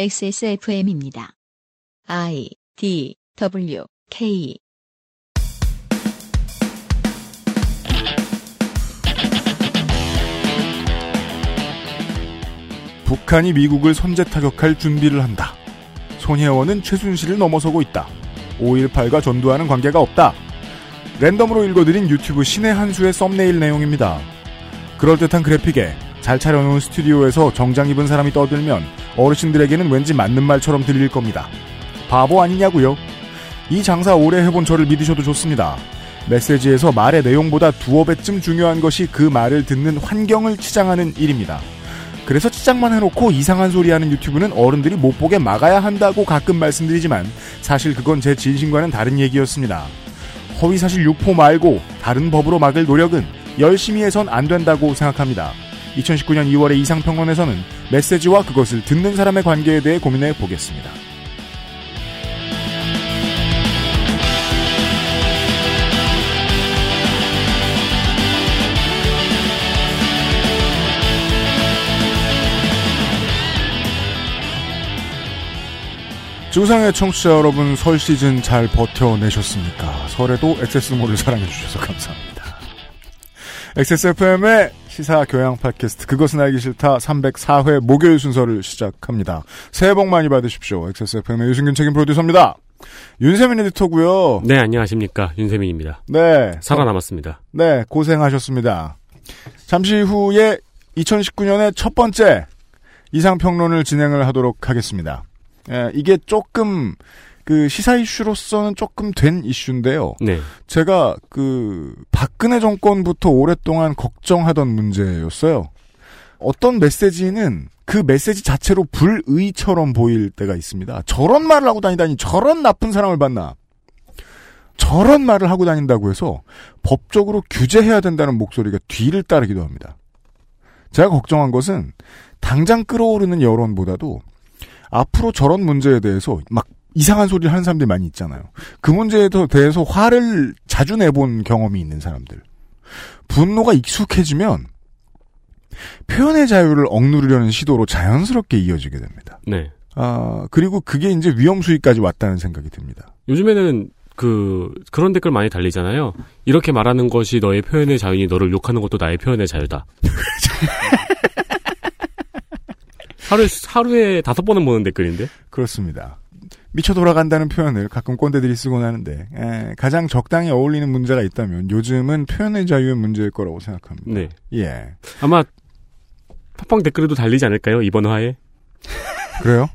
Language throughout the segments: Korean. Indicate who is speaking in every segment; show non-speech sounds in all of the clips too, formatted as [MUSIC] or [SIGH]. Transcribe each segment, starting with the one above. Speaker 1: XSFM입니다. I D W K
Speaker 2: 북한이 미국을 선제 타격할 준비를 한다. 손혜원은 최순실을 넘어서고 있다. 5.18과 전두환은 관계가 없다. 랜덤으로 읽어드린 유튜브 신의 한 수의 썸네일 내용입니다. 그럴듯한 그래픽에 잘 차려놓은 스튜디오에서 정장 입은 사람이 떠들면 어르신들에게는 왠지 맞는 말처럼 들릴 겁니다. 바보 아니냐고요? 이 장사 오래 해본 저를 믿으셔도 좋습니다. 메시지에서 말의 내용보다 두어 배쯤 중요한 것이 그 말을 듣는 환경을 치장하는 일입니다. 그래서 치장만 해놓고 이상한 소리 하는 유튜브는 어른들이 못 보게 막아야 한다고 가끔 말씀드리지만 사실 그건 제 진심과는 다른 얘기였습니다. 허위사실 유포 말고 다른 법으로 막을 노력은 열심히 해선 안 된다고 생각합니다. 2019년 2월의 이상평론에서는 메시지와 그것을 듣는 사람의 관계에 대해 고민해 보겠습니다. 지구상의 청취자 여러분 설 시즌 잘 버텨내셨습니까? 설에도 엑세스몰을 사랑해주셔서 감사합니다. XSFM의 시사 교양 팟캐스트 그것은 알기 싫다 304회 목요일 순서를 시작합니다. 새해 복 많이 받으십시오. XSFM의 유승균 책임 프로듀서입니다. 윤세민 에디터고요.
Speaker 3: 네, 안녕하십니까. 윤세민입니다.
Speaker 2: 네,
Speaker 3: 살아남았습니다.
Speaker 2: 네 고생하셨습니다. 잠시 후에 2019년의 첫 번째 이상 평론을 진행을 하도록 하겠습니다. 예, 이게 조금 그 시사 이슈로서는 조금 된 이슈인데요.
Speaker 3: 네.
Speaker 2: 제가 그 박근혜 정권부터 오랫동안 걱정하던 문제였어요. 어떤 메시지는 그 메시지 자체로 불의처럼 보일 때가 있습니다. 저런 말을 하고 다니다니 저런 나쁜 사람을 봤나. 저런 말을 하고 다닌다고 해서 법적으로 규제해야 된다는 목소리가 뒤를 따르기도 합니다. 제가 걱정한 것은 당장 끌어오르는 여론보다도 앞으로 저런 문제에 대해서 막 이상한 소리를 하는 사람들이 많이 있잖아요. 그 문제에 더- 대해서 화를 자주 내본 경험이 있는 사람들. 분노가 익숙해지면 표현의 자유를 억누르려는 시도로 자연스럽게 이어지게 됩니다.
Speaker 3: 네.
Speaker 2: 아, 그리고 그게 이제 위험 수위까지 왔다는 생각이 듭니다.
Speaker 3: 요즘에는 그, 그런 댓글 많이 달리잖아요. 이렇게 말하는 것이 너의 표현의 자유니 너를 욕하는 것도 나의 표현의 자유다. [LAUGHS] 하루에, 하루에 다섯 번은 보는 댓글인데?
Speaker 2: 그렇습니다. 미쳐 돌아간다는 표현을 가끔 꼰대들이 쓰곤 하는데 에, 가장 적당히 어울리는 문제가 있다면 요즘은 표현의 자유의 문제일 거라고 생각합니다.
Speaker 3: 네.
Speaker 2: 예.
Speaker 3: 아마 팟빵 댓글에도 달리지 않을까요? 이번 화에?
Speaker 2: 그래요?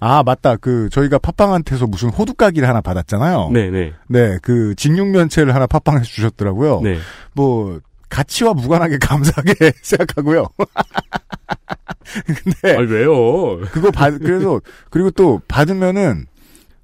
Speaker 2: 아 맞다. 그 저희가 팟빵한테서 무슨 호두까기를 하나 받았잖아요.
Speaker 3: 네네.
Speaker 2: 네, 그 직육면체를 하나 팟빵해서 주셨더라고요.
Speaker 3: 네.
Speaker 2: 뭐 가치와 무관하게 [LAUGHS] 감사하게 생각하고요.
Speaker 3: 아 왜요? [LAUGHS]
Speaker 2: 그거 받 그래서 그리고 또 받으면은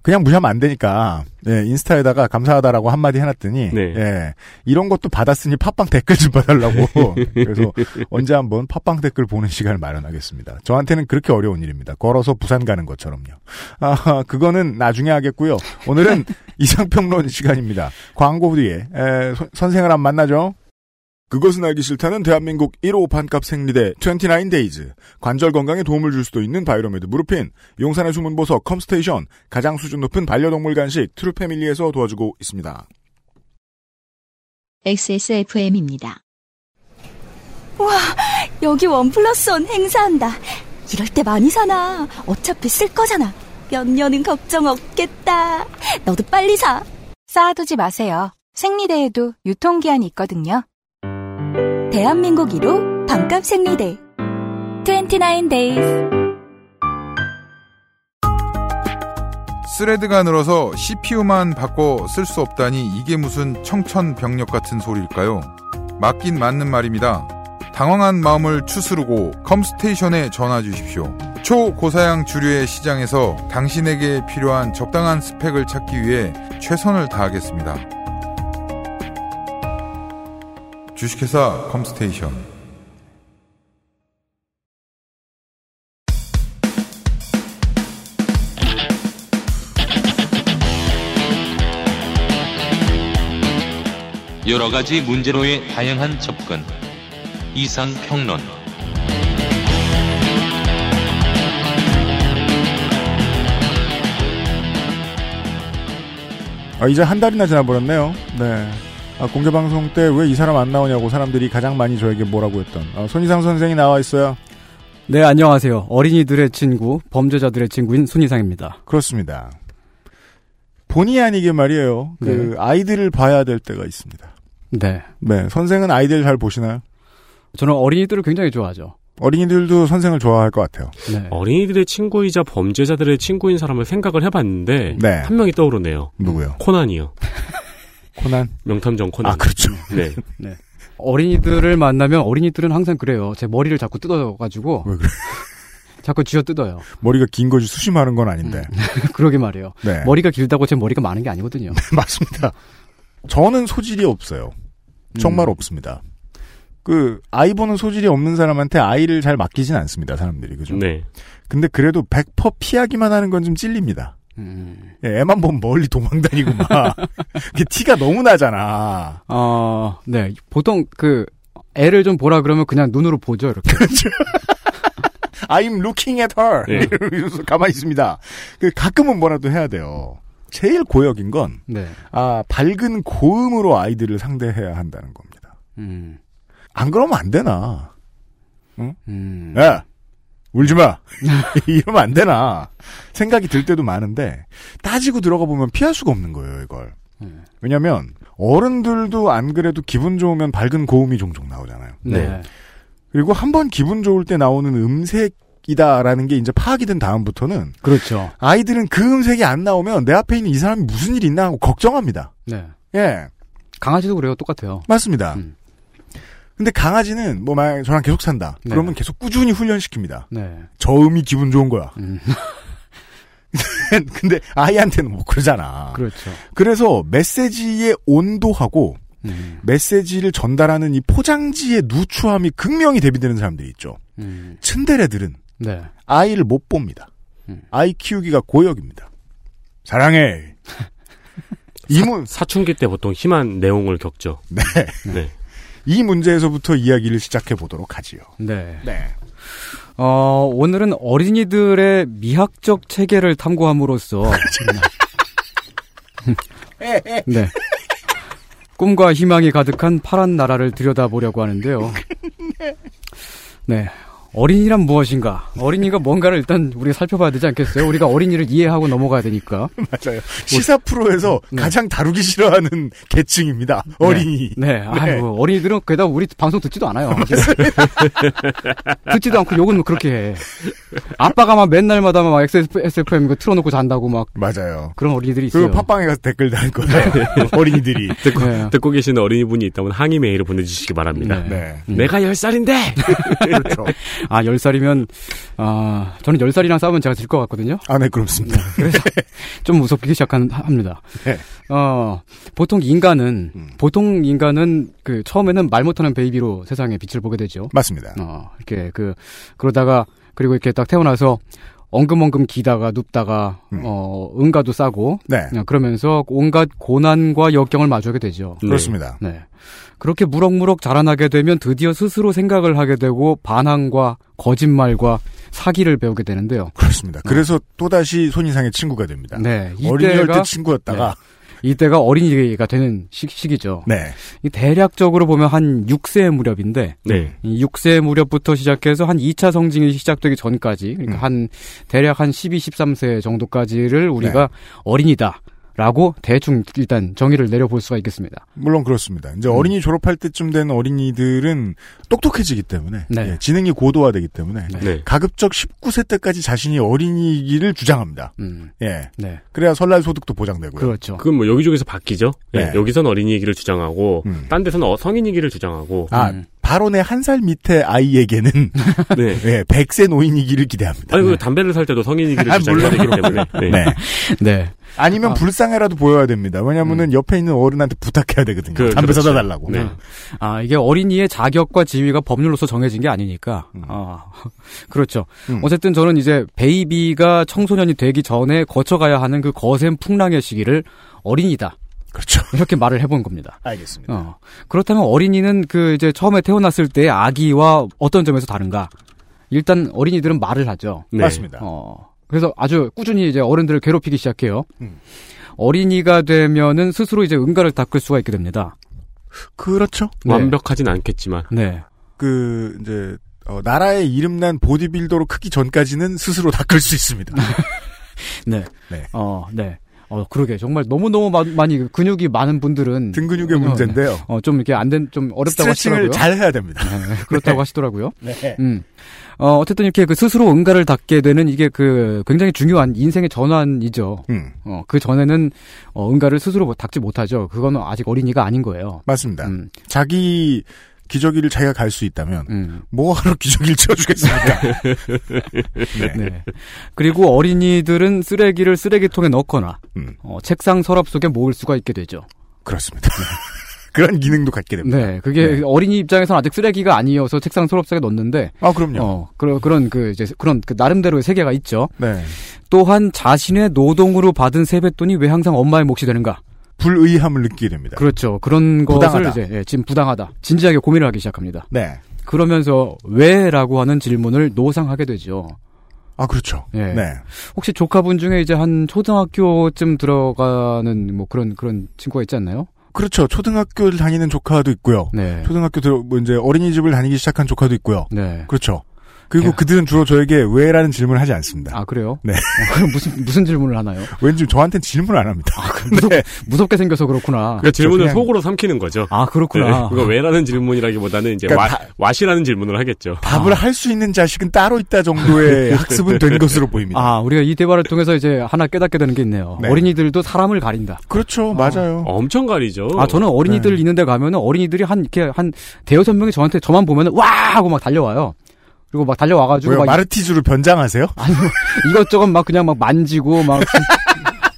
Speaker 2: 그냥 무시하면 안 되니까 예, 인스타에다가 감사하다라고 한마디 해놨더니
Speaker 3: 네.
Speaker 2: 예, 이런 것도 받았으니 팟빵 댓글 좀 봐달라고 [LAUGHS] 그래서 언제 한번 팟빵 댓글 보는 시간을 마련하겠습니다. 저한테는 그렇게 어려운 일입니다. 걸어서 부산 가는 것처럼요. 아 그거는 나중에 하겠고요. 오늘은 이상평론 시간입니다. 광고 뒤에 에, 선- 선생을 한 만나죠. 그것은 알기 싫다는 대한민국 1호 반값 생리대 29데이즈 관절 건강에 도움을 줄 수도 있는 바이로메드 무르핀 용산의 숨은 보석 컴스테이션 가장 수준 높은 반려동물 간식 트루패밀리에서 도와주고 있습니다.
Speaker 1: XSFM입니다.
Speaker 4: 여기 원 플러스 원 행사한다. 이럴 때 많이 사나. 어차피 쓸 거잖아. 몇 년은 걱정 없겠다. 너도 빨리 사.
Speaker 5: 쌓아두지 마세요. 생리대에도 유통기한이 있거든요.
Speaker 4: 대한민국 1호 반값 생리대.
Speaker 5: 29 days.
Speaker 6: 스레드가 늘어서 CPU만 바꿔 쓸 수 없다니 이게 무슨 청천벽력 같은 소리일까요? 맞긴 맞는 말입니다. 당황한 마음을 추스르고 컴스테이션에 전화 주십시오. 초고사양 주류의 시장에서 당신에게 필요한 적당한 스펙을 찾기 위해 최선을 다하겠습니다. 주식회사 컴스테이션
Speaker 7: 여러 가지 문제로의 다양한 접근. 이상 평론.
Speaker 2: 아, 이제 한 달이나 지나버렸네요. 네. 아, 공개 방송 때 왜 이 사람 안 나오냐고 사람들이 가장 많이 저에게 뭐라고 했던 아, 손희상 선생이 나와 있어요.
Speaker 8: 네, 안녕하세요. 어린이들의 친구, 범죄자들의 친구인 손희상입니다.
Speaker 2: 그렇습니다. 본의 아니게 말이에요. 그 아이들을 봐야 될 때가 있습니다.
Speaker 8: 네.
Speaker 2: 네, 선생은 아이들 잘 보시나요?
Speaker 8: 저는 어린이들을 굉장히 좋아하죠.
Speaker 2: 어린이들도 선생을 좋아할 것 같아요.
Speaker 8: 네.
Speaker 3: 어린이들의 친구이자 범죄자들의 친구인 사람을 생각을 해봤는데
Speaker 2: 네.
Speaker 3: 한 명이 떠오르네요.
Speaker 2: 누구요?
Speaker 3: 코난이요.
Speaker 2: 코난.
Speaker 3: 명탐정
Speaker 2: 음.
Speaker 3: 코난.
Speaker 2: 아, 그렇죠.
Speaker 3: 네.
Speaker 8: 어린이들을 만나면 어린이들은 항상 그래요. 제 머리를 자꾸 뜯어가지고.
Speaker 2: 왜 그래?
Speaker 8: [LAUGHS] 자꾸 쥐어 뜯어요. [LAUGHS]
Speaker 2: 머리가 긴 거지 수심하는 건 아닌데.
Speaker 8: 그러게 말이에요.
Speaker 2: 네.
Speaker 8: 머리가 길다고 제 머리가 많은 게
Speaker 2: [LAUGHS]
Speaker 8: 아니거든요.
Speaker 2: 맞습니다. 저는 소질이 없어요. 정말
Speaker 8: 음.
Speaker 2: 없습니다. 그 아이 보는 소질이 없는 사람한테 아이를 잘 맡기진 않습니다. 사람들이 그죠?
Speaker 3: 네.
Speaker 2: 근데 그래도 100% 피하기만 하는 건 좀 찔립니다.
Speaker 8: 음.
Speaker 2: 예, 애만 보면 멀리 도망다니고 막 [LAUGHS] 이게 티가 너무 나잖아.
Speaker 8: 어, 네. 보통 그, 애를 좀 보라 그러면 그냥 눈으로 보죠,
Speaker 2: [LAUGHS]
Speaker 8: 이렇게.
Speaker 2: I'm looking at her.
Speaker 3: 네.
Speaker 2: 이러면서 가만히 있습니다. 그 가끔은 뭐라도 해야 돼요. 제일 고역인 건
Speaker 8: 네.
Speaker 2: 아, 밝은 고음으로 아이들을 상대해야 한다는 겁니다.
Speaker 8: 음.
Speaker 2: 안 그러면 안 되나.
Speaker 8: 음.
Speaker 2: 야, 네. 울지 마. [LAUGHS] 이러면 안 되나. 생각이 들 때도 많은데, 따지고 들어가 보면 피할 수가 없는 거예요, 이걸.
Speaker 8: 음.
Speaker 2: 왜냐면, 어른들도 안 그래도 기분 좋으면 밝은 고음이 종종 나오잖아요.
Speaker 8: 네.
Speaker 2: 그리고 한 번 기분 좋을 때 나오는 음색이다라는 게 이제 파악이 된 다음부터는,
Speaker 8: 그렇죠.
Speaker 2: 아이들은 그 음색이 안 나오면 내 앞에 있는 이 사람이 무슨 일이 있나 하고 걱정합니다.
Speaker 8: 네.
Speaker 2: 예,
Speaker 8: 강아지도 그래요. 똑같아요.
Speaker 2: 맞습니다.
Speaker 8: 음.
Speaker 2: 근데 강아지는, 뭐, 만약 저랑 계속 산다.
Speaker 8: 네.
Speaker 2: 그러면 계속 꾸준히 훈련시킵니다.
Speaker 8: 네.
Speaker 2: 저음이 기분 좋은 거야.
Speaker 8: 음.
Speaker 2: [LAUGHS] 근데 아이한테는 못 그러잖아.
Speaker 8: 그렇죠.
Speaker 2: 그래서 메시지의 온도하고
Speaker 8: 음.
Speaker 2: 메시지를 전달하는 이 포장지의 누추함이 극명히 대비되는 사람들이 있죠.
Speaker 8: 음.
Speaker 2: 츤데레들은
Speaker 8: 네.
Speaker 2: 아이를 못 봅니다.
Speaker 8: 음.
Speaker 2: 아이 키우기가 고역입니다. 사랑해. 이문
Speaker 3: 사춘기 때 보통 심한 내용을 겪죠.
Speaker 2: 네.
Speaker 3: 네.
Speaker 2: 이 문제에서부터 이야기를 시작해 보도록 하지요.
Speaker 8: 네.
Speaker 2: 네.
Speaker 8: 어, 오늘은 어린이들의 미학적
Speaker 2: [LAUGHS]
Speaker 8: 체계를 탐구함으로써 네. 꿈과 희망이 가득한 파란 나라를 들여다보려고 하는데요. 네. 어린이란 무엇인가? 어린이가 뭔가를 일단 우리가 살펴봐야 되지 않겠어요? 우리가 어린이를 이해하고 넘어가야 되니까.
Speaker 2: 맞아요. 시사 프로에서
Speaker 8: 네.
Speaker 2: 가장 다루기 싫어하는 계층입니다. [LAUGHS] 어린이.
Speaker 8: 네. 아이고, 어린이들은 게다가 우리 방송 듣지도
Speaker 2: [LAUGHS]
Speaker 8: 않아요. 듣지도 않고 욕은 뭐 그렇게 해. 아빠가 막 맨날마다 막 XSFM 이거 틀어놓고 잔다고 막
Speaker 2: 맞아요.
Speaker 8: 그런 어린이들이 있어요.
Speaker 2: 그리고 팟빵에 가서 댓글 달 거예요. [LAUGHS] 어린이들이.
Speaker 3: 듣고,
Speaker 8: 네.
Speaker 3: 듣고 계신 어린이분이 있다면 항의 메일을 보내주시기 바랍니다.
Speaker 2: 네.
Speaker 8: 음.
Speaker 3: 내가 10살인데!
Speaker 2: 그렇죠.
Speaker 8: 아, 10살이면, 아, 저는 10살이랑 싸우면 제가 질 것 같거든요?
Speaker 2: 아, 네, 그렇습니다.
Speaker 8: 좀 무섭기 시작합니다.
Speaker 2: 네.
Speaker 8: 어, 보통 인간은,
Speaker 2: 음.
Speaker 8: 보통 인간은, 그, 처음에는 말 못하는 베이비로 세상에 빛을 보게 되죠.
Speaker 2: 맞습니다.
Speaker 8: 어, 이렇게, 그, 그러다가, 그리고 이렇게 딱 태어나서, 엉금엉금 기다가, 눕다가,
Speaker 2: 음.
Speaker 8: 어, 응가도 싸고,
Speaker 2: 네.
Speaker 8: 어, 그러면서 온갖 고난과 역경을 마주하게 되죠.
Speaker 3: 네.
Speaker 2: 그렇습니다.
Speaker 8: 네. 그렇게 무럭무럭 자라나게 되면 드디어 스스로 생각을 하게 되고 반항과 거짓말과 사기를 배우게 되는데요.
Speaker 2: 그렇습니다. 그래서 또다시 손이상의 친구가 됩니다.
Speaker 8: 네.
Speaker 2: 그러니까 어린이할
Speaker 8: 이때가
Speaker 2: 때 친구였다가,
Speaker 8: 이때가 어린이가 되는 시, 시기죠.
Speaker 2: 네.
Speaker 8: 이 대략적으로 보면 한 6세 무렵인데
Speaker 3: 네.
Speaker 8: 이 6세 무렵부터 시작해서 한 2차 성징이 시작되기 전까지 그러니까
Speaker 2: 음.
Speaker 8: 한 대략 한 12, 13세 정도까지를 우리가
Speaker 2: 네.
Speaker 8: 어린이다. 라고 대충 일단 정의를 내려볼 수가 있겠습니다.
Speaker 2: 물론 그렇습니다. 이제 어린이 졸업할 때쯤 된 어린이들은 똑똑해지기 때문에,
Speaker 8: 네.
Speaker 2: 예, 지능이 고도화되기 때문에,
Speaker 3: 네.
Speaker 2: 가급적 19세 때까지 자신이 어린이기를 주장합니다.
Speaker 8: 음,
Speaker 2: 예.
Speaker 8: 네,
Speaker 2: 그래야 설날 소득도 보장되고요.
Speaker 8: 그렇죠.
Speaker 3: 그건 뭐 여기저기서 바뀌죠. 예,
Speaker 2: 네.
Speaker 3: 여기선 어린이기를 주장하고,
Speaker 2: 음.
Speaker 3: 딴 데선 어, 성인이기를 주장하고,
Speaker 2: 아,
Speaker 8: 음.
Speaker 2: 바로 내 한 살 밑에 아이에게는,
Speaker 3: 네.
Speaker 2: 예, 100세 노인이기를 기대합니다.
Speaker 3: 아니, 그 담배를 살 때도 성인이기를
Speaker 2: 아,
Speaker 3: 주장해야 되기 때문에. 네.
Speaker 8: [LAUGHS]
Speaker 2: 네.
Speaker 8: 네.
Speaker 2: 아니면
Speaker 8: 아. 음.
Speaker 2: 불쌍해라도 보여야 됩니다. 왜냐면은 옆에 있는 어른한테 부탁해야 되거든요.
Speaker 3: 그,
Speaker 2: 담배
Speaker 3: 그렇죠.
Speaker 2: 사다 달라고.
Speaker 3: 네.
Speaker 8: 아, 이게 어린이의 자격과 지위가 법률로서 정해진 게 아니니까. [LAUGHS] 아, 그렇죠.
Speaker 2: 음.
Speaker 8: 어쨌든 저는 이제 베이비가 청소년이 되기 전에 거쳐가야 하는 그 거센 풍랑의 시기를 어린이다.
Speaker 2: 그렇죠.
Speaker 8: 이렇게 말을 해본 겁니다.
Speaker 2: 알겠습니다.
Speaker 8: 어. 그렇다면 어린이는 그 이제 처음에 태어났을 때 아기와 어떤 점에서 다른가? 일단 어린이들은 말을 하죠.
Speaker 3: 네.
Speaker 2: 맞습니다.
Speaker 8: 어. 그래서 아주 꾸준히 이제 어른들을 괴롭히기 시작해요.
Speaker 2: 음.
Speaker 8: 어린이가 되면은 스스로 이제 응가를 닦을 수가 있게 됩니다.
Speaker 2: 그렇죠.
Speaker 8: 네.
Speaker 3: 완벽하진 않겠지만
Speaker 8: 네.
Speaker 2: 그 이제 어, 나라의 이름난 보디빌더로 크기 전까지는 스스로 닦을 수 있습니다.
Speaker 8: 네.
Speaker 2: 네.
Speaker 8: 어, 네. 어, 그러게. 정말 너무너무 마- 많이 그 근육이 많은 분들은
Speaker 2: 등 근육의 문제인데요.
Speaker 8: 어, 좀 이렇게 안 된 좀 어렵다고
Speaker 2: 스트레칭을
Speaker 8: 하시더라고요.
Speaker 2: 잘 해야 됩니다.
Speaker 8: 네, 그렇다고 하시더라고요.
Speaker 2: 네.
Speaker 8: 음. 어, 어쨌든 이렇게 그 스스로 응가를 닦게 되는 이게 그 굉장히 중요한 인생의 전환이죠.
Speaker 2: 음,
Speaker 8: 어, 그 전에는 어, 응가를 스스로 뭐 닦지 못하죠. 그거는 아직 어린이가 아닌 거예요.
Speaker 2: 맞습니다.
Speaker 8: 음.
Speaker 2: 자기 기저귀를 자기가 갈 수 있다면
Speaker 8: 음.
Speaker 2: 뭐하러 기저귀를 [LAUGHS] 채워주겠습니까? 네.
Speaker 8: 네. 그리고 어린이들은 쓰레기를 쓰레기통에 넣거나
Speaker 2: 음,
Speaker 8: 어, 책상 서랍 속에 모을 수가 있게 되죠.
Speaker 2: 그렇습니다. [LAUGHS] 그런 기능도 갖게 됩니다.
Speaker 8: 네, 그게
Speaker 2: 네.
Speaker 8: 어린이 입장에서는 아직 쓰레기가 아니어서 책상 서랍 속에 넣는데
Speaker 2: 아 그럼요.
Speaker 8: 어, 그런 그런 그 이제 그런 그 나름대로의 세계가 있죠.
Speaker 2: 네.
Speaker 8: 또한 자신의 노동으로 받은 세뱃돈이 왜 항상 엄마의 몫이 되는가?
Speaker 2: 불의함을 느끼게 됩니다.
Speaker 8: 그렇죠. 그런
Speaker 2: 네. 부당하다.
Speaker 8: 것을 이제 예, 지금 부당하다. 진지하게 고민을 하기 시작합니다.
Speaker 2: 네.
Speaker 8: 그러면서 왜라고 하는 질문을 노상하게 되죠.
Speaker 2: 아 그렇죠.
Speaker 8: 예.
Speaker 2: 네.
Speaker 8: 혹시 조카분 중에 이제 한 초등학교쯤 들어가는 뭐 그런 그런 친구가 있지 않나요?
Speaker 2: 그렇죠. 초등학교를 다니는 조카도 있고요.
Speaker 8: 네.
Speaker 2: 초등학교 들어 뭐 이제 어린이집을 다니기 시작한 조카도 있고요.
Speaker 8: 네.
Speaker 2: 그렇죠. 그리고
Speaker 8: 야.
Speaker 2: 그들은 주로 저에게 왜라는 질문을 하지 않습니다.
Speaker 8: 아 그래요?
Speaker 2: 네.
Speaker 8: 어, 그럼 무슨 무슨
Speaker 2: [LAUGHS]
Speaker 8: 질문을 하나요?
Speaker 2: 왠지 저한테는 질문을 안 합니다.
Speaker 8: 아, 무섭, 무섭게 생겨서 그렇구나.
Speaker 3: 그러니까 질문을
Speaker 2: 그렇죠. 그냥-
Speaker 3: 속으로 삼키는 거죠. 네.
Speaker 8: 아 그렇구나.
Speaker 2: 네.
Speaker 3: 그거 왜라는 질문이라기보다는 이제
Speaker 2: 그러니까
Speaker 3: 와, 와시라는 질문을 하겠죠.
Speaker 2: 답을 할 수 있는 자식은 따로 있다
Speaker 8: [LAUGHS]
Speaker 2: 정도의 학습은 된 것으로 보입니다.
Speaker 8: 예. 아 우리가 이 대화를 통해서 이제 하나 깨닫게 되는 게 있네요.
Speaker 2: 네.
Speaker 8: 어린이들도 사람을 가린다. 어.
Speaker 2: 그렇죠. 맞아요.
Speaker 3: 엄청 가리죠.
Speaker 8: 아 저는
Speaker 2: 네.
Speaker 8: 어린이들 있는데 가면은 어린이들이 한 이렇게 한 대여섯 명이 저한테 저만 보면은 와 하고 막 달려와요. 그리고 막 달려와가지고
Speaker 2: 왜요?
Speaker 8: 막
Speaker 2: 마르티즈로 변장하세요?
Speaker 8: 이- 이것저것 막 그냥 막 만지고
Speaker 2: [LAUGHS]
Speaker 8: 막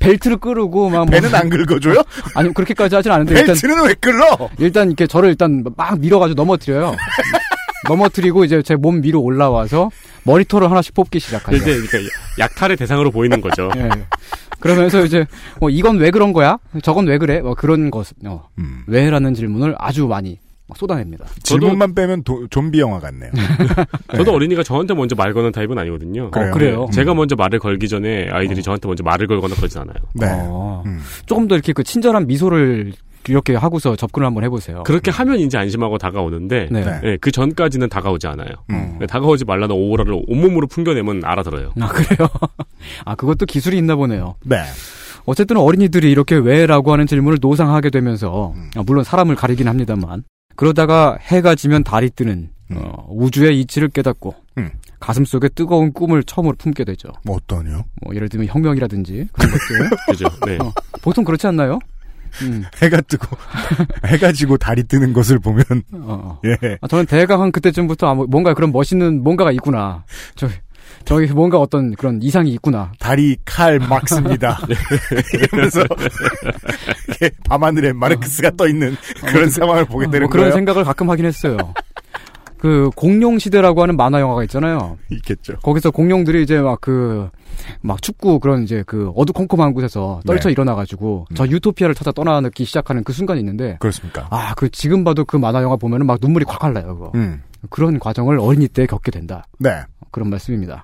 Speaker 8: 벨트를 끌고 막 뭐-
Speaker 2: 배는 안 긁어줘요?
Speaker 8: [LAUGHS] 아니 그렇게까지 하진 않은데 일단
Speaker 2: 벨트는 왜 끌러?
Speaker 8: 일단 이렇게 저를 일단 막 밀어가지고 넘어뜨려요. [LAUGHS] 넘어뜨리고 이제 제 몸 위로 올라와서 머리털을 하나씩 뽑기 시작하죠.
Speaker 3: 이제 그러니까 약탈의 대상으로 보이는 거죠.
Speaker 2: 네.
Speaker 8: 예. 그러면서 이제 어, 이건 왜 그런 거야? 저건 왜 그래? 뭐 그런 것 어,
Speaker 2: 음,
Speaker 8: 왜라는 질문을 아주 많이 막 쏟아냅니다.
Speaker 2: 질문만 빼면 도- 좀비 영화 같네요.
Speaker 8: 음.
Speaker 3: 저도
Speaker 2: 네. 어,
Speaker 3: 어린이가 저한테 먼저 말 거는 타입은 아니거든요.
Speaker 2: 그래요? 음. 어.
Speaker 3: 네.
Speaker 8: 그래요?
Speaker 3: 제가 먼저 말을 걸기 전에 아이들이 저한테 먼저 말을 걸거나 그러진 않아요.
Speaker 2: 네.
Speaker 8: 어,
Speaker 2: 음.
Speaker 8: 조금 더 이렇게 그 친절한 미소를 이렇게 하고서 접근을 한번 해보세요.
Speaker 3: 그렇게 하면 이제 안심하고 다가오는데
Speaker 8: 네.
Speaker 2: 음. 네.
Speaker 3: 예, 그 전까지는 다가오지 않아요.
Speaker 8: 어.
Speaker 2: 음.
Speaker 3: 예, 다가오지 말라는 오라를 온몸으로 풍겨내면 알아들어요.
Speaker 8: 아 그래요? [LAUGHS] 아 그것도 기술이 있나 보네요.
Speaker 2: 네.
Speaker 8: 어쨌든 어린이들이 이렇게 왜라고 하는 질문을 노상하게 되면서
Speaker 2: 음.
Speaker 8: 아, 물론 사람을 가리긴 합니다만 그러다가 해가 지면 달이 뜨는
Speaker 2: 음.
Speaker 8: 어, 우주의 이치를 깨닫고
Speaker 2: 음.
Speaker 8: 가슴 속에 뜨거운 꿈을 처음으로 품게 되죠.
Speaker 2: 뭐 어떠냐?
Speaker 8: 뭐 예를 들면 혁명이라든지 그런
Speaker 2: [LAUGHS]
Speaker 8: 것들
Speaker 3: 그죠? 네.
Speaker 8: 어. 보통 그렇지 않나요? 음,
Speaker 2: 해가 뜨고 [LAUGHS] 해가 지고 달이 뜨는 것을 보면
Speaker 8: 어, 어.
Speaker 2: 예.
Speaker 8: 아, 저는 대강 한 그때쯤부터 아, 뭐- 뭔가 그런 멋있는 뭔가가 있구나. 저 저기 뭔가 어떤 그런 이상이 있구나.
Speaker 2: 달이 칼 [LAUGHS] 막습니다. 이러면서 이렇게 밤하늘에 마르크스가 떠 있는 어, 그런 상황을 보게 되는
Speaker 8: 뭐 그런
Speaker 2: 거예요.
Speaker 8: 생각을 가끔 하긴 했어요. [LAUGHS] 그 공룡 시대라고 하는 만화 영화가 있잖아요.
Speaker 2: 있겠죠.
Speaker 8: 거기서 공룡들이 이제 막 그 막 춥고 그런 이제 그 어두컴컴한 곳에서 떨쳐
Speaker 2: 네.
Speaker 8: 일어나가지고 저
Speaker 2: 음.
Speaker 8: 유토피아를 찾아 떠나기 시작하는 그 순간이 있는데
Speaker 2: 그렇습니까?
Speaker 8: 아 그 지금 봐도 그 만화 영화 보면은 막 눈물이 콱콱 나요 그거
Speaker 2: 음.
Speaker 8: 그런 과정을 어린이 때 겪게 된다
Speaker 2: 네.
Speaker 8: 그런 말씀입니다.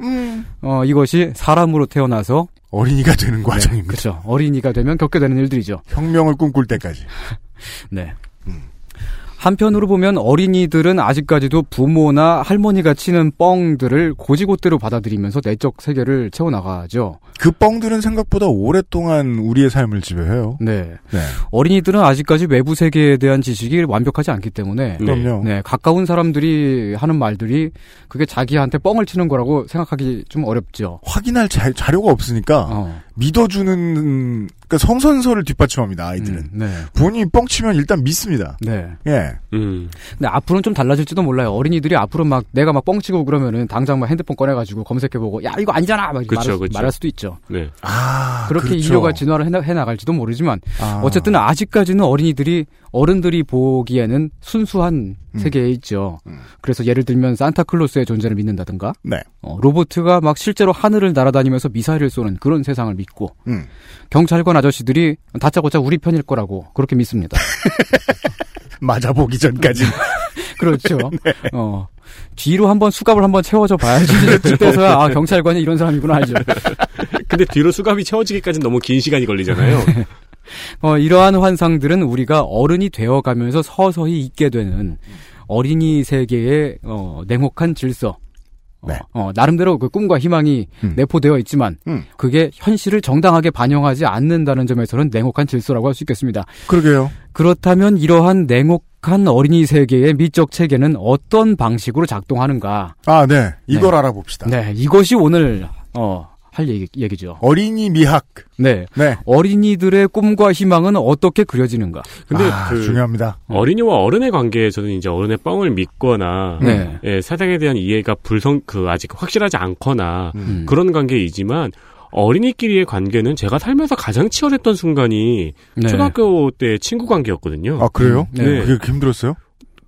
Speaker 8: 어 이것이 사람으로 태어나서
Speaker 2: 어린이가 되는 과정입니다.
Speaker 8: 그렇죠 어린이가 되면 겪게 되는 일들이죠.
Speaker 2: 혁명을 꿈꿀 때까지.
Speaker 8: 네. 한편으로 보면 어린이들은 아직까지도 부모나 할머니가 치는 뻥들을 고지고대로 받아들이면서 내적 세계를 채워나가죠.
Speaker 2: 그 뻥들은 생각보다 오랫동안 우리의 삶을 지배해요.
Speaker 8: 네.
Speaker 2: 네.
Speaker 8: 어린이들은 아직까지 외부 세계에 대한 지식이 완벽하지 않기
Speaker 3: 네.
Speaker 8: 때문에
Speaker 2: 그럼요.
Speaker 8: 네, 가까운 사람들이 하는 말들이 그게 자기한테 뻥을 치는 거라고 생각하기 좀 어렵죠.
Speaker 2: 확인할 자, 료가 없으니까
Speaker 8: 어.
Speaker 2: 믿어주는 그러니까 성선설을 뒷받침합니다. 아이들은.
Speaker 8: 음, 네.
Speaker 2: 본인이 뻥치면 일단 믿습니다.
Speaker 8: 네.
Speaker 2: 예.
Speaker 3: 음.
Speaker 8: 근데 앞으로는 좀 달라질지도 몰라요. 어린이들이 앞으로 막 내가 막 뻥치고 그러면은 당장 막 핸드폰 꺼내가지고 검색해보고 야 이거 아니잖아 막
Speaker 3: 그쵸,
Speaker 8: 이렇게 말할, 수-
Speaker 3: 그쵸.
Speaker 8: 말할 수도 있죠.
Speaker 3: 네.
Speaker 2: 아,
Speaker 8: 그렇게
Speaker 2: 그렇죠.
Speaker 8: 인류가 진화를 해나, 해나갈지도 모르지만
Speaker 2: 아.
Speaker 8: 어쨌든 아직까지는 어린이들이 어른들이 보기에는 순수한
Speaker 2: 음.
Speaker 8: 세계에 있죠.
Speaker 2: 음.
Speaker 8: 그래서 예를 들면 산타클로스의 존재를 믿는다든가
Speaker 2: 네.
Speaker 8: 어, 로보트가 막 실제로 하늘을 날아다니면서 미사일을 쏘는 그런 세상을 믿고
Speaker 2: 음.
Speaker 8: 경찰관 아저씨들이 다짜고짜 우리 편일 거라고 그렇게 믿습니다.
Speaker 2: 맞아보기
Speaker 8: [LAUGHS]
Speaker 2: 전까지.
Speaker 8: 그렇죠.
Speaker 2: [LAUGHS] 네.
Speaker 8: 어,
Speaker 2: [LAUGHS] 그렇죠.
Speaker 8: 뒤로 한번 수갑을 한번 채워줘 봐야지 그때서야 아 경찰관이 이런 사람이구나 알죠.
Speaker 3: 근데 뒤로 수갑이 채워지기까지는 너무 긴 시간이 걸리잖아요.
Speaker 8: 어, 이러한 환상들은 우리가 어른이 되어가면서 서서히 잊게 되는 어린이 세계의 어, 냉혹한 질서. 어,
Speaker 2: 네.
Speaker 8: 어, 나름대로 그 꿈과 희망이
Speaker 2: 음.
Speaker 8: 내포되어 있지만
Speaker 2: 음.
Speaker 8: 그게 현실을 정당하게 반영하지 않는다는 점에서는 냉혹한 질서라고 할 수 있겠습니다.
Speaker 2: 그러게요.
Speaker 8: 그렇다면 이러한 냉혹한 어린이 세계의 미적 체계는 어떤 방식으로 작동하는가?
Speaker 2: 아, 네. 이걸 알아봅시다.
Speaker 8: 네, 이것이 오늘 어, 할 얘기, 얘기죠.
Speaker 2: 어린이 미학.
Speaker 8: 네,
Speaker 2: 네.
Speaker 8: 어린이들의 꿈과 희망은 어떻게 그려지는가?
Speaker 3: 근데
Speaker 2: 아,
Speaker 3: 그
Speaker 2: 중요합니다.
Speaker 3: 어린이와 어른의 관계에서는 이제 어른의 뻥을 믿거나
Speaker 8: 네.
Speaker 3: 예, 사상에 대한 이해가 불성 그 아직 확실하지 않거나
Speaker 8: 음.
Speaker 3: 그런 관계이지만 어린이끼리의 관계는 제가 살면서 가장 치열했던 순간이
Speaker 8: 네.
Speaker 3: 초등학교 때 친구 관계였거든요.
Speaker 2: 아, 그래요?
Speaker 8: 네. 어,
Speaker 3: 네.
Speaker 2: 그게 그렇게 힘들었어요?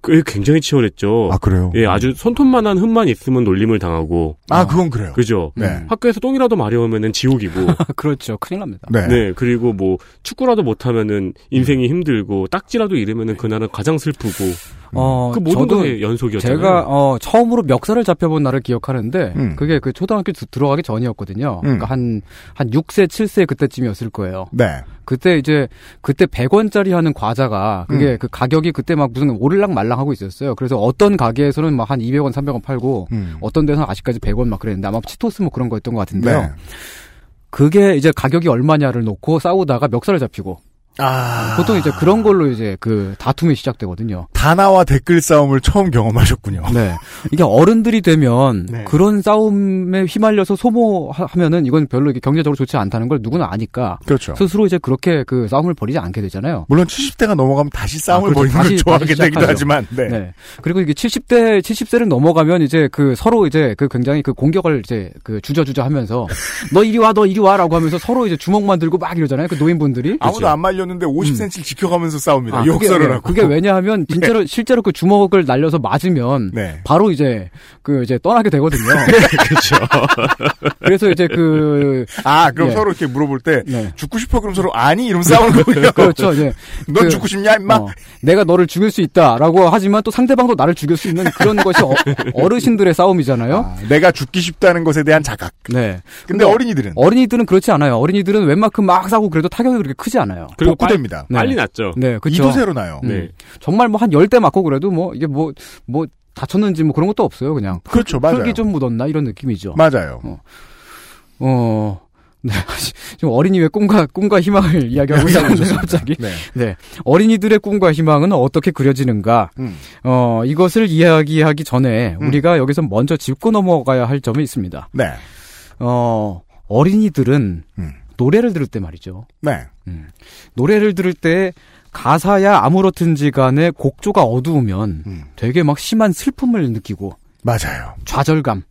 Speaker 3: 그게 굉장히 치열했죠.
Speaker 2: 아, 그래요?
Speaker 3: 예, 아주 손톱만한 흠만 있으면 놀림을 당하고
Speaker 2: 아, 그건 그래요.
Speaker 3: 그죠.
Speaker 8: 음,
Speaker 2: 네.
Speaker 3: 학교에서 똥이라도 마려우면은 지옥이고
Speaker 8: [LAUGHS] 그렇죠. 큰일
Speaker 2: [LAUGHS]
Speaker 8: 납니다.
Speaker 2: 네. 음.
Speaker 3: 네, 그리고 뭐 축구라도 못하면은 인생이 힘들고 딱지라도 잃으면은 그날은 가장 슬프고
Speaker 8: 어,
Speaker 3: 그 모든
Speaker 8: 저도
Speaker 3: 거의 연속이었잖아요.
Speaker 8: 제가 어, 처음으로 멱살을 잡혀본 날을 기억하는데
Speaker 2: 음.
Speaker 8: 그게 그 초등학교 두- 들어가기 전이었거든요.
Speaker 3: 음.
Speaker 8: 그러니까 한 한 6세, 7세 그때쯤이었을 거예요.
Speaker 2: 네.
Speaker 8: 그때 이제 그때 100원짜리 하는 과자가
Speaker 3: 음.
Speaker 8: 그게 그 가격이 그때 막 무슨 오르락 말락하고 있었어요. 그래서 어떤 가게에서는 막 한 200원, 300원 팔고
Speaker 2: 음.
Speaker 8: 어떤 데서는 아직까지 100원 막 그랬는데 아마 치토스 뭐 그런 거였던 것
Speaker 2: 네.
Speaker 8: 같은데요. 그게 이제 가격이 얼마냐를 놓고 싸우다가 멱살을 잡히고
Speaker 2: 아.
Speaker 8: 보통 이제 그런 걸로 이제 그 다툼이 시작되거든요.
Speaker 2: 단아와 댓글 싸움을 처음 경험하셨군요.
Speaker 8: 네. 이게 어른들이 되면
Speaker 2: 아. 네.
Speaker 8: 그런 싸움에 휘말려서 소모하면은 이건 별로 이게 경제적으로 좋지 않다는 걸 누구나 아니까
Speaker 2: 그렇죠.
Speaker 8: 스스로 이제 그렇게 그 싸움을 벌이지 않게 되잖아요.
Speaker 2: 물론 70대가 넘어가면 다시 싸움을
Speaker 8: 아, 그렇죠.
Speaker 2: 벌이는 걸
Speaker 8: 다시-
Speaker 2: 좋아하게
Speaker 8: 다시
Speaker 2: 되기도
Speaker 8: 시작하죠.
Speaker 2: 하지만, 네.
Speaker 8: 네. 그리고 이게 70대, 70세를 넘어가면 이제 그 서로 이제 그 굉장히 그 공격을 이제 그
Speaker 2: [LAUGHS]
Speaker 8: 주저주저 하면서 너 이리 와, 너 이리 와라고 하면서 서로 이제 주먹만 들고 막 이러잖아요. 그 노인분들이.
Speaker 2: 아무도 안 말렸는데 50cm를 지켜가면서 싸웁니다.
Speaker 8: 음. 아, 그게-
Speaker 2: 욕설을
Speaker 8: 네.
Speaker 2: 하고.
Speaker 8: 그게 왜냐하면 진짜로 실제로 그 주먹을 날려서 맞으면
Speaker 2: 네.
Speaker 8: 바로 이제 그 이제 떠나게 되거든요.
Speaker 2: [LAUGHS]
Speaker 8: 그렇죠. [LAUGHS] 그래서 이제 그
Speaker 2: [LAUGHS] 아, 그럼
Speaker 8: 예.
Speaker 2: 서로 이렇게 물어볼 때,
Speaker 8: 네.
Speaker 2: 죽고 싶어? 그럼 서로 아니? 이러면 싸우는 거고요.
Speaker 8: 그렇죠. 이제
Speaker 2: [LAUGHS] 넌
Speaker 8: 그-
Speaker 2: 죽고 싶냐, 임마?
Speaker 8: 어, 내가 너를 죽일 수 있다라고 하지만 또 상대방도 나를 죽일 수 있는 그런 것이
Speaker 2: [LAUGHS]
Speaker 8: 어, 르신들의 싸움이잖아요.
Speaker 2: 아, 내가 죽기 쉽다는 것에 대한 자각.
Speaker 8: 네.
Speaker 2: 근데
Speaker 8: 근데
Speaker 2: 어린이들은
Speaker 8: 어린이들은 그렇지 않아요. 어린이들은 웬만큼 막 싸고 그래도 타격이 그렇게 크지 않아요.
Speaker 3: 그리고
Speaker 2: 어, 복구됩니다.
Speaker 8: 네.
Speaker 3: 빨리 났죠.
Speaker 8: 네, 그렇죠.
Speaker 2: 이도세로 나요.
Speaker 8: 음.
Speaker 3: 네.
Speaker 8: 정말 뭐 한 열 대 맞고 그래도 뭐 이게 뭐 뭐 다쳤는지 뭐 그런 것도 없어요. 그냥
Speaker 2: 그렇죠, 맞아요.
Speaker 8: 흙이 좀 묻었나 이런 느낌이죠.
Speaker 2: 맞아요.
Speaker 8: 어. 네. 지금 어린이 왜 꿈과
Speaker 2: [LAUGHS]
Speaker 8: 꿈과 희망을 이야기하고 있는데 갑자기.
Speaker 2: 네.
Speaker 8: 네. 어린이들의 꿈과 희망은 어떻게 그려지는가?
Speaker 2: 음.
Speaker 8: 어, 이것을 이야기하기 전에
Speaker 2: 음.
Speaker 8: 우리가 여기서 먼저 짚고 넘어가야 할 점이 있습니다.
Speaker 2: 네.
Speaker 8: 어, 어린이들은
Speaker 2: 음.
Speaker 8: 노래를 들을 때 말이죠.
Speaker 2: 네.
Speaker 8: 노래를 들을 때 가사야 아무렇든지 간에 곡조가 어두우면
Speaker 2: 음.
Speaker 8: 되게 막 심한 슬픔을 느끼고
Speaker 2: 맞아요.
Speaker 8: 좌절감,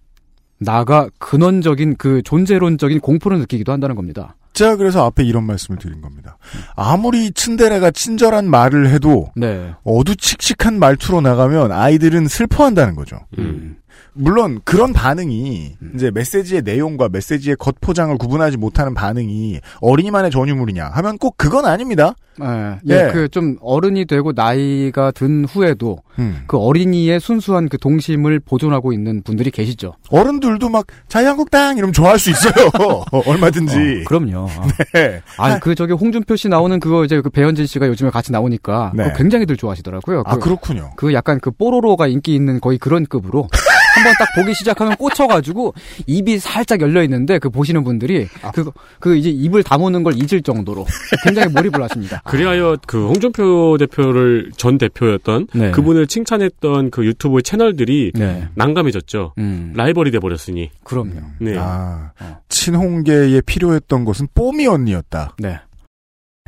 Speaker 8: 나아가 근원적인 그 존재론적인 공포를 느끼기도 한다는 겁니다.
Speaker 2: 제가 그래서 앞에 이런 말씀을 드린 겁니다. 아무리 츤데레가 친절한 말을 해도
Speaker 8: 네.
Speaker 2: 어두칙칙한 말투로 나가면 아이들은 슬퍼한다는 거죠.
Speaker 3: 음.
Speaker 2: 물론 그런 반응이 이제 메시지의 내용과 메시지의 겉포장을 구분하지 못하는 반응이 어린이만의 전유물이냐 하면 꼭 그건 아닙니다.
Speaker 8: 예,
Speaker 2: 예.
Speaker 8: 그 좀 어른이 되고 나이가 든 후에도
Speaker 2: 음.
Speaker 8: 그 어린이의 순수한 그 동심을 보존하고 있는 분들이 계시죠.
Speaker 2: 어른들도 막 자유한국당 이러면 좋아할 수 있어요. [LAUGHS] 얼마든지.
Speaker 8: 어, 그럼요.
Speaker 2: [LAUGHS] 네.
Speaker 8: 아, 그 저기 홍준표 씨 나오는 그거 이제 그 배현진 씨가 요즘에 같이 나오니까
Speaker 2: 네.
Speaker 8: 그거 굉장히들 좋아하시더라고요.
Speaker 2: 아
Speaker 8: 그,
Speaker 2: 그렇군요.
Speaker 8: 그 약간 그 뽀로로가 인기 있는 거의 그런 급으로 한번 딱 보기 시작하면 꽂혀가지고 입이 살짝 열려 있는데 그 보시는 분들이
Speaker 2: 아.
Speaker 8: 그, 그 이제 입을 다무는 걸 잊을 정도로 굉장히 몰입을 하십니다.
Speaker 3: [LAUGHS] 그리하여 그 홍준표 대표를 전 대표였던
Speaker 8: 네.
Speaker 3: 그분을 칭찬했던 그 유튜브 채널들이
Speaker 8: 네.
Speaker 3: 난감해졌죠.
Speaker 8: 음,
Speaker 3: 라이벌이 돼버렸으니.
Speaker 8: 그럼요.
Speaker 3: 네.
Speaker 2: 아,
Speaker 8: 어.
Speaker 2: 친홍계에 필요했던 것은 뽀미 언니였다.
Speaker 8: 네.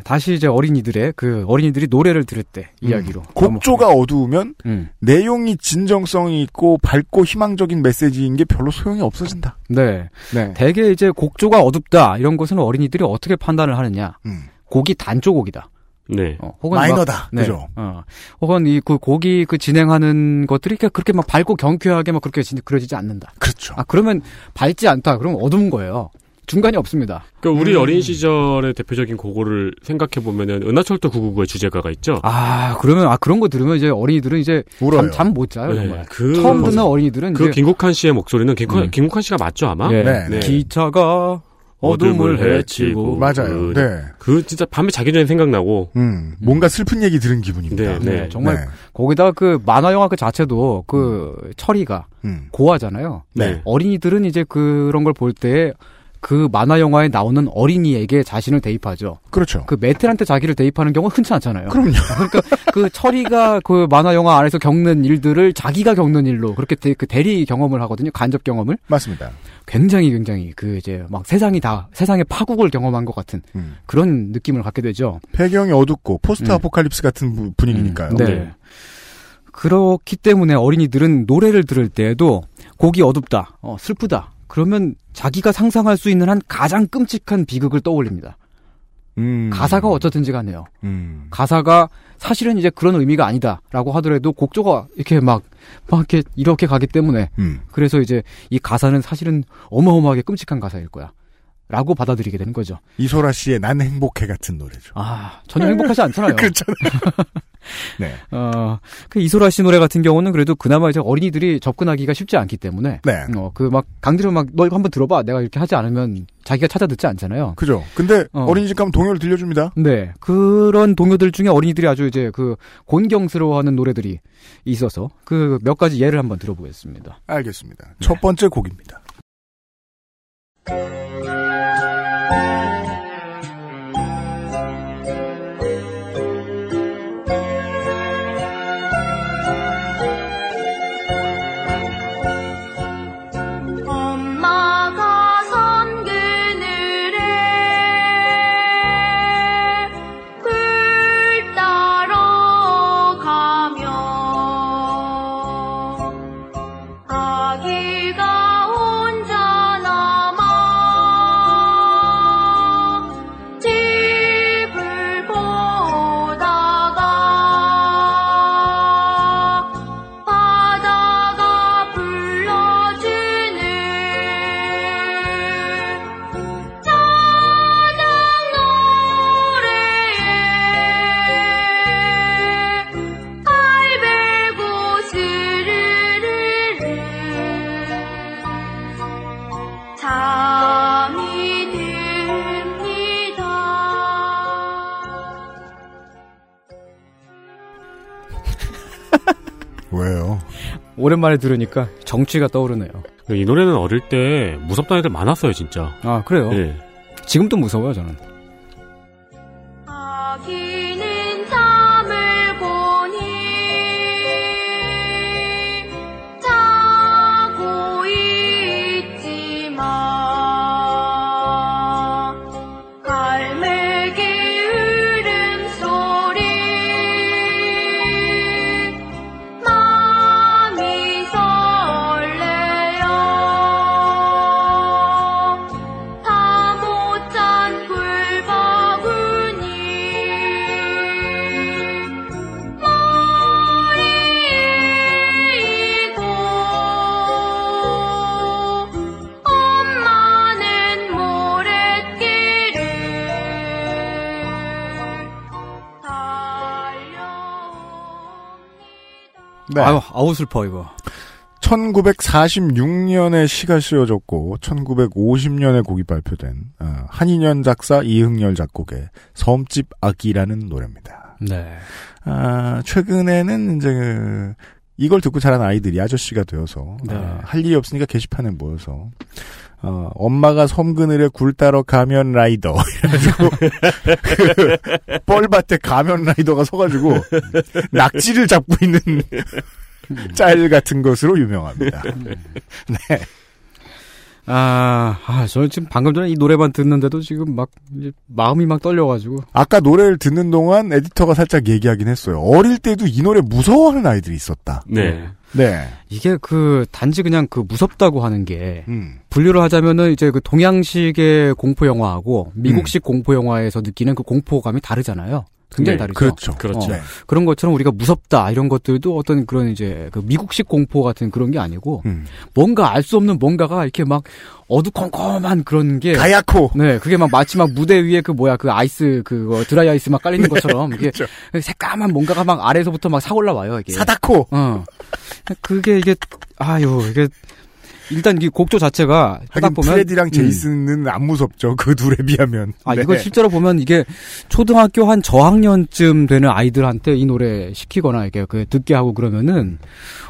Speaker 8: 다시 이제 어린이들의 그 어린이들이 노래를 들을 때 이야기로
Speaker 2: 음. 곡조가 어두우면
Speaker 8: 음.
Speaker 2: 내용이 진정성이 있고 밝고 희망적인 메시지인 게 별로 소용이 없어진다.
Speaker 8: 네.
Speaker 2: 네.
Speaker 8: 대개 이제 곡조가 어둡다 이런 것은 어린이들이 어떻게 판단을 하느냐.
Speaker 2: 음.
Speaker 8: 곡이 단조곡이다.
Speaker 3: 네.
Speaker 8: 어, 혹은 막-
Speaker 2: 마이너다.
Speaker 8: 네.
Speaker 2: 그죠?
Speaker 8: 어, 혹은 이 그 곡이 그 진행하는 것들이 그러니까 그렇게- 그렇게 막 밝고 경쾌하게 막 그렇게 진- 그려지지 않는다.
Speaker 2: 그렇죠.
Speaker 8: 아 그러면 밝지 않다. 그러면 어두운 거예요. 중간이 없습니다.
Speaker 3: 그러니까 우리 어린 시절의 대표적인 고고를 생각해 보면은 은하철도 999의 주제가가 있죠.
Speaker 8: 아 그러면 아 그런 거 들으면 이제 어린이들은 이제
Speaker 2: 울어요.
Speaker 8: 잠 못 자요
Speaker 3: 네,
Speaker 8: 정말.
Speaker 3: 그
Speaker 8: 처음 듣는 어린이들은
Speaker 3: 그
Speaker 8: 이제
Speaker 3: 김국환 씨의 목소리는 김국환,
Speaker 8: 음.
Speaker 3: 김국환 씨가 맞죠 아마?
Speaker 8: 예.
Speaker 2: 네,
Speaker 3: 네.
Speaker 8: 기차가
Speaker 3: 어둠을 헤치고.
Speaker 2: 맞아요.
Speaker 3: 그,
Speaker 2: 네.
Speaker 3: 그 진짜 밤에 자기 전에 생각나고.
Speaker 2: 음, 뭔가 슬픈 얘기 들은 기분입니다.
Speaker 3: 네, 네.
Speaker 8: 네, 정말 거기다가 그 만화 영화 그 자체도 그 처리가
Speaker 2: 음.
Speaker 8: 고하잖아요.
Speaker 2: 네.
Speaker 8: 어린이들은 이제 그런 걸 볼 때 그 만화 영화에 나오는 어린이에게 자신을 대입하죠.
Speaker 2: 그렇죠.
Speaker 8: 그 메텔한테 자기를 대입하는 경우는 흔치 않잖아요.
Speaker 2: 그럼요.
Speaker 8: [LAUGHS] 그 처리가 그 만화 영화 안에서 겪는 일들을 자기가 겪는 일로 그렇게 대, 그 대리 경험을 하거든요. 간접 경험을
Speaker 2: 맞습니다.
Speaker 8: 굉장히 굉장히 그 이제 막 세상이 다 세상의 파국을 경험한 것 같은
Speaker 2: 음.
Speaker 8: 그런 느낌을 갖게 되죠.
Speaker 2: 배경이 어둡고 포스트
Speaker 8: 음.
Speaker 2: 아포칼립스 같은 부- 분위기니까요.
Speaker 8: 음, 네.
Speaker 3: 네.
Speaker 8: 그렇기 때문에 어린이들은 노래를 들을 때에도 곡이 어둡다, 어, 슬프다. 그러면 자기가 상상할 수 있는 한 가장 끔찍한 비극을 떠올립니다.
Speaker 2: 음.
Speaker 8: 가사가 어쨌든지 간에요.
Speaker 2: 음.
Speaker 8: 가사가 사실은 이제 그런 의미가 아니다라고 하더라도 곡조가 이렇게 막, 막 이렇게, 이렇게 가기 때문에
Speaker 2: 음.
Speaker 8: 그래서 이제 이 가사는 사실은 어마어마하게 끔찍한 가사일 거야. 라고 받아들이게 되는 거죠.
Speaker 2: 이소라 씨의 난 행복해 같은 노래죠.
Speaker 8: 아, 전혀 행복하지 않잖아요.
Speaker 2: 그렇잖아요. 네.
Speaker 8: 어, 그 이소라 씨 노래 같은 경우는 그래도 그나마 이제 어린이들이 접근하기가 쉽지 않기 때문에
Speaker 2: 네.
Speaker 8: 어, 그 막 강제로 막 너 이거 한번 들어봐. 내가 이렇게 하지 않으면 자기가 찾아 듣지 않잖아요.
Speaker 2: 그죠. 근데
Speaker 8: 어.
Speaker 2: 어. 린이집 가면 동요를 들려줍니다.
Speaker 8: 네. 그런 동요들 중에 어린이들이 아주 이제 그 곤경스러워하는 노래들이 있어서 그 몇 가지 예를 한번 들어보겠습니다.
Speaker 2: 알겠습니다.
Speaker 8: 네.
Speaker 2: 첫 번째 곡입니다.
Speaker 9: 엄마가 선 그늘을 굴 따러 가며 아기가 혼자 남아 집을 보다가 바다가 불러주는 찬양 노래에 발베고 스르르르 잠이 듭니다.
Speaker 2: 왜요?
Speaker 8: 오랜만에 들으니까 정취가 떠오르네요.
Speaker 3: 이 노래는 어릴 때 무섭던 애들 많았어요, 진짜.
Speaker 8: 아, 그래요?
Speaker 3: 예.
Speaker 8: 지금도 무서워요, 저는.
Speaker 9: 아기는 잠을 보니 자고 있지만 갈매기 울음소리 마음이 설레요 다 못 잔 꿀바구니 머리도 엄마는 모래길을 달려옵니다
Speaker 2: 네.
Speaker 8: 아유, 아우 슬퍼 이거.
Speaker 2: 1946년에 시가 씌워졌고 1950년에 곡이 발표된 아, 한인현 작사 이흥열 작곡의 섬집 아기라는 노래입니다.
Speaker 8: 네.
Speaker 2: 아, 최근에는 이제 그 이걸 듣고 자란 아이들이 아저씨가 되어서
Speaker 8: 네.
Speaker 2: 아, 할 일이 없으니까 게시판에 모여서 어, 엄마가 섬 그늘에 굴 따러 가면 라이더 [LAUGHS] 이래가지고 그 뻘밭에 가면 라이더가 서가지고 낙지를 잡고 있는 [LAUGHS] 짤 같은 것으로 유명합니다.
Speaker 8: 아, 아, 저는 지금 방금 전에 이 노래만 듣는데도 지금 막 이제 마음이 막 떨려가지고.
Speaker 2: 아까 노래를 듣는 동안 에디터가 살짝 얘기하긴 했어요. 어릴 때도 이 노래 무서워하는 아이들이 있었다.
Speaker 3: 네.
Speaker 2: 네.
Speaker 8: 이게 그 단지 그냥 그 무섭다고 하는 게
Speaker 2: 음.
Speaker 8: 분류를 하자면은 이제 그 동양식의 공포 영화하고
Speaker 2: 음.
Speaker 8: 미국식 공포 영화에서 느끼는 그 공포감이 다르잖아요. 굉장히
Speaker 3: 네,
Speaker 8: 다르죠.
Speaker 2: 그렇죠.
Speaker 3: 그렇죠.
Speaker 2: 네.
Speaker 8: 런 것처럼 우리가 무섭다 이런 것들도 어떤 그런 이제 그 미국식 공포 같은 그런 게 아니고
Speaker 2: 음.
Speaker 8: 뭔가 알 수 없는 뭔가가 이렇게 막 어두컴컴한 그런 게
Speaker 2: 가야코.
Speaker 8: 네, 그게 막 마치 막 무대 위에 그 뭐야 그 아이스 그거 드라이 아이스 막 깔리는 것처럼
Speaker 2: [LAUGHS]
Speaker 8: 이게
Speaker 2: 그렇죠.
Speaker 8: 새까만 뭔가가 막 예. 아래에서부터 막 사 올라와요 어. 이게.
Speaker 2: 사다코.
Speaker 8: 어. 그게 이게 아유 이게 일단 이 곡조 자체가 딱
Speaker 2: 하긴
Speaker 8: 보면
Speaker 2: 프레디랑
Speaker 8: 음.
Speaker 2: 제이슨은 안 무섭죠. 그 둘에 비하면.
Speaker 8: 아
Speaker 2: 네.
Speaker 8: 이거 실제로 보면 이게 초등학교 한 저학년쯤 되는 아이들한테 이 노래 시키거나 이게 그 듣게 하고 그러면은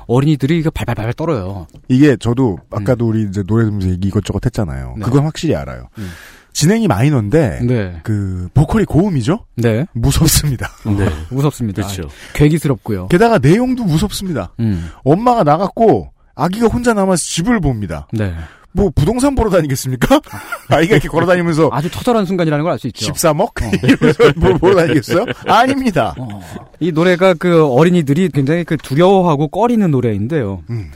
Speaker 8: 어린이들이 이게 발발발 떨어요.
Speaker 2: 이게 저도 아까도 우리 이제 노래 들으면서 얘기 이것저것 했잖아요.
Speaker 8: 음. 네.
Speaker 2: 그건 확실히 알아요.
Speaker 8: 음.
Speaker 2: 진행이 마이너인데
Speaker 8: 네,
Speaker 2: 그 보컬이 고음이죠.
Speaker 8: 네,
Speaker 2: 무섭습니다.
Speaker 3: 네.
Speaker 8: 아, 무섭습니다.
Speaker 3: 그렇죠.
Speaker 8: 괴기스럽고요.
Speaker 2: 게다가 내용도 무섭습니다.
Speaker 8: 음,
Speaker 2: 엄마가 나갔고 아기가 혼자 남아서 집을 봅니다.
Speaker 8: 네,
Speaker 2: 뭐 부동산 보러 다니겠습니까?
Speaker 8: [LAUGHS]
Speaker 2: 아이가 이렇게 걸어 다니면서
Speaker 8: 아주 그렇죠. 처절한 순간이라는 걸 알 수 있죠.
Speaker 2: 13억 [LAUGHS] 이러면서 뭐 보러 다니겠어요? 아닙니다.
Speaker 8: 어. 이 노래가 그 어린이들이 굉장히 그 두려워하고 꺼리는 노래인데요.
Speaker 2: 음.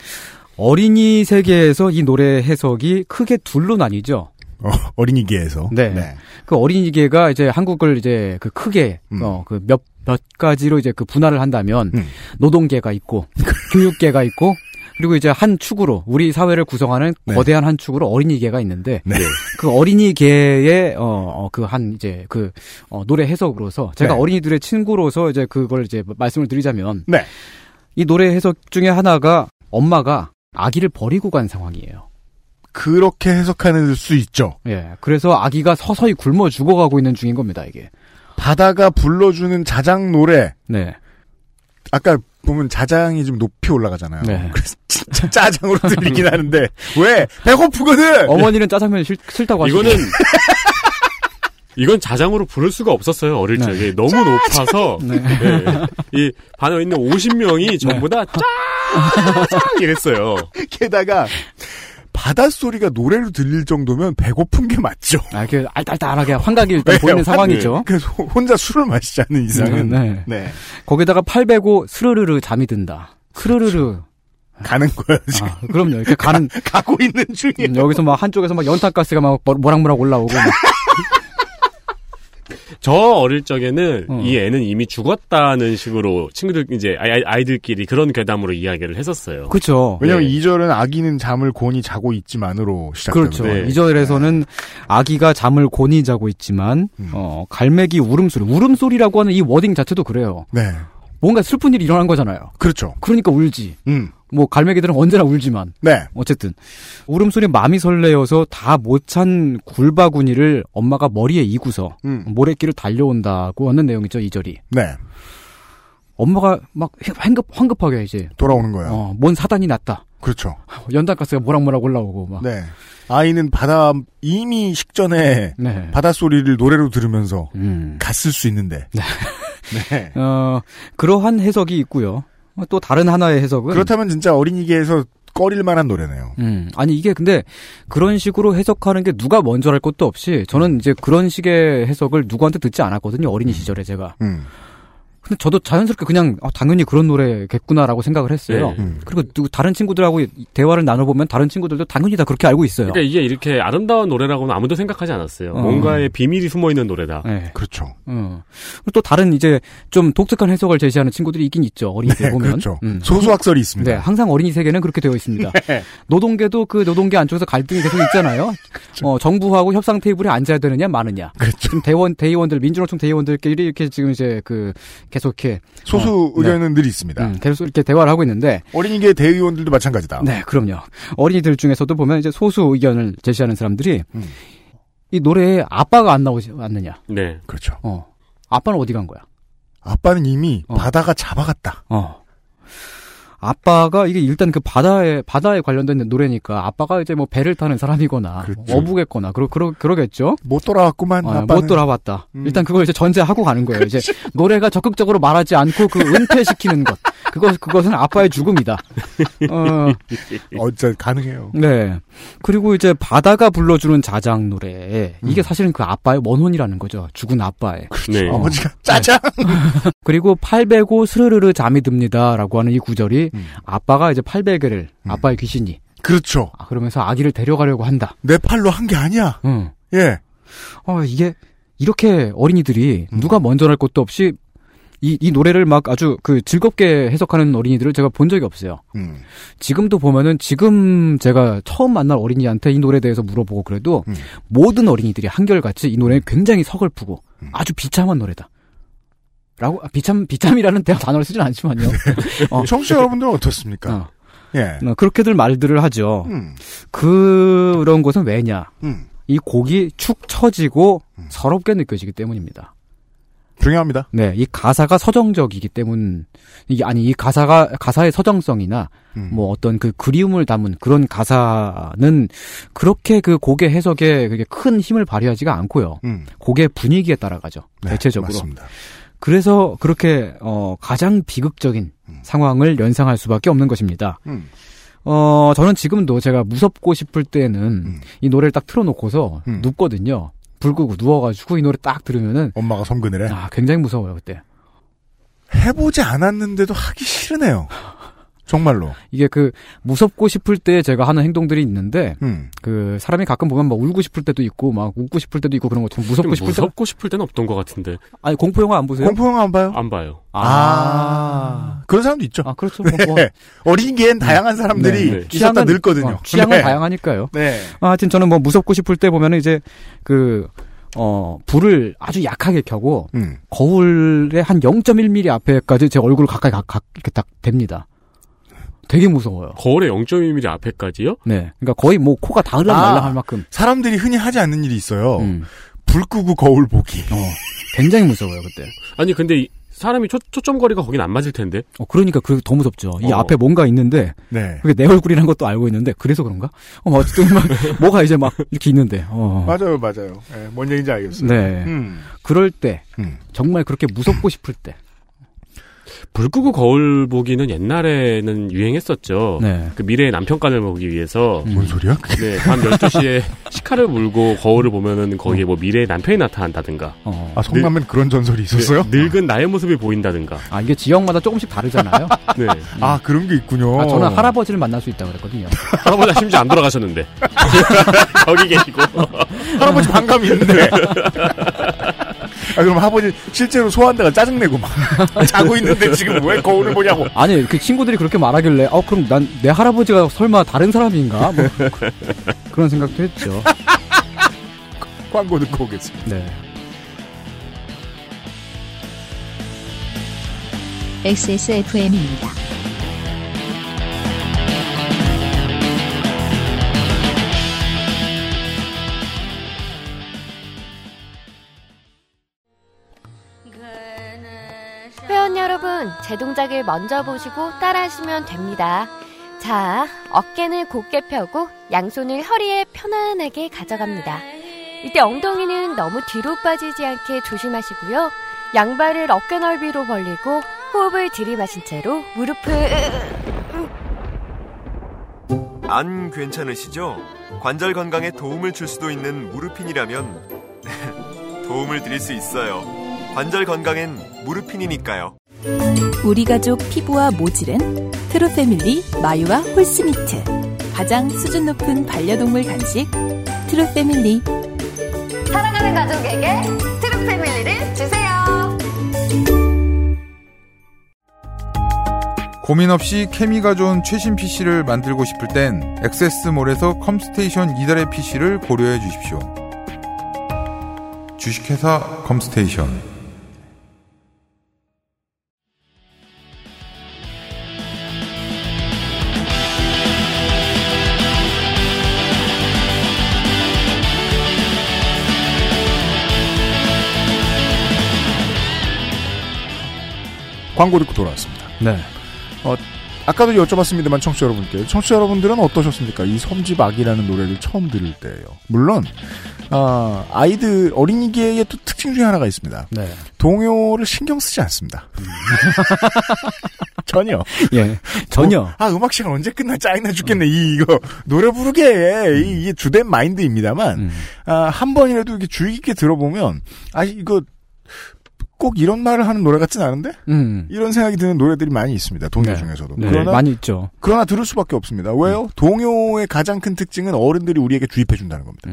Speaker 8: 어린이 세계에서 이 노래 해석이 크게 둘로 나뉘죠.
Speaker 2: 어, 린이계에서
Speaker 8: 네. 그 어린이계가 이제 한국을 이제 그 크게
Speaker 2: 음.
Speaker 8: 어 그 몇 몇 가지로 이제 그 분할을 한다면
Speaker 2: 음.
Speaker 8: 노동계가 있고 교육계가 있고 그리고 이제 한 축으로 우리 사회를 구성하는
Speaker 2: 네.
Speaker 8: 거대한 한 축으로 어린이계가 있는데
Speaker 2: 네.
Speaker 8: 그 어린이계의 어그 한 이제 그 어, 노래 해석으로서 제가
Speaker 2: 네.
Speaker 8: 어린이들의 친구로서 이제 그걸 이제 말씀을 드리자면
Speaker 2: 네.
Speaker 8: 이 노래 해석 중에 하나가 엄마가 아기를 버리고 간 상황이에요.
Speaker 2: 그렇게 해석하는 수 있죠.
Speaker 8: 예, 그래서 아기가 서서히 굶어 죽어가고 있는 중인 겁니다 이게.
Speaker 2: 바다가 불러주는 자장 노래
Speaker 8: 네.
Speaker 2: 아까 보면 자장이 좀 높이 올라가잖아요.
Speaker 8: 네.
Speaker 2: 그래서 진짜 짜장으로
Speaker 8: [LAUGHS]
Speaker 2: 들리긴 하는데 왜 배고프거든.
Speaker 8: 어머니는 짜장면 싫, 싫다고 하시죠.
Speaker 3: 이거는 이건 자장으로 부를 수가 없었어요 어릴
Speaker 8: 네.
Speaker 3: 적에 너무 높아서 네. 이 반에 있는 50명이 전부 다 짜장 이랬어요.
Speaker 2: 게다가 바다 소리가 노래로 들릴 정도면 배고픈 게 맞죠.
Speaker 8: 아, 이렇게 알딸딸하게 환각이
Speaker 2: [LAUGHS]
Speaker 8: 일단
Speaker 2: 네,
Speaker 8: 보이는
Speaker 2: 환각.
Speaker 8: 상황이죠.
Speaker 2: 그래서 혼자 술을 마시지 않는 이상은
Speaker 8: 네, 네.
Speaker 2: 네.
Speaker 8: 거기다가 팔 베고 스르르르 잠이 든다. 스르르르.
Speaker 2: 가는 거야 지금
Speaker 8: 아, 그럼요. 이렇게 가는
Speaker 2: [LAUGHS] 가고 있는 중이에요.
Speaker 8: 음, 여기서 막 한쪽에서 막 연탄가스가 막 뭐- 모락모락
Speaker 2: [LAUGHS]
Speaker 8: 올라오고 막.
Speaker 3: 저 어릴 적에는
Speaker 8: 어.
Speaker 3: 이 애는 이미 죽었다는 식으로 친구들 이제 아이- 아이들끼리 그런 괴담으로 이야기를 했었어요.
Speaker 8: 그렇죠.
Speaker 2: 왜냐면
Speaker 3: 네.
Speaker 2: 이 2절은 아기는 잠을 곤히 자고 있지만으로 시작됩니다.
Speaker 8: 그렇죠.
Speaker 3: 네.
Speaker 8: 이 절에서는 아기가 잠을 곤히 자고 있지만
Speaker 2: 음.
Speaker 8: 어, 갈매기 울음소리, 울음소리라고 하는 이 워딩 자체도 그래요.
Speaker 2: 네.
Speaker 8: 뭔가 슬픈 일이 일어난 거잖아요.
Speaker 2: 그렇죠.
Speaker 8: 그러니까 울지.
Speaker 2: 음.
Speaker 8: 뭐 갈매기들은 언제나 울지만
Speaker 2: 네.
Speaker 8: 어쨌든 울음소리 마음이 설레어서 다 못 찬 굴바구니를 엄마가 머리에 이고서
Speaker 2: 음.
Speaker 8: 모래길을 달려온다고 하는 내용이죠 이 절이.
Speaker 2: 네.
Speaker 8: 엄마가 막 황급 황급하게 이제
Speaker 2: 돌아오는 거야.
Speaker 8: 어, 뭔 사단이 났다.
Speaker 2: 그렇죠.
Speaker 8: 연탄가스가 모락모락 올라오고 막.
Speaker 2: 네. 아이는 바다 이미 식전에
Speaker 8: 네.
Speaker 2: 바다 소리를 노래로 들으면서
Speaker 8: 음.
Speaker 2: 갔을 수 있는데. 네.
Speaker 8: [LAUGHS] 어 그러한 해석이 있고요. 어, 또 다른 하나의 해석은
Speaker 2: 그렇다면 진짜 어린이계에서 꺼릴 만한 노래네요.
Speaker 8: 음, 아니 이게 근데 그런 식으로 해석하는 게 누가 먼저랄 것도 없이 저는 이제 그런 식의 해석을 누구한테 듣지 않았거든요 어린이 시절에 제가.
Speaker 2: 음.
Speaker 8: 근데 저도 자연스럽게 그냥 아, 당연히 그런 노래겠구나라고 생각을 했어요.
Speaker 3: 네.
Speaker 2: 음.
Speaker 8: 그리고 누- 다른 친구들하고 이- 대화를 나눠보면 다른 친구들도 당연히 다 그렇게 알고 있어요.
Speaker 3: 그러니까 이게 이렇게 아름다운 노래라고는 아무도 생각하지 않았어요.
Speaker 8: 어.
Speaker 3: 뭔가의 비밀이 숨어 있는 노래다.
Speaker 8: 네.
Speaker 2: 그렇죠.
Speaker 8: 음. 그리고 또 다른 이제 좀 독특한 해석을 제시하는 친구들이 있긴 있죠 어린이들
Speaker 2: 네,
Speaker 8: 보면.
Speaker 2: 그렇죠.
Speaker 8: 음.
Speaker 2: 소수 학설이
Speaker 8: 네,
Speaker 2: 있습니다.
Speaker 8: 항상 어린이 세계는 그렇게 되어
Speaker 2: [LAUGHS]
Speaker 8: 있습니다.
Speaker 2: 네.
Speaker 8: 노동계도 그 노동계 안쪽에서 갈등이 계속 있잖아요. 어, 정부하고 협상 테이블에 앉아야 되느냐, 마느냐.
Speaker 2: 그렇죠.
Speaker 8: 지금 대원, 대의원들, 민주노총 대의원들끼리 이렇게 지금 이제 그, 계속 이렇게,
Speaker 2: 소수
Speaker 8: 어, 네.
Speaker 2: 의견은 늘 있습니다.
Speaker 8: 음, 계속 이렇게 대화를 하고 있는데,
Speaker 2: 어린이계 대의원들도 마찬가지다.
Speaker 8: 네, 그럼요. 어린이들 중에서도 보면 이제 소수 의견을 제시하는 사람들이,
Speaker 2: 음.
Speaker 8: 이 노래에 아빠가 안 나오지 않느냐.
Speaker 3: 네.
Speaker 2: 그렇죠.
Speaker 8: 어. 아빠는 어디 간 거야?
Speaker 2: 아빠는 이미
Speaker 8: 어.
Speaker 2: 바다가 잡아갔다.
Speaker 8: 어. 아빠가 이게 일단 그 바다에 바다에 관련된 노래니까 아빠가 이제 뭐 배를 타는 사람이거나
Speaker 2: 그렇죠.
Speaker 8: 어부겠거나 그러 그러 그러겠죠.
Speaker 2: 못 돌아왔구만.
Speaker 8: 아,
Speaker 2: 아빠는.
Speaker 8: 못 돌아봤다.
Speaker 2: 음. 그렇죠.
Speaker 8: 일단 그걸 이제 전제하고 가는 거예요. 이제 노래가 적극적으로 말하지 않고 그 은퇴시키는 것. 그것 그것은 아빠의 죽음이다. 어,
Speaker 2: 어, 진짜 가능해요.
Speaker 8: 네. 그리고 이제 바다가 불러주는 자장 노래.
Speaker 2: 음.
Speaker 8: 이게 사실은 그 아빠의 원혼이라는 거죠. 죽은 아빠의.
Speaker 3: 네.
Speaker 2: 아버지가 짜장.
Speaker 8: 그리고 팔 베고 스르르르 잠이 듭니다라고 하는 이 구절이
Speaker 2: 음.
Speaker 8: 아빠가 이제 팔 베개를 아빠의 귀신이
Speaker 2: 그렇죠.
Speaker 8: 아, 그러면서 아기를 데려가려고 한다.
Speaker 2: 내 팔로 한 게 아니야.
Speaker 8: 응.
Speaker 2: 예.
Speaker 8: 어, 이게, 이렇게 어린이들이
Speaker 2: 음.
Speaker 8: 누가 먼저 할 것도 없이 이, 이 노래를 막 아주 그 즐겁게 해석하는 어린이들을 제가 본 적이 없어요.
Speaker 2: 음.
Speaker 8: 지금도 보면은 지금 제가 처음 만날 어린이한테 이 노래에 대해서 물어보고 그래도
Speaker 2: 음.
Speaker 8: 모든 어린이들이 한결같이 이 노래는 굉장히 서글프고
Speaker 2: 음.
Speaker 8: 아주 비참한 노래다. 라고, 아, 비참, 비참이라는 대화 단어를 쓰진 않지만요. 어.
Speaker 2: 청취자 여러분들은 어떻습니까?
Speaker 8: 어.
Speaker 2: 예.
Speaker 8: 어, 그렇게들 말들을 하죠.
Speaker 2: 음,
Speaker 8: 그런 것은 왜냐?
Speaker 2: 음.
Speaker 8: 이 곡이 축 처지고 서럽게 느껴지기 때문입니다.
Speaker 2: 중요합니다.
Speaker 8: 네, 이 가사가 서정적이기 때문 이게 아니 이 가사가 가사의 서정성이나
Speaker 2: 음.
Speaker 8: 뭐 어떤 그 그리움을 담은 그런 가사는 그렇게 그 곡의 해석에 그게 큰 힘을 발휘하지가 않고요.
Speaker 2: 음.
Speaker 8: 곡의 분위기에 따라가죠.
Speaker 2: 네,
Speaker 8: 대체적으로.
Speaker 2: 맞습니다.
Speaker 8: 그래서 그렇게 어 가장 비극적인 상황을 연상할 수밖에 없는 것입니다.
Speaker 2: 음.
Speaker 8: 어 저는 지금도 제가 무섭고 싶을 때는
Speaker 2: 음.
Speaker 8: 이 노래를 딱 틀어놓고서
Speaker 2: 음.
Speaker 8: 눕거든요. 불 끄고 누워가지고 이 노래 딱 들으면은
Speaker 2: 엄마가 섬그느래
Speaker 8: 아 굉장히 무서워요 그때.
Speaker 2: 해보지 않았는데도 하기 싫으네요. 정말로.
Speaker 8: 이게 그 무섭고 싶을 때 제가 하는 행동들이 있는데
Speaker 2: 음.
Speaker 8: 그 사람이 가끔 보면 막 울고 싶을 때도 있고 막 웃고 싶을 때도 있고 그런 것처럼 무섭고 싶을 때
Speaker 3: 무섭고 싶을 때는 없던 것 같은데
Speaker 8: 아니 공포 영화 안 보세요?
Speaker 2: 공포영화 안 봐요?
Speaker 3: 안 봐요.
Speaker 8: 아.
Speaker 2: 그런 사람도 있죠.
Speaker 8: 아, 그렇죠. 뭐, 뭐,
Speaker 2: 네. 어린이기엔 다양한 [LAUGHS] 사람들이
Speaker 3: 네, 네.
Speaker 2: 있었다
Speaker 8: 취향은-
Speaker 2: 늘거든요.
Speaker 8: 어, 취향은
Speaker 2: 네.
Speaker 8: 다양하니까요.
Speaker 2: 네.
Speaker 8: 아, 하여튼 저는 뭐 무섭고 싶을 때 보면은 이제 그 어, 불을 아주 약하게 켜고
Speaker 2: 음.
Speaker 8: 거울의 한 0.1mm 앞에까지 제 얼굴 가까이 가, 가, 이렇게 딱 됩니다. 되게 무서워요.
Speaker 3: 거울의 0.1mm 앞에까지요?
Speaker 8: 네. 그러니까 거의 뭐 코가 닿을랑
Speaker 2: 아.
Speaker 8: 말랑 할 만큼.
Speaker 2: 사람들이 흔히 하지 않는 일이 있어요.
Speaker 8: 음.
Speaker 2: 불 끄고 거울 보기.
Speaker 8: 어. 굉장히 무서워요, 그때.
Speaker 3: 아니 근데 이 사람이 초, 초점거리가 거긴 안 맞을 텐데
Speaker 8: 어, 그러니까 그게 더 무섭죠. 이
Speaker 3: 어.
Speaker 8: 앞에 뭔가 있는데
Speaker 2: 네.
Speaker 8: 그게 내 얼굴이라는 것도 알고 있는데 그래서 그런가? 어, 뭐 어쨌든
Speaker 2: [LAUGHS]
Speaker 8: 막 뭐가 이제 막 이렇게 있는데. 어.
Speaker 2: 맞아요, 맞아요. 예, 뭔 얘기인지 알겠어요.
Speaker 8: 네.
Speaker 2: 음.
Speaker 8: 그럴 때
Speaker 2: 음.
Speaker 8: 정말 그렇게 무섭고 싶을 때.
Speaker 3: 불 끄고 거울 보기는 옛날에는
Speaker 2: 어.
Speaker 3: 유행했었죠.
Speaker 8: 네. 음.
Speaker 3: 그 미래의 남편간을 보기 위해서
Speaker 2: 뭔 소리야?
Speaker 3: 네, 밤 12시에 시카를 물고 거울을 보면은 거기에 뭐 미래의 남편이 나타난다든가
Speaker 8: 어.
Speaker 2: 아, 성남엔 그런 전설이 있었어요?
Speaker 3: 네, 늙은 나의 모습이 보인다든가
Speaker 8: 아, 이게 지역마다
Speaker 2: [LAUGHS]
Speaker 8: 조금씩 다르잖아요.
Speaker 3: 네.
Speaker 2: 아, 그런 게 있군요.
Speaker 8: 아, 저는 할아버지를 만날 수 있다고 그랬거든요.
Speaker 3: 할아버지 심지어 안 돌아가셨는데 [LAUGHS] 거기 계시고 네.
Speaker 2: 할아버지 반감이 있는데. 아, 그럼 할아버지 실제로 소환대가 짜증내고 [LAUGHS] 막 자고 있는데 지금 왜 거울을 보냐고.
Speaker 8: 아니, 그 친구들이 그렇게 말하길래, 어, 그럼 난 내 할아버지가 설마 다른 사람인가? 뭐, 그- 그런 생각도 했죠.
Speaker 2: 광고 듣고 오겠습니다.
Speaker 8: 네.
Speaker 1: XSFM입니다.
Speaker 9: 회원 여러분, 제 동작을 먼저 보시고 따라하시면 됩니다. 자, 어깨는 곧게 펴고 양손을 허리에 편안하게 가져갑니다. 이때 엉덩이는 너무 뒤로 빠지지 않게 조심하시고요. 양발을 어깨 넓이로 벌리고 호흡을 들이마신 채로 무릎을
Speaker 10: 안 괜찮으시죠? 관절 건강에 도움을 줄 수도 있는 무르핀이라면 [LAUGHS] 도움을 드릴 수 있어요. 관절 건강엔 무르핀이니까요.
Speaker 4: 우리 가족 피부와 모질은 트루패밀리 마유와 홀스미트 가장 수준 높은 반려동물 간식 트루패밀리
Speaker 9: 사랑하는 가족에게 트루 패밀리를 주세요.
Speaker 6: 고민 없이 케미가 좋은 최신 PC를 만들고 싶을 땐 액세스몰에서 컴스테이션 이달의 PC를 고려해 주십시오. 주식회사 컴스테이션
Speaker 2: 광고 듣고 돌아왔습니다.
Speaker 8: 네.
Speaker 2: 어, 아까도 여쭤봤습니다만 청취자 여러분께 청취자 여러분들은 어떠셨습니까? 이 섬지막이라는 노래를 처음 들을 때예요. 물론 아, 아이들 어린이기의 또 특징 중에 하나가 있습니다.
Speaker 8: 네.
Speaker 2: 동요를 신경 쓰지 [LAUGHS] 않습니다. 전혀.
Speaker 8: 예. 전혀.
Speaker 2: 어, 아 음악 시간 언제 끝나 짜증나 죽겠네 이 이거 노래 부르게 이, 이게 주된 마인드입니다만
Speaker 8: 음.
Speaker 2: 아, 한 번이라도 이렇게 주의 깊게 들어보면 아 이거 꼭 이런 말을 하는 노래 같진 않은데
Speaker 8: 음.
Speaker 2: 이런 생각이 드는 노래들이 많이 있습니다 동요
Speaker 8: 네.
Speaker 2: 중에서도
Speaker 8: 네,
Speaker 2: 그러나
Speaker 8: 많이 음. 있죠.
Speaker 2: 그러나 들을 수밖에
Speaker 8: 음.
Speaker 2: 없습니다. 왜요? 동요의 가장 큰 특징은 [LAUGHS] 어른들이 우리에게 주입해 준다는 겁니다.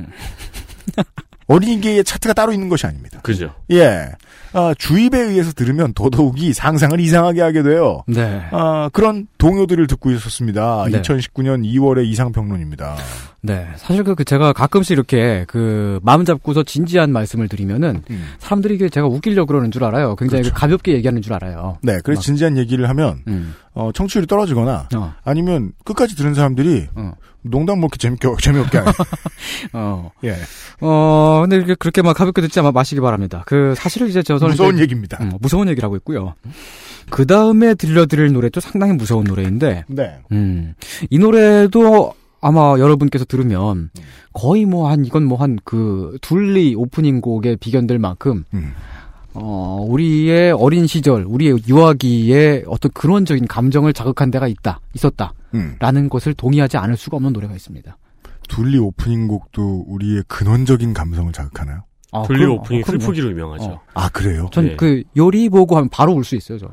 Speaker 2: 어린이계의 차트가 따로 있는 것이 아닙니다.
Speaker 3: 그죠.
Speaker 2: 예. 아, 주입에 의해서 들으면 더더욱이 상상을 이상하게 하게 돼요.
Speaker 8: 네.
Speaker 2: 아, 그런 동요들을 듣고 있었습니다.
Speaker 8: 네.
Speaker 2: 2019년 2월의 이상평론입니다.
Speaker 8: 네. 사실 그, 그 제가 가끔씩 이렇게 그 마음 잡고서 진지한 말씀을 드리면은
Speaker 2: 음.
Speaker 8: 사람들이 이게 제가 웃기려고 그러는 줄 알아요. 굉장히
Speaker 2: 그렇죠.
Speaker 8: 가볍게 얘기하는 줄 알아요.
Speaker 2: 네, 그래서
Speaker 8: 막,
Speaker 2: 진지한 얘기를 하면
Speaker 8: 음.
Speaker 2: 어, 청취율이 떨어지거나
Speaker 8: 어.
Speaker 2: 아니면 끝까지 들은 사람들이
Speaker 8: 어.
Speaker 2: 농담 뭐 이렇게 재밌게 [LAUGHS] 재미없게 하니
Speaker 8: 어.
Speaker 2: 예,
Speaker 8: 어, 근데 이렇게 그렇게 막 가볍게 듣지 마- 마시기 바랍니다. 그 사실은 이제 저 저는
Speaker 2: 무서운
Speaker 8: 이제-
Speaker 2: 얘기입니다.
Speaker 8: 음, 무서운 얘기를 하고 있고요. 그 다음에 들려드릴 노래도 상당히 무서운 노래인데,
Speaker 2: 네,
Speaker 8: 음, 이 노래도 아마 여러분께서 들으면 거의 뭐 한 이건 뭐 한 그 둘리 오프닝 곡에 비견될 만큼
Speaker 2: 음.
Speaker 8: 어 우리의 어린 시절, 우리의 유아기의 어떤 근원적인 감정을 자극한 데가 있다 있었다라는
Speaker 2: 음.
Speaker 8: 것을 동의하지 않을 수가 없는 노래가 있습니다.
Speaker 2: 둘리 오프닝 곡도 우리의 근원적인 감성을 자극하나요?
Speaker 8: 아,
Speaker 3: 둘리
Speaker 8: 그럼-
Speaker 3: 오프닝
Speaker 8: 아, 그럼요.
Speaker 3: 슬프기로 유명하죠.
Speaker 8: 어.
Speaker 2: 아 그래요?
Speaker 3: 예.
Speaker 8: 전 그 요리 보고 하면 바로 울 수 있어요, 저.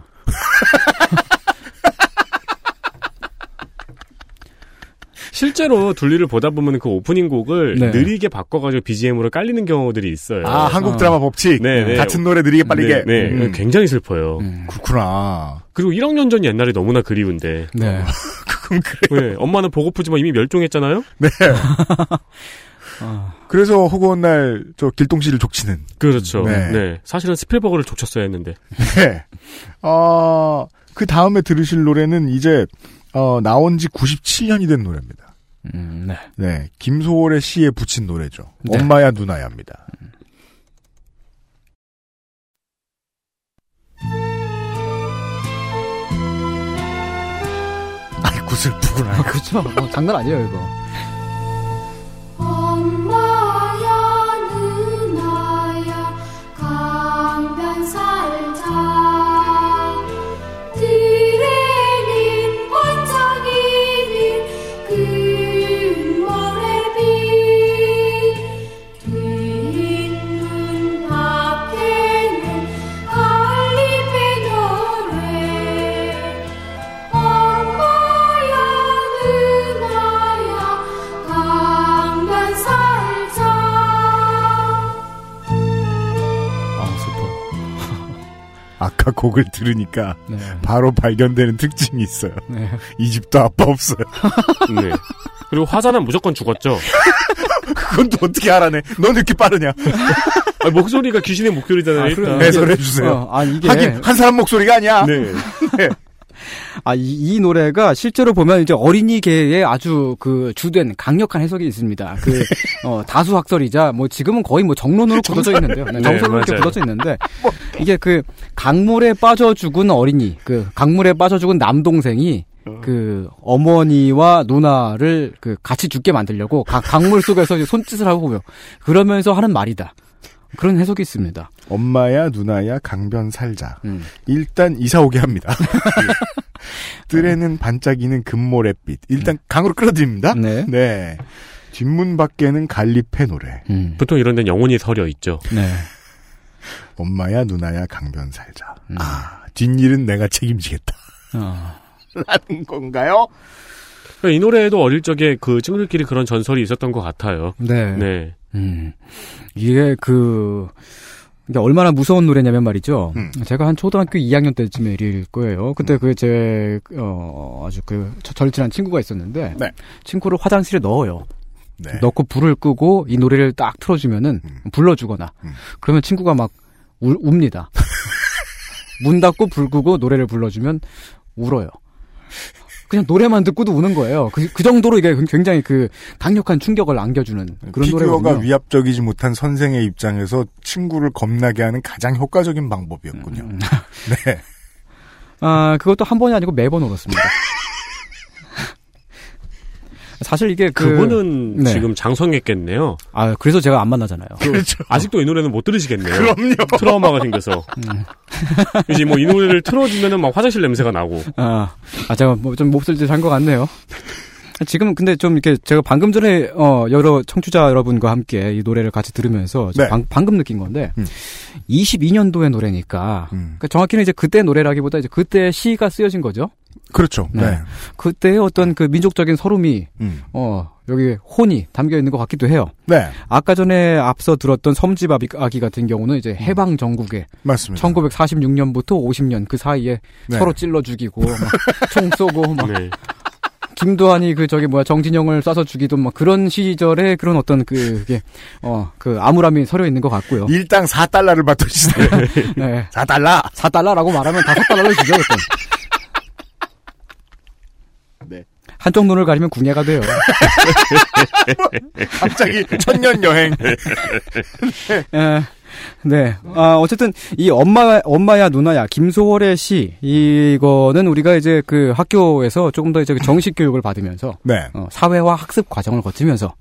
Speaker 3: 실제로 둘리를 보다 보면 그 오프닝 곡을
Speaker 8: 네.
Speaker 3: 느리게 바꿔가지고 BGM으로 깔리는 경우들이 있어요.
Speaker 2: 아 한국
Speaker 8: 어.
Speaker 2: 드라마 법칙
Speaker 3: 네, 네.
Speaker 2: 같은 노래 느리게 빠르게
Speaker 3: 네, 네.
Speaker 2: 음.
Speaker 3: 굉장히 슬퍼요.
Speaker 8: 음.
Speaker 2: 그렇구나.
Speaker 3: 그리고 1억 년 전 옛날이 너무나 그리운데
Speaker 8: 네.
Speaker 2: 그건 그래.
Speaker 3: 네, 엄마는 보고프지만 이미 멸종했잖아요.
Speaker 2: 네.
Speaker 8: 아.
Speaker 2: 그래서 허구한 날 저 길동 씨를 족치는.
Speaker 3: 그렇죠.
Speaker 2: 네.
Speaker 3: 네. 사실은 스필버그를 족쳤어야 했는데.
Speaker 2: 네. 어, 그 다음에 들으실 노래는 이제 어, 나온 지 97년이 된 노래입니다.
Speaker 8: 음, 네.
Speaker 2: 네. 김소월의 시에 붙인 노래죠.
Speaker 8: 네.
Speaker 2: 엄마야 누나야입니다. 아이고 슬프구나.
Speaker 8: 그렇죠. 어, 장난 아니에요, 이거.
Speaker 11: 엄마야 누나야 강변 살자 들에는 반짝이는 그 금모래빛 뒷문 밖에는 갈잎의 노래 엄마야 누나야 강변 살자
Speaker 8: 아, 슬퍼.
Speaker 2: 아까 곡을 들으니까
Speaker 8: 네.
Speaker 2: 바로 발견되는 특징이 있어요.
Speaker 8: 네.
Speaker 2: 이 집도 아빠 없어요.
Speaker 3: 네. 그리고 화자는 무조건 죽었죠.
Speaker 2: 그건 또 어떻게 알아내? 넌 이렇게 빠르냐?
Speaker 3: 아, 목소리가 귀신의 목소리잖아요. 일단.
Speaker 2: 네. 해설해 주세요.
Speaker 8: 어, 아, 이게.
Speaker 2: 하긴 한 사람 목소리가 아니야.
Speaker 3: 네.
Speaker 8: 아, 이, 이 노래가 실제로 보면 이제 어린이계에 아주 그 주된 강력한 해석이 있습니다.
Speaker 3: [LAUGHS]
Speaker 8: 그, 어, 다수학설이자 뭐 지금은 거의 뭐 정론으로 굳어져 있는데요. 네,
Speaker 3: 네,
Speaker 8: 정설로 이렇게
Speaker 3: 맞아요. 뭐.
Speaker 8: 굳어져
Speaker 3: [LAUGHS]
Speaker 8: 있는데 이게 그 강물에 빠져 죽은 어린이, 그 강물에 빠져 죽은 남동생이
Speaker 3: 어.
Speaker 8: 그 어머니와 누나를 그 같이 죽게 만들려고 가- 강물 속에서 이제 손짓을 하고 보면 그러면서 하는 말이다. 그런 해석이 있습니다.
Speaker 2: 엄마야 누나야 강변 살자.
Speaker 8: 음.
Speaker 2: 일단 이사 오게
Speaker 8: [LAUGHS]
Speaker 2: 합니다. 뜰에는 반짝이는 금모래빛. 일단
Speaker 8: 음.
Speaker 2: 강으로
Speaker 3: 아?
Speaker 2: 끌어들입니다.
Speaker 8: 네.
Speaker 2: 네. 뒷문 밖에는 갈잎의 노래.
Speaker 8: 음.
Speaker 3: 보통 이런 데는 영혼이 서려 있죠.
Speaker 8: 네.
Speaker 2: 엄마야 누나야 강변 살자.
Speaker 8: 음.
Speaker 2: 아 뒷일은 내가 책임지겠다.
Speaker 8: 어.
Speaker 2: 라는 건가요?
Speaker 3: 그러니까 이 노래에도 어릴 적에 그 친구들끼리 그런 전설이 있었던 것 같아요. 네.
Speaker 8: 음, 이게 그, 이게 얼마나 무서운 노래냐면 말이죠.
Speaker 2: 음.
Speaker 8: 제가 한 초등학교 2학년 때쯤에 일일 거예요. 그때 그 제, 어, 아주 그 저- 절친한 친구가 있었는데.
Speaker 2: 네.
Speaker 8: 친구를 화장실에 넣어요.
Speaker 2: 네.
Speaker 8: 넣고 불을 끄고 이 노래를 딱 틀어주면은
Speaker 2: 음.
Speaker 8: 불러주거나.
Speaker 2: 음.
Speaker 8: 그러면 친구가 막 울,
Speaker 2: [LAUGHS]
Speaker 8: 웁니다. 문 닫고 불 끄고 노래를 불러주면 울어요. 그냥 노래만 듣고도 우는 거예요. 그, 그 정도로 이게 굉장히 그 강력한 충격을 안겨주는 그런
Speaker 2: 피규어가
Speaker 8: 노래거든요.
Speaker 2: 위압적이지 못한 선생의 입장에서 친구를 겁나게 하는 가장 효과적인 방법이었군요.
Speaker 8: 음. [LAUGHS]
Speaker 2: 네.
Speaker 8: 아, 그것도 한 번이 아니고 매번 울었습니다. 사실 이게 그,
Speaker 3: 그분은
Speaker 8: 네.
Speaker 3: 지금 장성했겠네요.
Speaker 8: 아, 그래서 제가 안 만나잖아요.
Speaker 2: 그렇죠.
Speaker 3: 아직도 이 노래는 못 들으시겠네요.
Speaker 2: 그럼요. 음.
Speaker 3: 트라우마가 생겨서. 이제 뭐 이 노래를 틀어주면은 막 화장실 냄새가 나고.
Speaker 8: 아, 아 제가 뭐 좀 몹쓸 짓한것 같네요. 지금 근데 좀 이렇게 제가 방금 전에 어 여러 청취자 여러분과 함께 이 노래를 같이 들으면서 좀
Speaker 12: 네.
Speaker 8: 방, 방금 느낀 건데 22년도의 노래니까 그러니까 정확히는 이제 그때 노래라기보다 이제 그때 시가 쓰여진 거죠.
Speaker 2: 그렇죠. 네.
Speaker 8: 그때의 어떤 그 민족적인 서름이
Speaker 2: 음.
Speaker 8: 어 여기 혼이 담겨 있는 것 같기도 해요.
Speaker 2: 네.
Speaker 8: 아까 전에 앞서 들었던 섬집 아비- 아기 같은 경우는
Speaker 2: 음.
Speaker 8: 이제 해방 전국에
Speaker 2: 맞습니다.
Speaker 8: 1946년부터 50년 그 사이에
Speaker 2: 음. 네.
Speaker 8: 서로 찔러 죽이고 막 총 쏘고 막 김도환이 그 저기 뭐야 정진영을 쏴서 죽이던 막 그런 시절에 그런 어떤 그게 어그 암울함이 서려 있는 것 같고요.
Speaker 2: 일당 4달러를 받던 시대. [LAUGHS] 예.
Speaker 8: 네.
Speaker 2: 4달러.
Speaker 8: 4달러라고 말하면 다 4달러를 주죠, 그때.
Speaker 2: 네.
Speaker 8: 한쪽 눈을 가리면 궁예가 돼요. [LAUGHS]
Speaker 2: 갑자기 천년 여행.
Speaker 8: 에, 네. 아, 어쨌든 이 엄마 엄마야 누나야 김소월의 시 이거는 우리가 이제 그 학교에서 조금 더 이제 그 정식 교육을 받으면서
Speaker 2: 네. 음.
Speaker 8: 어, 사회화 학습 과정을 거치면서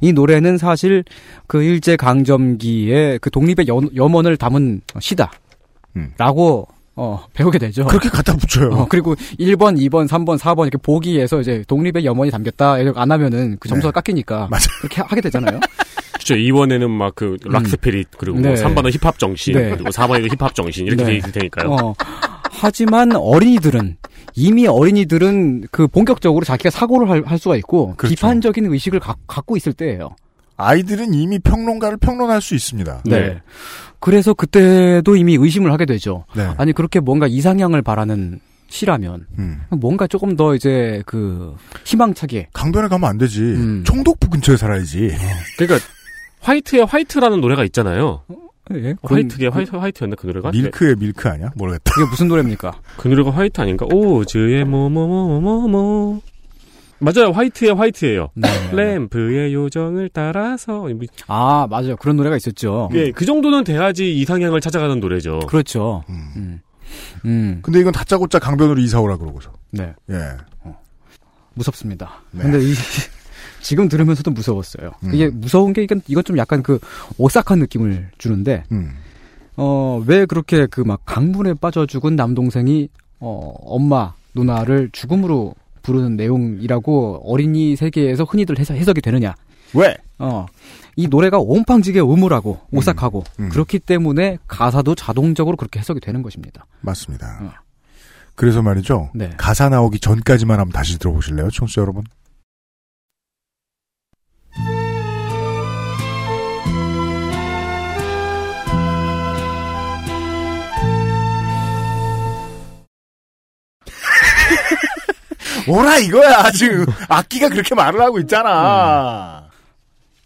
Speaker 8: 이 노래는 사실 그 일제 강점기에 그 독립의 여, 염원을 담은 시다. 라고 어, 배우게 되죠.
Speaker 2: 음. 그렇게 갖다 붙여요.
Speaker 8: 어, 그리고 1번, 2번, 3번, 4번 이렇게 보기에서 이제 독립의 염원이 담겼다. 이렇게 안 하면은 그
Speaker 2: 네.
Speaker 8: 점수가 깎이니까. 그렇게 하게 되잖아요.
Speaker 3: 그렇죠. 2번에는 막 그 락스피릿 그리고
Speaker 8: 네.
Speaker 3: 3번은 힙합 정신
Speaker 8: 네.
Speaker 3: 그리고 4번에는 힙합 정신 이렇게
Speaker 8: 네.
Speaker 3: 돼 있을 테니까요.
Speaker 8: 어, 하지만 어린이들은 이미 어린이들은 그 본격적으로 자기가 사고를 할, 할 수가 있고
Speaker 3: 그렇죠.
Speaker 8: 비판적인 의식을 가- 갖고 있을 때예요.
Speaker 2: 아이들은 이미 평론가를 평론할 수 있습니다.
Speaker 8: 네. 그래서 그때도 이미 의심을 하게 되죠.
Speaker 2: 네.
Speaker 8: 아니 그렇게 뭔가 이상향을 바라는 시라면 뭔가 조금 더 이제 그 희망차게
Speaker 2: 음. 강변에 가면 안 되지.
Speaker 8: 음.
Speaker 2: 총독부 근처에 살아야지.
Speaker 8: 어,
Speaker 3: 그러니까 화이트의 화이트라는 노래가 있잖아요.
Speaker 8: 예?
Speaker 3: 화이트게 화이트 화이트였나 그 노래가?
Speaker 2: 밀크의 밀크 아니야? 모르겠다.
Speaker 8: 이게 무슨 노래입니까?
Speaker 3: 그 노래가 화이트 아닌가? 오즈의 뭐, 뭐뭐뭐뭐뭐 맞아요. 화이트의 화이트예요.
Speaker 8: 네,
Speaker 3: 램프의 요정을 따라서
Speaker 8: 아 맞아요. 그런 노래가 있었죠.
Speaker 3: 예, 그 정도는 돼야지 이상향을 찾아가는 노래죠.
Speaker 8: 어. 그렇죠. 음. 음.
Speaker 2: 근데 이건 다짜고짜 강변으로 이사 오라 그러고서.
Speaker 8: 네.
Speaker 2: 예.
Speaker 8: 무섭습니다.
Speaker 2: 네.
Speaker 8: 근데 이, [LAUGHS] 지금 들으면서도 무서웠어요. 이게 무서운 게 이건 이건 좀 약간 그 오싹한 느낌을 주는데
Speaker 2: 음.
Speaker 8: 어 왜 그렇게 그 막 강물에 빠져 죽은 남동생이 어 엄마 누나를 죽음으로 부르는 내용이라고 어린이 세계에서 흔히들 해석, 해석이 되느냐?
Speaker 2: 왜?
Speaker 8: 어이 노래가 옴팡지게 음울하고 오싹하고 그렇기 때문에 가사도 자동적으로 그렇게 해석이 되는 것입니다.
Speaker 2: 맞습니다. 그래서 말이죠.
Speaker 8: 어. 네.
Speaker 2: 가사 나오기 전까지만 한번 다시 들어보실래요, 청취자 여러분? [LAUGHS] 오라 이거야 지금 악기가 그렇게 말을 하고 있잖아.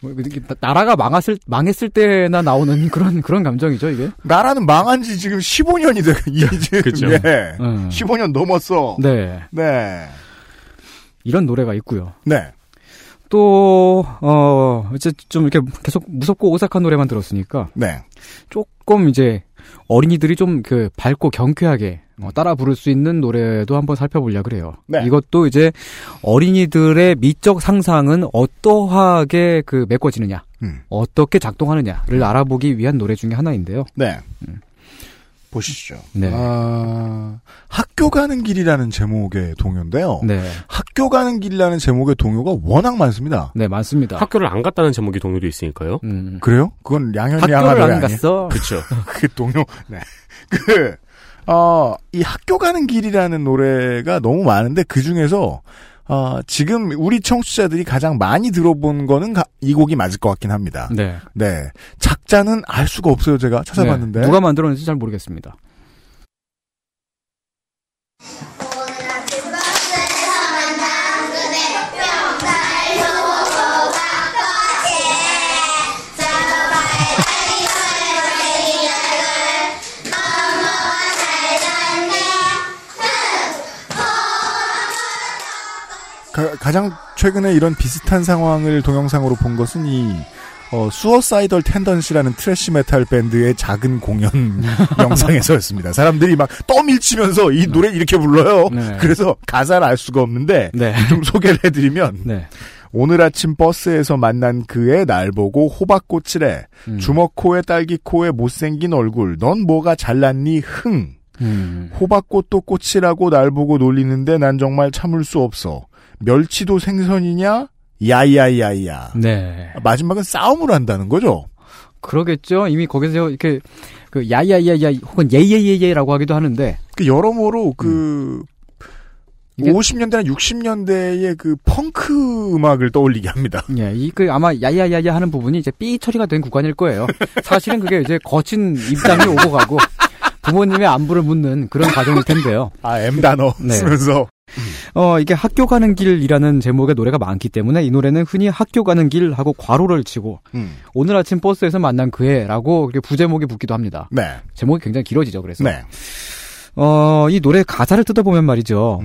Speaker 8: 뭐 이렇게 나- 나라가 망했을 망했을 때나 나오는 그런 그런 감정이죠 이게.
Speaker 2: 나라는 망한 지 지금 15년이 돼. [LAUGHS] 이제
Speaker 8: 그죠.
Speaker 2: 예.
Speaker 8: 음.
Speaker 2: 15년 넘었어.
Speaker 8: 네.
Speaker 2: 네.
Speaker 8: 이런 노래가 있고요.
Speaker 2: 네.
Speaker 8: 또, 어, 이제 좀 이렇게 계속 무섭고 오싹한 노래만 들었으니까.
Speaker 2: 네.
Speaker 8: 조금 이제 어린이들이 좀 그 밝고 경쾌하게 어, 따라 부를 수 있는 노래도 한번 살펴보려 그래요.
Speaker 12: 네.
Speaker 8: 이것도 이제 어린이들의 미적 상상은 어떠하게 그 메꿔지느냐, 어떻게 작동하느냐를 알아보기 위한 노래 중에 하나인데요.
Speaker 2: 네.
Speaker 3: 음.
Speaker 2: 보시죠.
Speaker 8: 네.
Speaker 2: 아, 학교 가는 길이라는 제목의 동요인데요.
Speaker 8: 네.
Speaker 2: 학교 가는 길이라는 제목의 동요가 워낙 많습니다.
Speaker 8: 네, 많습니다. 음.
Speaker 3: 학교를 안 갔다는 제목이 동요도 있으니까요.
Speaker 2: 그래요? 그건 양현이
Speaker 3: 학교를
Speaker 2: 양아벨
Speaker 3: 안
Speaker 2: 아니에요?
Speaker 3: 갔어. 그쵸.
Speaker 2: 그 동요. 네. 그, 어, 이 학교 가는 길이라는 노래가 너무 많은데 그 중에서 어, 지금 우리 청취자들이 가장 많이 들어본 거는 가- 이 곡이 맞을 것 같긴 합니다.
Speaker 8: 네.
Speaker 2: 네. 작자는 알 수가 없어요, 제가 찾아봤는데.
Speaker 8: 네, 누가 만들었는지 잘 모르겠습니다.
Speaker 2: 가, 장 최근에 이런 비슷한 상황을 동영상으로 본 것은 이 어, 수어사이덜 텐던시라는 트래시 메탈 밴드의 작은 공연 영상에서였습니다. 사람들이 막 떠밀치면서 이 노래 이렇게 불러요.
Speaker 12: 네.
Speaker 2: 그래서 가사를 알 수가 없는데 좀 소개를 해드리면 오늘 아침 버스에서 만난 그의 날 보고 호박꽃이래
Speaker 8: 음.
Speaker 2: 주먹코에 딸기코에 못생긴 얼굴 넌 뭐가 잘났니
Speaker 8: 음.
Speaker 2: 흥 호박꽃도 꽃이라고 날 보고 놀리는데 난 정말 참을 수 없어. 멸치도 생선이냐? 야야야야.
Speaker 8: 네.
Speaker 2: 마지막은 싸움을 한다는 거죠.
Speaker 8: 그러겠죠. 이미 거기서 이렇게 그 야야야야 혹은 예예예예라고 하기도 하는데
Speaker 2: 그 여러모로
Speaker 8: 음.
Speaker 2: 그 50년대나 60년대의 그 펑크 음악을 떠올리게 합니다.
Speaker 8: 예, 이그 아마 야야야야 하는 부분이 이제 삐 처리가 된 구간일 거예요. 사실은 그게 이제 거친 입장이 오고 가고 부모님의 안부를 묻는 그런 과정일 텐데요.
Speaker 2: 아, M 단어
Speaker 8: 네.
Speaker 2: 쓰면서.
Speaker 8: 어, 이게 학교 가는 길이라는 제목의 노래가 많기 때문에 이 노래는 흔히 학교 가는 길 하고 괄호를 치고
Speaker 2: 음.
Speaker 8: 오늘 아침 버스에서 만난 그애라고 이렇게 부제목이 붙기도 합니다.
Speaker 2: 네.
Speaker 8: 제목이 굉장히 길어지죠. 그래서
Speaker 2: 네.
Speaker 8: 어, 이 노래 가사를 뜯어보면 말이죠.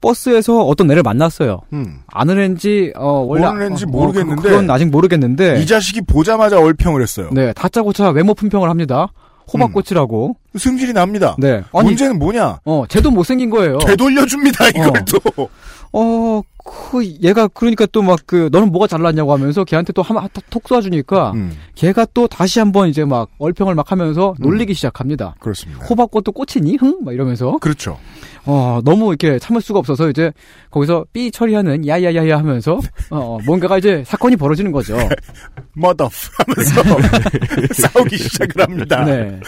Speaker 8: 버스에서 어떤 애를 만났어요.
Speaker 2: 음.
Speaker 8: 아는 앤지 어, 원래
Speaker 2: 어느 애인지
Speaker 8: 어, 어,
Speaker 2: 모르겠는데.
Speaker 8: 그- 그건 아직 모르겠는데
Speaker 2: 이 자식이 보자마자 얼평을 했어요.
Speaker 8: 네, 다짜고짜 외모 품평을 합니다. 호박꽃이라고.
Speaker 2: 승질이 납니다.
Speaker 8: 네.
Speaker 2: 문제는 뭐냐?
Speaker 8: 어, 쟤도 못생긴 거예요.
Speaker 2: 되돌려줍니다, 이걸
Speaker 8: 어.
Speaker 2: 또.
Speaker 8: 어, 그 얘가 그러니까 또 막 그 너는 뭐가 잘났냐고 하면서 걔한테 또한톡 쏴주니까
Speaker 2: 음.
Speaker 8: 걔가 또 다시 한번 이제 막 얼평을 막 하면서 놀리기 시작합니다.
Speaker 2: 그렇습니다.
Speaker 8: 호박꽃도 꽃이니? 흥? 막 이러면서.
Speaker 2: 그렇죠.
Speaker 8: 어, 너무 이렇게 참을 수가 없어서 이제 거기서 삐 처리하는 야야야야 하면서 어, 뭔가가 이제 사건이
Speaker 2: [LAUGHS]
Speaker 8: 벌어지는 거죠.
Speaker 2: 머더
Speaker 8: [LAUGHS]
Speaker 2: 하면서 싸우기 시작을 합니다.
Speaker 8: 네.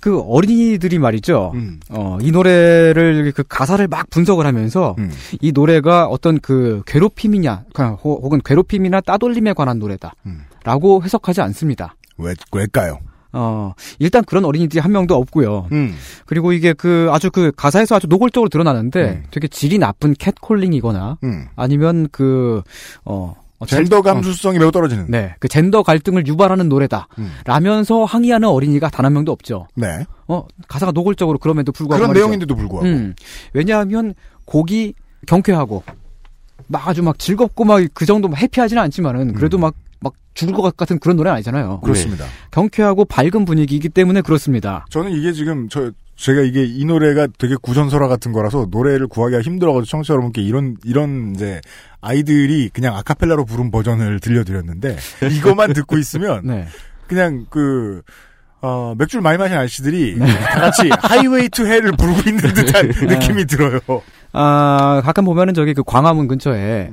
Speaker 8: 그 어린이들이 말이죠.
Speaker 2: 음.
Speaker 8: 어, 이 노래를 그 가사를 막 분석을 하면서
Speaker 2: 음.
Speaker 8: 이 노래가 어떤 그 괴롭힘이냐 그냥 호- 혹은 괴롭힘이나 따돌림에 관한
Speaker 2: 음.
Speaker 8: 노래다라고 해석하지 않습니다.
Speaker 2: 왜, 왜일까요?
Speaker 8: 어, 일단 그런 어린이들이 한 명도 없고요.
Speaker 2: 음.
Speaker 8: 그리고 이게 그 아주 그 가사에서 아주 노골적으로 드러나는데
Speaker 2: 네.
Speaker 8: 되게 질이 나쁜 캣콜링이거나
Speaker 2: 음.
Speaker 8: 아니면 그 어, 어,
Speaker 2: 젠더
Speaker 8: 젠-
Speaker 2: 감수성이 매우 떨어지는. 음.
Speaker 8: 어, 네, 그 젠더 갈등을 유발하는 노래다. 라면서 항의하는 어린이가 단 한 명도 없죠.
Speaker 2: 네.
Speaker 8: 어, 가사가 노골적으로 그럼에도 불구하고.
Speaker 2: 그런
Speaker 8: 말이죠.
Speaker 2: 내용인데도 불구하고.
Speaker 8: 음, 왜냐하면 곡이 경쾌하고, 막 아주 막 즐겁고 막 그 정도 막 해피하지는 않지만은 그래도 막, 막 죽을 것 같은 그런 노래는 아니잖아요.
Speaker 2: 음. 네. 그렇습니다.
Speaker 8: 경쾌하고 밝은 분위기이기 때문에 그렇습니다.
Speaker 2: 저는 이게 지금 저 제가 이게 이 노래가 되게 구전설화 같은 거라서 노래를 구하기가 힘들어가지고 청취자 여러분께 이런 이런 이제 아이들이 그냥 아카펠라로 부른 버전을 들려드렸는데 이것만 듣고
Speaker 8: [LAUGHS]
Speaker 2: 있으면
Speaker 8: 네.
Speaker 2: 그냥 그 어, 맥주를 많이 마신 아저씨들이 다
Speaker 8: [LAUGHS]
Speaker 2: 같이 하이웨이 투 헬을 부르고 있는 듯한
Speaker 8: 네.
Speaker 2: 느낌이 들어요.
Speaker 8: 아, 가끔 보면은 저기 그 광화문 근처에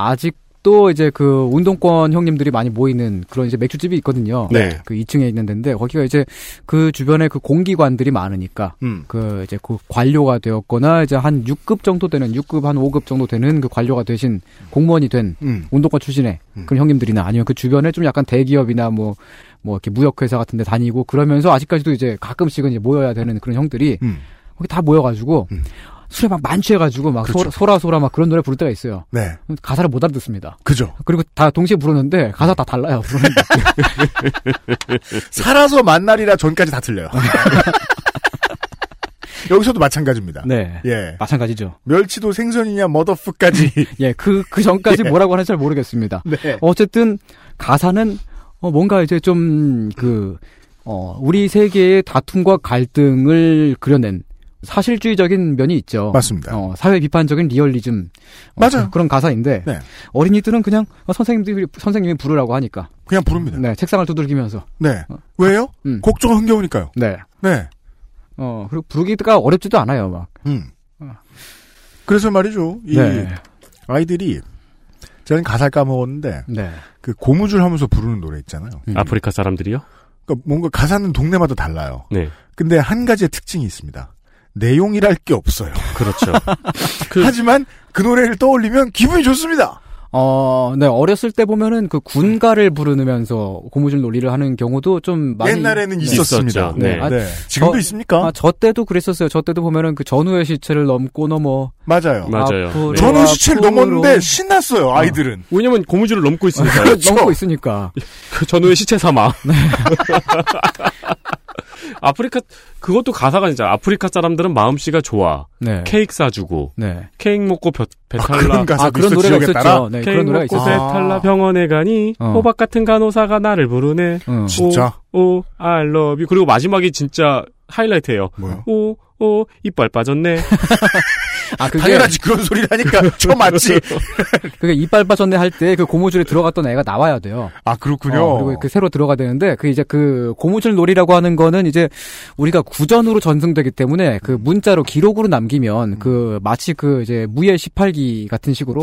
Speaker 8: 아직도 이제 그 운동권 형님들이 많이 모이는 그런 이제 맥주집이 있거든요.
Speaker 2: 네.
Speaker 8: 그 2층에 있는 데인데 거기가 이제 그 주변에 그 공기관들이 많으니까
Speaker 2: 음,
Speaker 8: 그 이제 그 관료가 되었거나 이제 한 6급 정도 되는 6급 한 5급 정도 되는 그 관료가 되신 공무원이 된
Speaker 2: 음.
Speaker 8: 운동권 출신의 그런 형님들이나 아니면 그 주변에 좀 약간 대기업이나 뭐 뭐 이렇게 무역회사 같은 데 다니고 그러면서 아직까지도 이제 가끔씩은 이제 모여야 되는 그런
Speaker 2: 음.
Speaker 8: 형들이 거기 다 모여가지고 술에 막 만취해가지고 막
Speaker 2: 그렇죠.
Speaker 8: 소, 라소라막 그런 노래 부를 때가 있어요.
Speaker 2: 네.
Speaker 8: 가사를 못 알아듣습니다.
Speaker 2: 그죠.
Speaker 8: 그리고 다 동시에 부르는데 가사 다 달라요. 부르는
Speaker 2: [LAUGHS]
Speaker 8: 게.
Speaker 2: 살아서 만날이라 전까지 다
Speaker 8: [LAUGHS]
Speaker 2: 틀려요. 여기서도 마찬가지입니다.
Speaker 8: 네.
Speaker 2: 예.
Speaker 8: 마찬가지죠.
Speaker 2: 멸치도 생선이냐 머더프까지.
Speaker 8: 예, 그, 그 전까지
Speaker 2: 예.
Speaker 8: 뭐라고 하는지 잘
Speaker 2: [LAUGHS]
Speaker 8: 모르겠습니다.
Speaker 2: 네.
Speaker 8: 어쨌든 가사는 어, 뭔가 이제 좀 그, 어, 우리 세계의 다툼과 갈등을 그려낸 사실주의적인 면이 있죠.
Speaker 2: 맞습니다.
Speaker 8: 어, 사회 비판적인 리얼리즘. 어,
Speaker 2: 맞아요. 네.
Speaker 8: 그런 가사인데 어린이들은 그냥 어, 선생님들이 선생님이 부르라고 하니까
Speaker 2: 그냥 부릅니다.
Speaker 8: 네, 어. 음. 책상을 두들기면서.
Speaker 2: 네. 왜요? 곡조가 흥겨우니까요.
Speaker 8: 네.
Speaker 2: 네.
Speaker 8: 어, 그리고 부르기가 어렵지도 않아요, 막.
Speaker 2: 음. 그래서 말이죠. 이
Speaker 8: 어. 네.
Speaker 2: 아이들이 저는 가사를 까먹었는데
Speaker 8: 네.
Speaker 2: 그 고무줄 하면서 부르는 노래 있잖아요.
Speaker 8: 음.
Speaker 3: 아프리카 사람들이요?
Speaker 2: 그러니까 뭔가 가사는 동네마다 달라요.
Speaker 3: 네.
Speaker 2: 근데 한 가지의 특징이 있습니다. 내용이랄 게 없어요.
Speaker 8: [LAUGHS]
Speaker 3: 그렇죠.
Speaker 2: 하지만 그 노래를 떠올리면 기분이 좋습니다.
Speaker 8: 어, 네, 어렸을 때 보면은 그 군가를 부르면서 고무줄 놀이를 하는 경우도 좀 많이.
Speaker 2: 옛날에는
Speaker 8: 네.
Speaker 2: 있었습니다.
Speaker 8: 있었죠. 네.
Speaker 2: 네. 네. 지금도
Speaker 8: 저-
Speaker 2: 있습니까?
Speaker 8: 아, 저 때도 그랬었어요. 저 때도 보면은 그 전후의 시체를 넘고 넘어.
Speaker 2: 맞아요.
Speaker 3: 맞아요.
Speaker 8: 앞으로,
Speaker 3: 네.
Speaker 2: 저는 시체를
Speaker 8: 앞으로.
Speaker 2: 넘었는데 신났어요. 아이들은.
Speaker 3: 왜냐면 고무줄을
Speaker 2: [LAUGHS]
Speaker 3: 넘고 있으니까.
Speaker 8: 그렇죠. [LAUGHS] 넘고 있으니까.
Speaker 3: 그 전후의 시체
Speaker 8: [LAUGHS]
Speaker 3: 사망.
Speaker 8: 네.
Speaker 3: [LAUGHS] 아프리카 그것도 가사가 진짜 아프리카 사람들은 마음씨가 좋아.
Speaker 8: 네.
Speaker 3: 케이크 사주고.
Speaker 8: 네.
Speaker 3: 케이크 먹고 벼, 배탈나.
Speaker 2: 그런 가사도 아, 그런 있어, 노래가 지역에 있었죠. 따라? 네,
Speaker 3: 케이크
Speaker 8: 그런 노래가
Speaker 3: 먹고
Speaker 8: 있었어요.
Speaker 3: 배탈나 병원에 가니
Speaker 8: 어.
Speaker 3: 호박 같은 간호사가 나를 부르네.
Speaker 8: 응.
Speaker 2: 진짜?
Speaker 3: 오, 오, I love you. 그리고 마지막이 진짜 하이라이트예요.
Speaker 2: 뭐요?
Speaker 3: 오, 오, 이빨 빠졌네.
Speaker 8: 아, 그게-
Speaker 12: 당연하지 그런 소리라니까
Speaker 8: [LAUGHS]
Speaker 12: 저 맞지.
Speaker 8: 그게 이빨 빠졌네 할 때 그 고무줄에 들어갔던 애가 나와야 돼요.
Speaker 2: 아 그렇군요.
Speaker 8: 그리고 그 새로 들어가야 되는데 그 이제 그 고무줄 놀이라고 하는 거는 이제 우리가 구전으로 전승되기 때문에 그 문자로 기록으로 남기면 그 마치 그 이제 무예 18기 같은 [LAUGHS] 식으로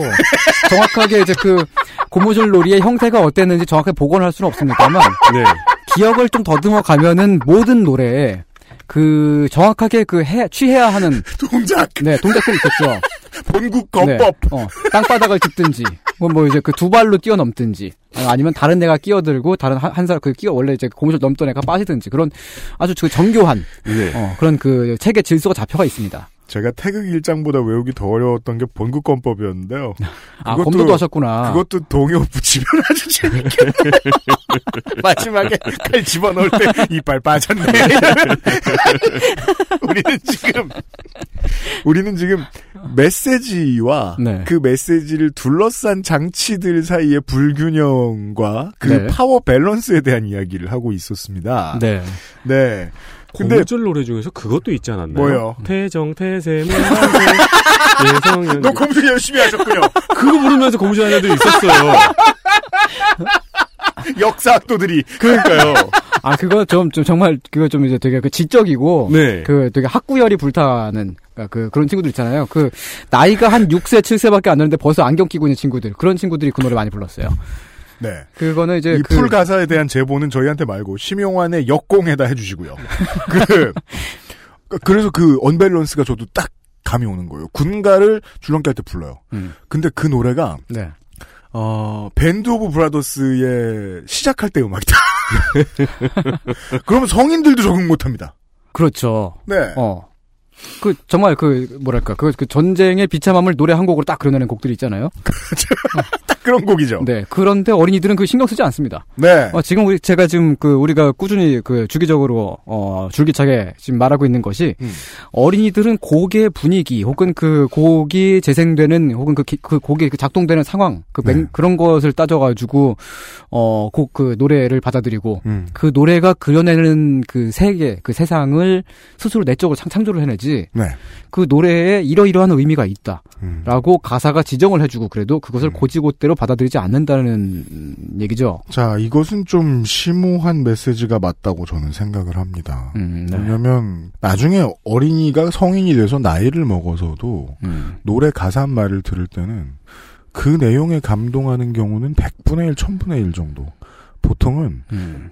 Speaker 8: 정확하게 이제 그 고무줄 놀이의 형태가 어땠는지 정확하게 복원할 수는 없습니다만
Speaker 3: 네.
Speaker 8: [LAUGHS] 기억을 좀 더듬어 가면은 모든 노래에 그 정확하게 그 해, 취해야 하는
Speaker 12: 동작
Speaker 8: 네 동작들이 있었죠.
Speaker 12: 본국
Speaker 8: 거법. 어, 땅바닥을 짚든지, 뭐, 뭐 이제 그 두 발로 뛰어넘든지, 아니면 다른 애가 끼어들고 다른 한, 한 사람 그 끼어 원래 이제 고무줄 넘던 애가 빠지든지 그런 아주 그 정교한
Speaker 2: 네.
Speaker 8: 어, 그런 그 책의 질서가 잡혀가 있습니다.
Speaker 2: 제가 태극 일장보다 외우기 더 어려웠던 게 본국권법이었는데요.
Speaker 8: 아,
Speaker 2: 그것도-
Speaker 8: 검도도 하셨구나. [LAUGHS]
Speaker 2: 그것도 동요 붙이면 아주 재밌겠다. 마지막에 칼 집어넣을 때 이빨 빠졌네. [LAUGHS] 이러면 우리는 지금 우리는 지금 메시지와
Speaker 12: 네.
Speaker 2: 그 메시지를 둘러싼 장치들 사이의 불균형과 그
Speaker 12: 네.
Speaker 2: 파워 밸런스에 대한 이야기를 하고 있었습니다.
Speaker 8: 네.
Speaker 2: 네. 근데
Speaker 3: 고무줄 노래 중에서 그것도 있지 않았나요?
Speaker 2: 뭐요?
Speaker 3: 태정 [LAUGHS] 태세 예성
Speaker 2: 너 고무줄 열심히 하셨군요.
Speaker 3: 그거 부르면서 고무줄 하는 애들
Speaker 8: [LAUGHS]
Speaker 3: 있었어요.
Speaker 2: [LAUGHS] 역사학도들이
Speaker 8: 그러니까요. 아 그거 좀, 좀 정말 그거 좀 이제 되게 그 지적이고
Speaker 3: 네.
Speaker 8: 그 되게 학구열이 불타는 그러니까 그 그런 친구들 있잖아요. 그 나이가 한 6세 7세밖에 안 되는데 벌써 안경 끼고 있는 친구들 그런 친구들이 그 노래 많이 불렀어요.
Speaker 2: 네.
Speaker 8: 그거는 이제
Speaker 2: 이
Speaker 8: 그-
Speaker 2: 풀 가사에 대한 제보는 저희한테 말고 심용환의 역공에다
Speaker 8: [LAUGHS]
Speaker 2: 해주시고요. 그 그래서 그 언밸런스가 저도 딱 감이 오는 거예요. 군가를 줄넘기 할 때 불러요. 근데 그 노래가
Speaker 8: 음. 네.
Speaker 2: 어 밴드 오브 브라더스의 시작할 때
Speaker 8: [LAUGHS]
Speaker 2: 음악이다. 그러면 성인들도 적응 못합니다.
Speaker 8: 그렇죠.
Speaker 2: 네.
Speaker 8: 어. 그 정말 그 뭐랄까 그, 그 전쟁의 비참함을 노래 한 곡으로 딱 그려내는 곡들이 있잖아요.
Speaker 2: 딱 그런 곡이죠.
Speaker 8: 네. 그런데 어린이들은 그 신경 쓰지 않습니다.
Speaker 2: 그렇죠. 네.
Speaker 8: 어, 지금 우리 제가 지금 그 우리가 꾸준히 그 주기적으로 어 줄기차게 지금 말하고 있는 것이
Speaker 2: 음.
Speaker 8: 어린이들은 곡의 분위기 혹은 그 곡이 재생되는 혹은 그, 기- 그 곡이 그 작동되는 상황 그
Speaker 2: 네.
Speaker 8: 맥- 그런 것을 따져가지고 어곡 그 노래를 받아들이고
Speaker 2: 음.
Speaker 8: 그 노래가 그려내는 그 세계 그 세상을 스스로 내적으로 창- 창조를 해내지
Speaker 2: 네. 음.
Speaker 8: 그 노래에 이러이러한 의미가 있다라고 가사가 지정을 해주고 그래도 그것을 고지고대로 받아들이지 않는다는 음, 얘기죠.
Speaker 2: 자, 이것은 좀 심오한 메시지가 맞다고 저는 생각을 합니다.
Speaker 8: 음, 네.
Speaker 2: 왜냐면, 나중에 어린이가 성인이 돼서 나이를 먹어서도,
Speaker 8: 음.
Speaker 2: 노래 가사 말을 들을 때는, 그 내용에 감동하는 경우는 100분의 1, 1000분의 1 정도. 보통은,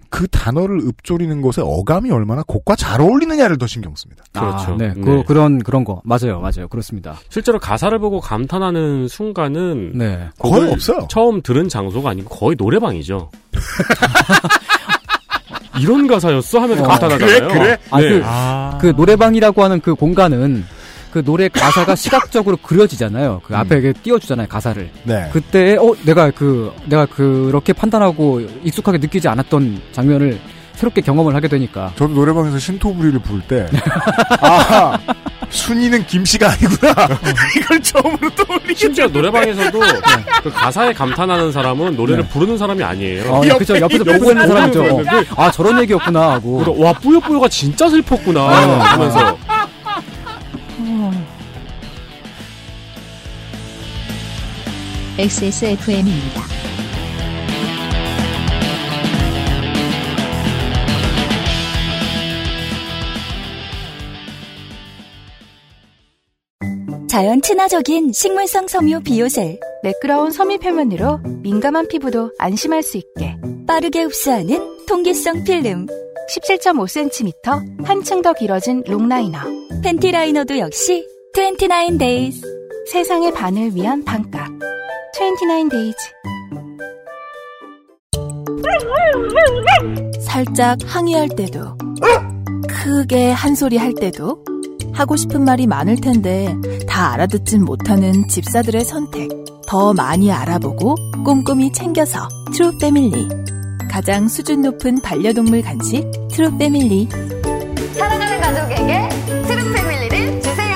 Speaker 2: 그 단어를 읊조리는 것에 어감이 얼마나 곡과 잘 어울리느냐를 더 신경 씁니다.
Speaker 8: 아, 네, 그, 그런 그런 거 맞아요, 맞아요, 그렇습니다.
Speaker 3: 실제로 가사를 보고 감탄하는 순간은
Speaker 8: 네.
Speaker 3: 그걸
Speaker 8: 거의 없어요.
Speaker 3: 처음 들은 장소가 아니고 거의 노래방이죠. [LAUGHS] 이런 가사였어 하면서
Speaker 8: 어.
Speaker 3: 감탄하잖아요.
Speaker 8: 아,
Speaker 3: 네.
Speaker 8: 그, 그 노래방이라고 하는 그 공간은 그 노래 가사가 시각적으로 그려지잖아요. 그 앞에 이렇게 띄워주잖아요, 가사를.
Speaker 2: 네.
Speaker 8: 그때 어 내가 그 내가 그렇게 판단하고 익숙하게 느끼지 않았던 장면을 새롭게 경험을 하게 되니까.
Speaker 2: 저도 노래방에서 신토부리를 부를 [LAUGHS] 때, 아, 순이는 김씨가 아니구나. [LAUGHS] 이걸 처음으로
Speaker 8: 그
Speaker 2: 떠올리게
Speaker 3: 심지어 노래방에서도
Speaker 8: 네.
Speaker 3: 그 가사에 감탄하는 사람은 노래를 부르는 사람이 아니에요.
Speaker 8: 어, 그쵸. 옆에서 보고 있는 사람이죠.
Speaker 3: 보고 있는데
Speaker 8: 아, 저런 얘기였구나 하고.
Speaker 3: 그래서 와, 뿌요뿌요가 진짜 슬펐구나
Speaker 8: 네.
Speaker 3: 하면서.
Speaker 1: XSFM입니다.
Speaker 4: 자연 친화적인 식물성 섬유 비오셀
Speaker 5: 매끄러운 섬유 표면으로 민감한 피부도 안심할 수 있게
Speaker 4: 빠르게 흡수하는 통기성 필름
Speaker 5: 17.5cm 한층 더 길어진 롱라이너
Speaker 4: 팬티 라이너도 역시
Speaker 5: 29days 세상의 반을 위한 반값 29days
Speaker 13: 살짝 항의할 때도 크게 한 소리 할 때도 하고 싶은 말이 많을 텐데 다 알아듣진 못하는 집사들의 선택 더 많이 알아보고 꼼꼼히 챙겨서 트루 패밀리 가장 수준 높은 반려동물 간식 트루 패밀리
Speaker 11: 사랑하는 가족에게 트루 패밀리를 주세요.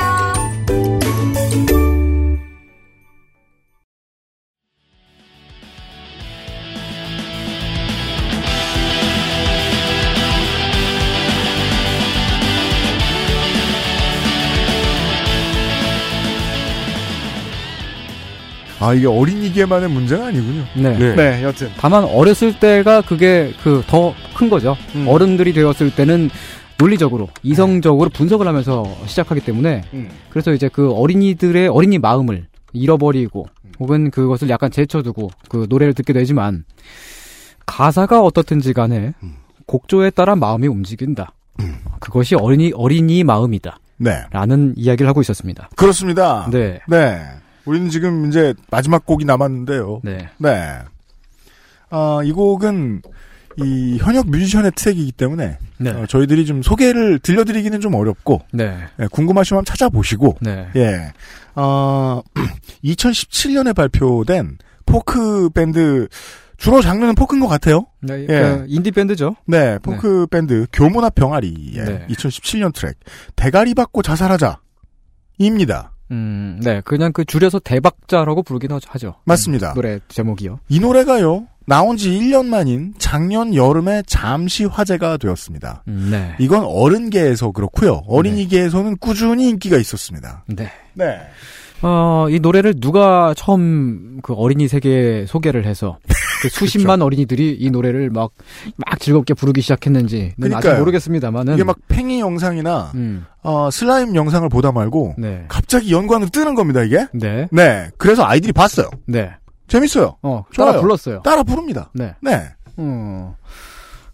Speaker 2: 아 이게 어린이기에만의 문제는 아니군요.
Speaker 8: 네.
Speaker 14: 네, 여튼.
Speaker 8: 다만 어렸을 때가 그게 그 더 큰 거죠. 어른들이 되었을 때는 논리적으로 이성적으로 분석을 하면서 시작하기 때문에
Speaker 14: 음.
Speaker 8: 그래서 이제 그 어린이들의 어린이 마음을 잃어버리고 혹은 그것을 약간 제쳐두고 그 노래를 듣게 되지만 가사가 어떻든지 간에 곡조에 따라 음. 마음이 움직인다. 그것이 어린이 어린이 마음이다.
Speaker 2: 네.
Speaker 8: 라는 이야기를 하고 있었습니다.
Speaker 2: 그렇습니다.
Speaker 8: 네.
Speaker 2: 네. 우리는 지금 이제 마지막 곡이 남았는데요.
Speaker 8: 네.
Speaker 2: 아, 이 곡은 이 현역 뮤지션의 트랙이기 때문에
Speaker 8: 네.
Speaker 2: 어, 저희들이 좀 소개를 들려드리기는 좀 어렵고
Speaker 8: 네.
Speaker 2: 예, 궁금하시면 한번 찾아보시고
Speaker 8: 네.
Speaker 2: 예. [CLEARS THROAT] 어, 2017년에 발표된 포크 밴드 주로 장르는 포크인 것 같아요.
Speaker 8: 네,
Speaker 2: 예.
Speaker 8: 그 인디 밴드죠.
Speaker 2: 네, 포크 밴드 교모나 병아리의 2017년 트랙 대가리 받고 자살하자입니다.
Speaker 8: 음, 네, 그냥 그 줄여서 대박자라고 부르긴 하- 하죠. 음,
Speaker 2: 맞습니다.
Speaker 8: 노래 제목이요.
Speaker 2: 이 노래가요. 나온 지 1년 만인 작년 여름에 잠시 화제가 되었습니다.
Speaker 8: 음, 네.
Speaker 2: 이건 어른계에서 그렇고요. 어린이계에서는 꾸준히 인기가 있었습니다.
Speaker 8: 네.
Speaker 2: 네.
Speaker 8: 어, 이 노래를 누가 처음 그 어린이 세계에 소개를 해서
Speaker 2: [LAUGHS]
Speaker 8: 그 수십만 어린이들이 이 노래를 막, 막 즐겁게 부르기 시작했는지는 아직
Speaker 2: 그러니까요.
Speaker 8: 모르겠습니다만은.
Speaker 2: 이게 막 팽이 영상이나
Speaker 8: 음.
Speaker 2: 어, 슬라임 영상을 보다 말고
Speaker 8: 네.
Speaker 2: 갑자기 연관으로 뜨는 겁니다. 이게.
Speaker 8: 네.
Speaker 2: 네. 그래서 아이들이 봤어요.
Speaker 8: 네.
Speaker 2: 재밌어요.
Speaker 8: 어, 따라
Speaker 2: 좋아요.
Speaker 8: 불렀어요.
Speaker 2: 따라 부릅니다.
Speaker 8: 네.
Speaker 2: 네.
Speaker 8: 어.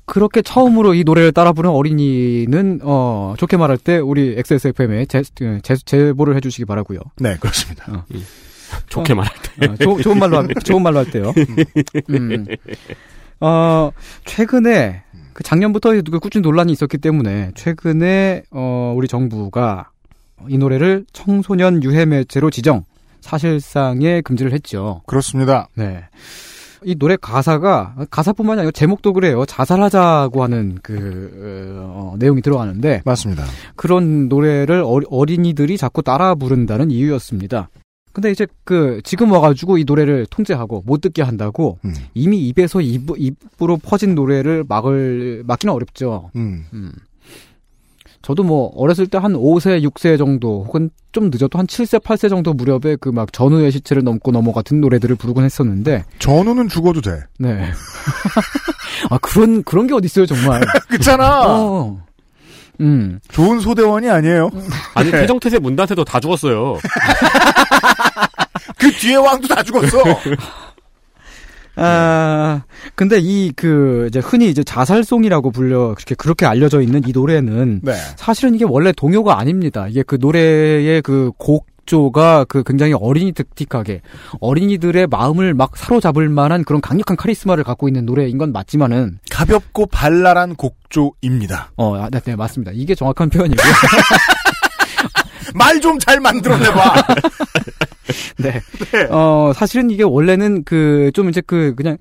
Speaker 8: 그렇게 처음으로 이 노래를 따라 부른 어린이는 어, 좋게 말할 때 우리 XSFM에 제, 제, 제보를 해주시기 바라고요.
Speaker 2: 네, 그렇습니다.
Speaker 3: 좋게 말할 때.
Speaker 8: 어, 좋- 좋은 말로 할- 좋은 말로 할 때요. 음. 어, 최근에 그 작년부터 그 꾸준히 논란이 있었기 때문에 최근에 어, 우리 정부가 이 노래를 청소년 유해 매체로 지정 사실상의 금지를 했죠.
Speaker 2: 그렇습니다.
Speaker 8: 네. 이 노래 가사가 가사뿐만이 아니고 제목도 그래요. 자살하자고 하는 그 어, 내용이 들어가는데
Speaker 2: 맞습니다.
Speaker 8: 그런 노래를 어리- 어린이들이 자꾸 따라 부른다는 이유였습니다. 근데 이제 그 지금 와가지고 이 노래를 통제하고 못 듣게 한다고 이미 입에서 입, 입으로 퍼진 노래를 막을 막기는 어렵죠.
Speaker 2: 음.
Speaker 8: 저도 뭐 어렸을 때 한 5세, 6세 정도 혹은 좀 늦어도 한 7세, 8세 정도 무렵에 그 막 전우의 시체를 넘고 넘어 같은 노래들을 부르곤 했었는데
Speaker 2: 전우는 죽어도 돼. [LAUGHS]
Speaker 8: 네. [LAUGHS] 아 그런 그런 게 어디 있어요 정말.
Speaker 2: 그렇잖아.
Speaker 8: 어. 음.
Speaker 2: 좋은 소대원이 아니에요.
Speaker 3: 아니
Speaker 2: 네.
Speaker 3: 태정태세 문단태도 다 죽었어요.
Speaker 2: 그 뒤에 왕도 다
Speaker 8: [LAUGHS]
Speaker 2: 죽었어.
Speaker 8: 아, 근데 이, 그, 이제 흔히 이제 자살송이라고 불려, 그렇게, 그렇게 알려져 있는 이 노래는.
Speaker 2: 네.
Speaker 8: 사실은 이게 원래 동요가 아닙니다. 이게 그 노래의 그 곡조가 그 굉장히 어린이 득틱하게, 어린이들의 마음을 막 사로잡을 만한 그런 강력한 카리스마를 갖고 있는 노래인 건 맞지만은.
Speaker 2: 가볍고 발랄한 곡조입니다.
Speaker 8: 어, 아, 네, 네, 맞습니다. 이게 정확한 표현이고요.
Speaker 2: 말 좀 잘 만들어내봐.
Speaker 8: 네. 어, 사실은 이게 원래는 그, 좀 이제 그, 그냥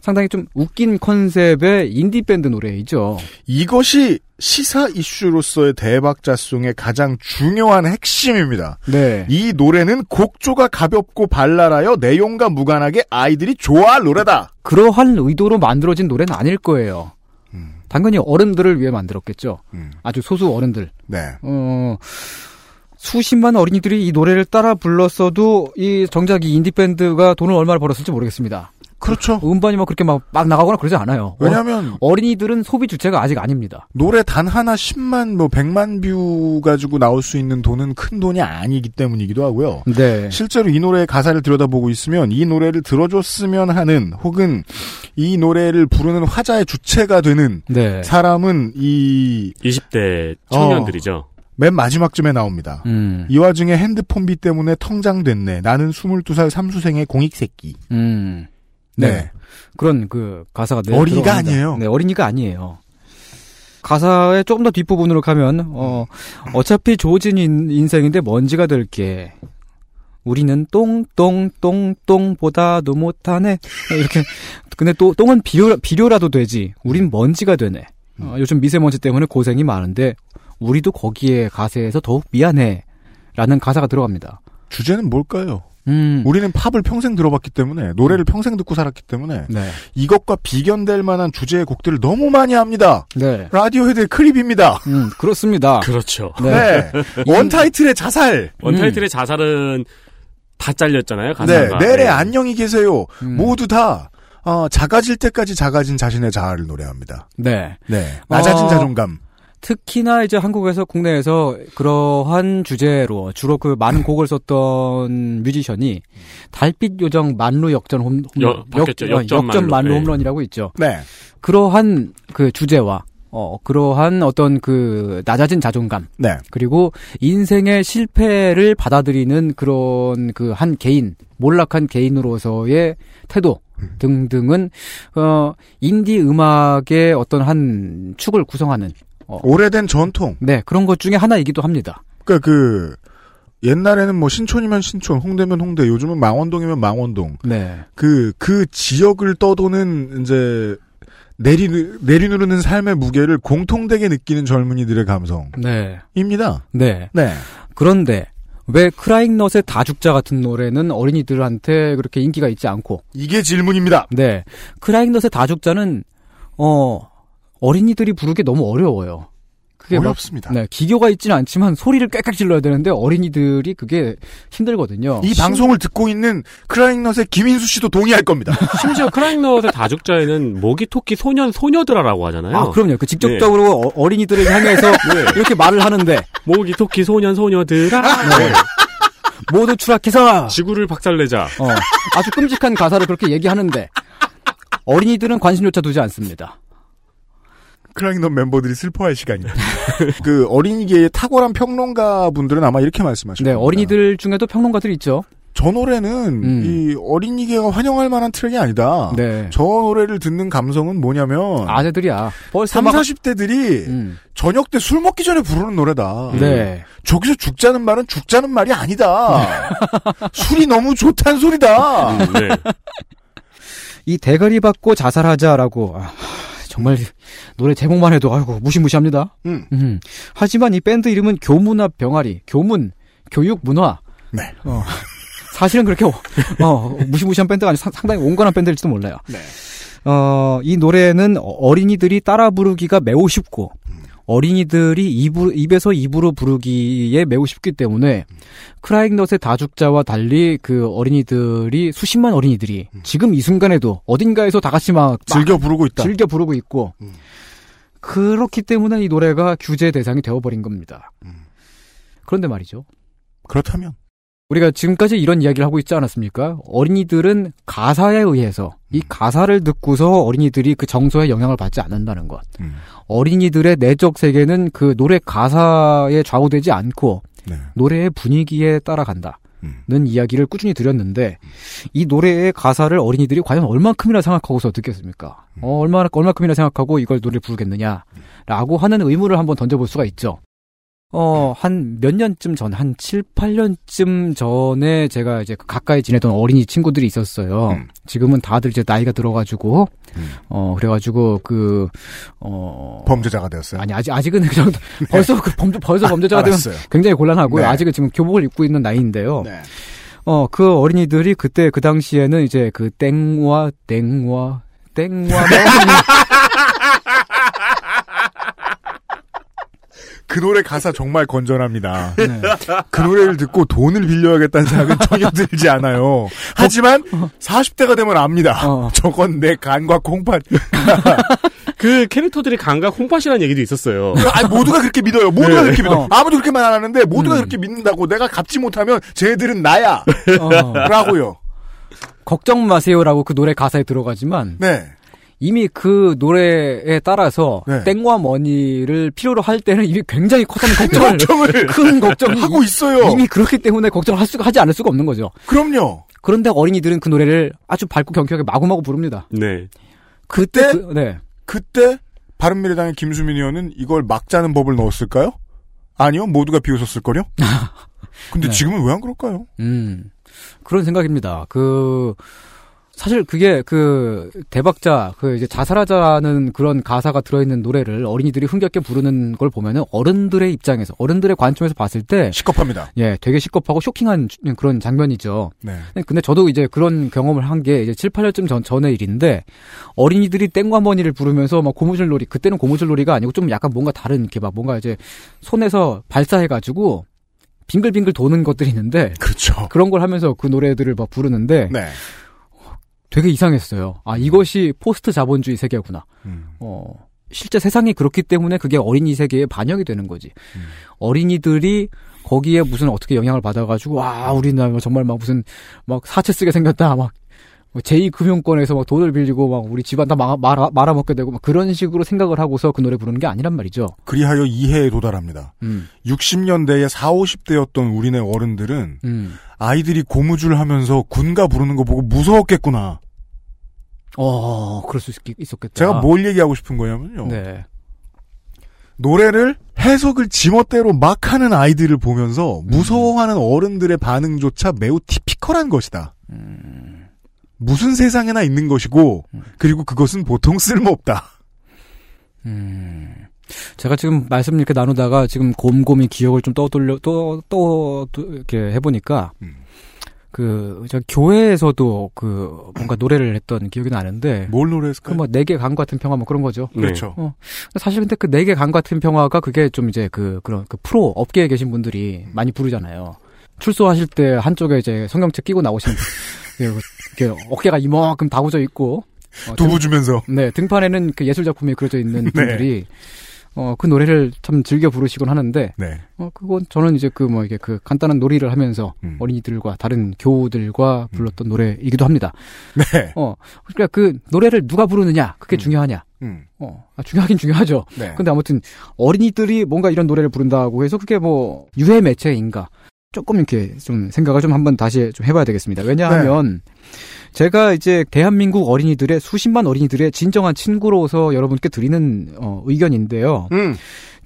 Speaker 8: 상당히 좀 웃긴 컨셉의 인디밴드 노래이죠.
Speaker 2: [LAUGHS] 이것이 시사 이슈로서의 대박자송의 가장 중요한 핵심입니다.
Speaker 8: 네.
Speaker 2: 이 노래는 곡조가 가볍고 발랄하여 내용과 무관하게 아이들이 좋아할 노래다.
Speaker 8: 그러한 의도로 만들어진 노래는 아닐 거예요.
Speaker 2: 음.
Speaker 8: 당연히 어른들을 위해 만들었겠죠. 아주 소수 어른들.
Speaker 2: 네.
Speaker 8: 어, 수십만 어린이들이 이 노래를 따라 불렀어도 이 정작 이 인디밴드가 돈을 얼마나 벌었을지 모르겠습니다.
Speaker 2: 그렇죠.
Speaker 8: 음반이 막 그렇게 막, 막 나가거나 그러지 않아요.
Speaker 2: 왜냐하면
Speaker 8: 어, 린이들은 소비 주체가 아직 아닙니다.
Speaker 2: 노래 단 하나 10만 뭐 100만 뷰 가지고 나올 수 있는 돈은 큰 돈이 아니기 때문이기도 하고요.
Speaker 8: 네.
Speaker 2: 실제로 이 노래의 가사를 들여다보고 있으면 이 노래를 들어줬으면 하는 혹은 이 노래를 부르는 화자의 주체가 되는
Speaker 8: 네.
Speaker 2: 사람은 이
Speaker 3: 20대 청년들이죠.
Speaker 2: 맨 마지막쯤에 나옵니다.
Speaker 8: 음.
Speaker 2: 이 와중에 핸드폰비 때문에 텅장됐네. 나는 22살 삼수생의 공익새끼.
Speaker 8: 음.
Speaker 2: 네.
Speaker 8: 그런 그 가사가 네,
Speaker 2: 어린이가
Speaker 8: 들어갑니다.
Speaker 2: 아니에요.
Speaker 8: 네, 어린이가 아니에요. 가사의 조금 더 뒷부분으로 가면 어 어차피 조진 인, 인생인데 먼지가 될게 우리는 똥똥똥똥보다도 못하네 어, 이렇게 근데 또 똥은 비료 비료라도 되지 우린 먼지가 되네 어, 요즘 미세먼지 때문에 고생이 많은데 우리도 거기에 가세해서 더욱 미안해라는 가사가 들어갑니다.
Speaker 2: 주제는 뭘까요?
Speaker 8: 음.
Speaker 2: 우리는 팝을 평생 들어봤기 때문에 노래를 평생 듣고 살았기 때문에
Speaker 8: 네.
Speaker 2: 이것과 비견될 만한 주제의 곡들을 너무 많이 합니다.
Speaker 8: 네.
Speaker 2: 라디오헤드의 크립입니다.
Speaker 8: 음, 그렇습니다. 네.
Speaker 3: 그렇죠.
Speaker 2: 네. 원타이틀의 자살.
Speaker 3: 원타이틀의 자살은 다 잘렸잖아요.
Speaker 2: 네,
Speaker 3: 가사가.
Speaker 2: 내래
Speaker 3: 예.
Speaker 2: 안녕히 계세요.
Speaker 8: 음.
Speaker 2: 모두 다 어, 작아질 때까지 작아진 자신의 자아를 노래합니다.
Speaker 8: 네.
Speaker 2: 네, 낮아진
Speaker 8: 어,
Speaker 2: 자존감.
Speaker 8: 특히나 이제 한국에서 국내에서 그러한 주제로 주로
Speaker 3: [LAUGHS]
Speaker 8: 그 많은 곡을 썼던 뮤지션이 달빛 요정 만루 역전 홈, 홈런,
Speaker 3: 역- 바뀌었죠.
Speaker 8: 어,
Speaker 3: 역전 만루.
Speaker 8: 만루
Speaker 3: 예.
Speaker 8: 홈런이라고 있죠.
Speaker 2: 네.
Speaker 8: 그러한 그 주제와 어 그러한 어떤 그 낮아진 자존감.
Speaker 2: 네.
Speaker 8: 그리고 인생의 실패를 받아들이는 그런 그 한 개인 몰락한 개인으로서의 태도
Speaker 3: 음.
Speaker 8: 등등은 어 인디 음악의 어떤 한 축을 구성하는 어,
Speaker 2: 오래된 전통.
Speaker 8: 네, 그런 것 중에 하나이기도 합니다.
Speaker 2: 그러니까 그 옛날에는 뭐 신촌이면 신촌, 홍대면 홍대, 요즘은 망원동이면 망원동.
Speaker 8: 네.
Speaker 2: 그, 그 지역을 떠도는 이제 내리, 내리누르는 삶의 무게를 공통되게 느끼는 젊은이들의 감성입니다.
Speaker 8: 네. 네.
Speaker 2: 네.
Speaker 8: 그런데 왜 크라잉넛의 다 죽자 같은 노래는 어린이들한테 그렇게 인기가 있지 않고
Speaker 2: 이게 질문입니다.
Speaker 8: 네. 크라잉넛의 다 죽자는 어 어린이들이 부르기 너무 어려워요. 막-
Speaker 2: 어렵습니다.
Speaker 8: 네, 기교가 있지는 않지만 소리를 꽥꽥 질러야 되는데 어린이들이 그게 힘들거든요.
Speaker 2: 이
Speaker 8: 심-
Speaker 2: 방송을 듣고 있는 크라잉넛의 김인수 씨도 동의할 겁니다.
Speaker 3: 심지어 크라잉넛의 다죽자에는 모기 토끼 소년 소녀들아라고 하잖아요.
Speaker 8: 아, 그럼요. 그 직접적으로
Speaker 2: 네.
Speaker 8: 어- 어린이들을
Speaker 2: [LAUGHS]
Speaker 8: 향해서 이렇게 말을 하는데
Speaker 3: 모기 토끼 소년 소녀들아 네.
Speaker 8: 모두 추락해서
Speaker 3: 지구를 박살내자.
Speaker 8: 어, 아주 끔찍한 가사를 그렇게 얘기하는데 어린이들은 관심조차 두지 않습니다. 네,
Speaker 2: 크라잉넛 멤버들이 슬퍼할
Speaker 8: [LAUGHS]
Speaker 2: 시간입니다. 그 어린이계의 탁월한 평론가 분들은 아마 이렇게 말씀하실
Speaker 8: 네,
Speaker 2: 겁니다.
Speaker 8: 어린이들 중에도 평론가들이 있죠.
Speaker 2: 저 노래는 이 어린이계가 환영할 만한 트랙이 아니다.
Speaker 8: 네.
Speaker 2: 저 노래를 듣는 감성은 뭐냐면
Speaker 8: 아재들이야. 벌써
Speaker 2: 30,
Speaker 8: 막-
Speaker 2: 40대들이
Speaker 8: 음.
Speaker 2: 저녁 때 술 먹기 전에 부르는 노래다.
Speaker 8: 네.
Speaker 2: 저기서 죽자는 말은 죽자는 말이
Speaker 8: 음.
Speaker 2: 아니다. [LAUGHS] 술이 너무 좋단 소리다.
Speaker 3: 네.
Speaker 8: 이 대가리 받고 자살하자라고 아, 정말 노래 제목만 해도 아이고 무시무시합니다.
Speaker 2: 음.
Speaker 8: 음. 하지만 이 밴드 이름은 교문화 병아리, 교문, 교육 문화.
Speaker 2: 네.
Speaker 8: 어, 사실은 그렇게 어, 어, 무시무시한 밴드가 아니라 상- 상당히 온건한 밴드일지도 몰라요.
Speaker 2: 네.
Speaker 8: 어, 이 노래는 어- 어린이들이 따라 부르기가 매우 쉽고
Speaker 2: 음.
Speaker 8: 어린이들이 입으로, 입에서 입으로 부르기에 매우 쉽기 때문에
Speaker 2: 음.
Speaker 8: 크라잉넛의 다죽자와 달리 그 어린이들이 수십만 어린이들이
Speaker 2: 음.
Speaker 8: 지금 이 순간에도 어딘가에서 다 같이 막
Speaker 2: 즐겨 부르고 있다.
Speaker 8: 즐겨 부르고 있고 그렇기 때문에 이 노래가 규제 대상이 되어버린 겁니다. 그런데 말이죠.
Speaker 2: 그렇다면
Speaker 8: 우리가 지금까지 이런 이야기를 하고 있지 않았습니까? 어린이들은 가사에 의해서 이 가사를 듣고서 어린이들이 그 정서에 영향을 받지 않는다는 것. 어린이들의 내적 세계는 그 노래 가사에 좌우되지 않고 노래의 분위기에 따라간다. 는
Speaker 2: 음.
Speaker 8: 이야기를 꾸준히 드렸는데 이 노래의 가사를 어린이들이 과연 얼만큼이나 생각하고서 듣겠습니까?
Speaker 2: 음.
Speaker 8: 어, 얼마나 얼마큼이나 생각하고 이걸 노래 를 부르겠느냐라고 하는 의무를 한번 던져볼 수가 있죠. 어,
Speaker 2: 네.
Speaker 8: 한 몇 년쯤 전, 한 7, 8년쯤 전에 제가 이제 가까이 지내던 어린이 친구들이 있었어요.
Speaker 2: 음.
Speaker 8: 지금은 다들 이제 나이가 들어가지고, 어, 그래가지고, 그, 어.
Speaker 2: 범죄자가 되었어요.
Speaker 8: 아니, 아직, 아직은 그 정도, 벌써 그 범죄, 벌써
Speaker 2: 아,
Speaker 8: 범죄자가 되면
Speaker 2: 네. [LAUGHS] 알았어요.
Speaker 8: 굉장히 곤란하고요.
Speaker 2: 네.
Speaker 8: 아직은 지금 교복을 입고 있는 나이인데요. 어, 그 어린이들이 그때, 그 당시에는 이제 그 땡와, 땡와, 땡와, 뭐
Speaker 2: 네. 그 노래 가사 정말
Speaker 8: [LAUGHS]
Speaker 2: 건전합니다.
Speaker 8: 네.
Speaker 2: 그 노래를 듣고 돈을 빌려야겠다는 생각은 전혀 들지 않아요. 하지만
Speaker 8: 어,
Speaker 2: 40대가 되면 압니다. 저건 내 간과 콩팥.
Speaker 3: 그 캐릭터들이 감각 홍팥이라는 얘기도 있었어요.
Speaker 2: 아니, 모두가 그렇게 믿어요. 모두가
Speaker 3: 네.
Speaker 2: 그렇게 믿어.
Speaker 3: 어.
Speaker 2: 아무도 그렇게 말 안 하는데 모두가
Speaker 8: 음.
Speaker 2: 그렇게 믿는다고 내가 갚지 못하면 쟤들은 나야.
Speaker 8: 어.
Speaker 2: 라고요.
Speaker 8: [LAUGHS] 걱정 마세요라고 그 노래 가사에 들어가지만
Speaker 2: 네.
Speaker 8: 이미 그 노래에 따라서
Speaker 2: 네.
Speaker 8: 땡과 머니를 필요로 할 때는 이미 굉장히 커다란 걱정을,
Speaker 2: 걱정을
Speaker 8: [LAUGHS] 큰 걱정을
Speaker 2: 하고 있어요.
Speaker 8: 이미 그렇기 때문에 걱정을 할 수가 하지 않을 수가 없는 거죠.
Speaker 2: 그럼요.
Speaker 8: 그런데 어린이들은 그 노래를 아주 밝고 경쾌하게 마구마구 부릅니다.
Speaker 3: 네.
Speaker 8: 그때 그, 네.
Speaker 2: 그때 바른미래당의 김수민 의원은 이걸 막자는 법을 넣었을까요? 아니요. 모두가 비웃었을
Speaker 8: [LAUGHS]
Speaker 2: 거요 근데
Speaker 8: 네.
Speaker 2: 지금은 왜 안 그럴까요?
Speaker 8: 음. 그런 생각입니다. 그 사실 그게 그 대박자 그 이제 자살하자라는 그런 가사가 들어 있는 노래를 어린이들이 흥겹게 부르는 걸 보면은 어른들의 입장에서 어른들의 관점에서 봤을 때
Speaker 2: 시겁합니다.
Speaker 8: 예, 되게 시겁하고 쇼킹한 주- 그런 장면이죠.
Speaker 2: 네.
Speaker 8: 근데 저도 이제 그런 경험을 한 게 이제 7, 8년쯤 전, 전의 일인데 어린이들이 땡과 머니를 부르면서 막 고무줄놀이 그때는 고무줄놀이가 아니고 좀 약간 뭔가 다른 이렇게 막 뭔가 이제 손에서 발사해가지고 빙글빙글 도는 것들이 있는데
Speaker 2: 그렇죠.
Speaker 8: 그런 걸 하면서 그 노래들을 막
Speaker 2: 네.
Speaker 8: 부르는데 어, 되게 이상했어요.
Speaker 2: 음.
Speaker 8: 아 이것이 포스트 자본주의 세계구나. 어, 실제 세상이 그렇기 때문에 그게 어린이 세계에 반영이 되는 거지.
Speaker 2: 음.
Speaker 8: 어린이들이 거기에 무슨 어떻게 영향을 받아가지고 와 우리나라 정말 막 무슨 막 사채 쓰게 생겼다 막뭐 제2금융권에서 막 돈을 빌리고 막 우리 집안 다 말아, 말아, 말아먹게 되고 막 그런 식으로 생각을 하고서 그 노래 부르는 게 아니란 말이죠.
Speaker 2: 그리하여 이해에 도달합니다. 60년대에 4, 50대였던 우리네 어른들은
Speaker 8: 음.
Speaker 2: 아이들이 고무줄 하면서 군가 부르는 거 보고 무서웠겠구나.
Speaker 8: 어, 그럴 수 있- 있었겠다.
Speaker 2: 제가 뭐 뭘 얘기하고 싶은 거냐면요.
Speaker 8: 네.
Speaker 2: 노래를 해석을 지멋대로 막 하는 아이들을 보면서 무서워하는 어른들의 반응조차 매우 티피컬한 것이다. 음. 무슨 세상에나 있는 것이고, 그리고 그것은 보통 쓸모없다.
Speaker 8: 음. 제가 지금 말씀 이렇게 나누다가 지금 곰곰이 기억을 좀 떠돌려 또또 이렇게 해보니까 그 제가 교회에서도 그 뭔가 노래를 했던 기억이 나는데
Speaker 2: 뭘 노래했을까요?
Speaker 8: 그뭐 네개 강 같은 평화 뭐 그런 거죠.
Speaker 2: 네. 그렇죠.
Speaker 8: 어, 사실 근데 그 네 개 강 같은 평화가 그게 좀 이제 그 그런 그 프로 업계에 계신 분들이 많이 부르잖아요. 출소하실 때 한쪽에 이제 성경책 끼고 나오시는 분. [LAUGHS] 이렇게 어깨가 이만큼 다구져 있고 어,
Speaker 2: 두부 주면서
Speaker 8: 네, 등판에는 그 예술 작품이 그려져 있는
Speaker 2: 네.
Speaker 8: 분들이 어, 그 노래를 참 즐겨 부르시곤 하는데
Speaker 2: 네.
Speaker 8: 어, 그건 저는 이제 그 뭐 이게 그 간단한 놀이를 하면서 어린이들과 다른 교우들과 불렀던 노래이기도 합니다.
Speaker 2: 네.
Speaker 8: 어, 그러니까 그 노래를 누가 부르느냐 그게 중요하냐.
Speaker 2: 음.
Speaker 8: 어, 아, 중요하긴 중요하죠.
Speaker 2: 네.
Speaker 8: 근데 아무튼 어린이들이 뭔가 이런 노래를 부른다고 해서 그게 뭐 유해 매체인가 조금 이렇게 좀 생각을 좀 한번 다시 좀 해봐야 되겠습니다. 왜냐하면 제가 이제 대한민국 어린이들의 수십만 어린이들의 진정한 친구로서 여러분께 드리는 어, 의견인데요.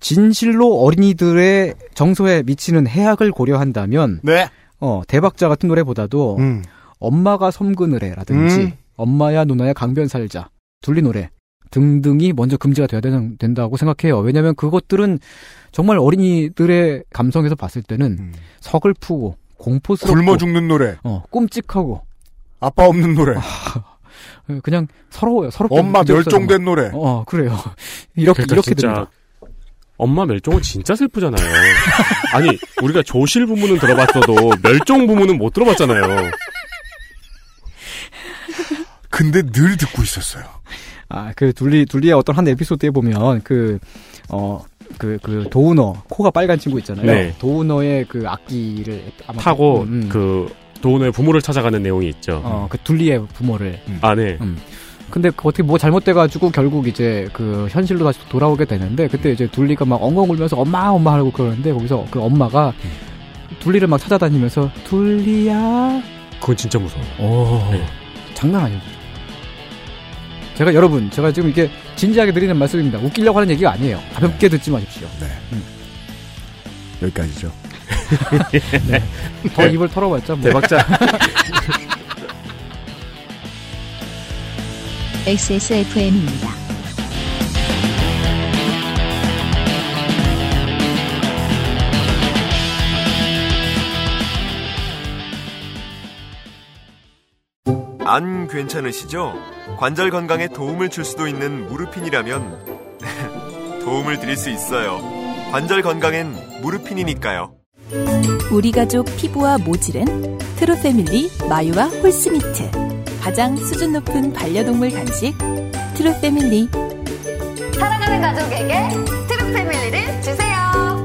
Speaker 8: 진실로 어린이들의 정서에 미치는 해악을 고려한다면
Speaker 2: 네.
Speaker 8: 어, 대박자 같은 노래보다도 엄마가 섬그늘 해라든지
Speaker 14: 음.
Speaker 8: 엄마야 누나야 강변 살자 둘리 노래 등등이 먼저 금지가 돼야 되는, 된다고 생각해요. 왜냐하면 그것들은 정말 어린이들의 감성에서 봤을 때는 서글프고 공포스럽고
Speaker 2: 굶어 죽는 노래.
Speaker 8: 어, 끔찍하고
Speaker 2: 아빠 없는 노래.
Speaker 8: 그냥 서러워요. 서럽고
Speaker 2: 엄마
Speaker 8: 문제없어요,
Speaker 2: 멸종된
Speaker 8: 정말.
Speaker 2: 노래.
Speaker 8: 어, 그래요. [LAUGHS] 이렇게
Speaker 3: 그러니까
Speaker 8: 이렇게
Speaker 3: 진짜
Speaker 8: 됩니다.
Speaker 3: 엄마 멸종은 진짜 슬프잖아요. 아니 우리가 조실 부문은 들어봤어도 멸종 부문은 못 들어봤잖아요.
Speaker 2: 근데 늘 듣고 있었어요.
Speaker 8: 아, 그 둘리 둘리의 어떤 한 에피소드에 보면 그 어. 그, 그, 도우너, 코가 빨간 친구 있잖아요.
Speaker 3: 네.
Speaker 8: 도우너의 그 악기를 아마
Speaker 3: 타고
Speaker 8: 음, 음.
Speaker 3: 그 도우너의 부모를 찾아가는 내용이 있죠.
Speaker 8: 어, 그 둘리의 부모를.
Speaker 3: 아, 네.
Speaker 8: 근데 그 어떻게 뭐 잘못돼가지고 결국 이제 그 현실로 다시 돌아오게 되는데 그때 이제 둘리가 막 엉엉 울면서 엄마 엄마 하고 그러는데 거기서 그 엄마가 둘리를 막 찾아다니면서 둘리야
Speaker 3: 그건 진짜 네. 무서워.
Speaker 8: 오. 장난 아니에요. 제가 여러분 제가 지금 이게 진지하게 드리는 말씀입니다. 웃기려고 하는 얘기가 아니에요. 가볍게 듣지 마십시오.
Speaker 2: 여기까지죠.
Speaker 8: 더 입을 털어봤자 뭐.
Speaker 1: XSFM입니다.
Speaker 10: 안 괜찮으시죠? 관절 건강에 도움을 줄 수도 있는 무르핀이라면 [LAUGHS] 도움을 드릴 수 있어요. 관절 건강엔 무르핀이니까요.
Speaker 13: 우리 가족 피부와 모질은 트루패밀리 마유와 홀스미트 가장 수준 높은 반려동물 간식 트루패밀리
Speaker 11: 사랑하는 가족에게 트루 패밀리를 주세요.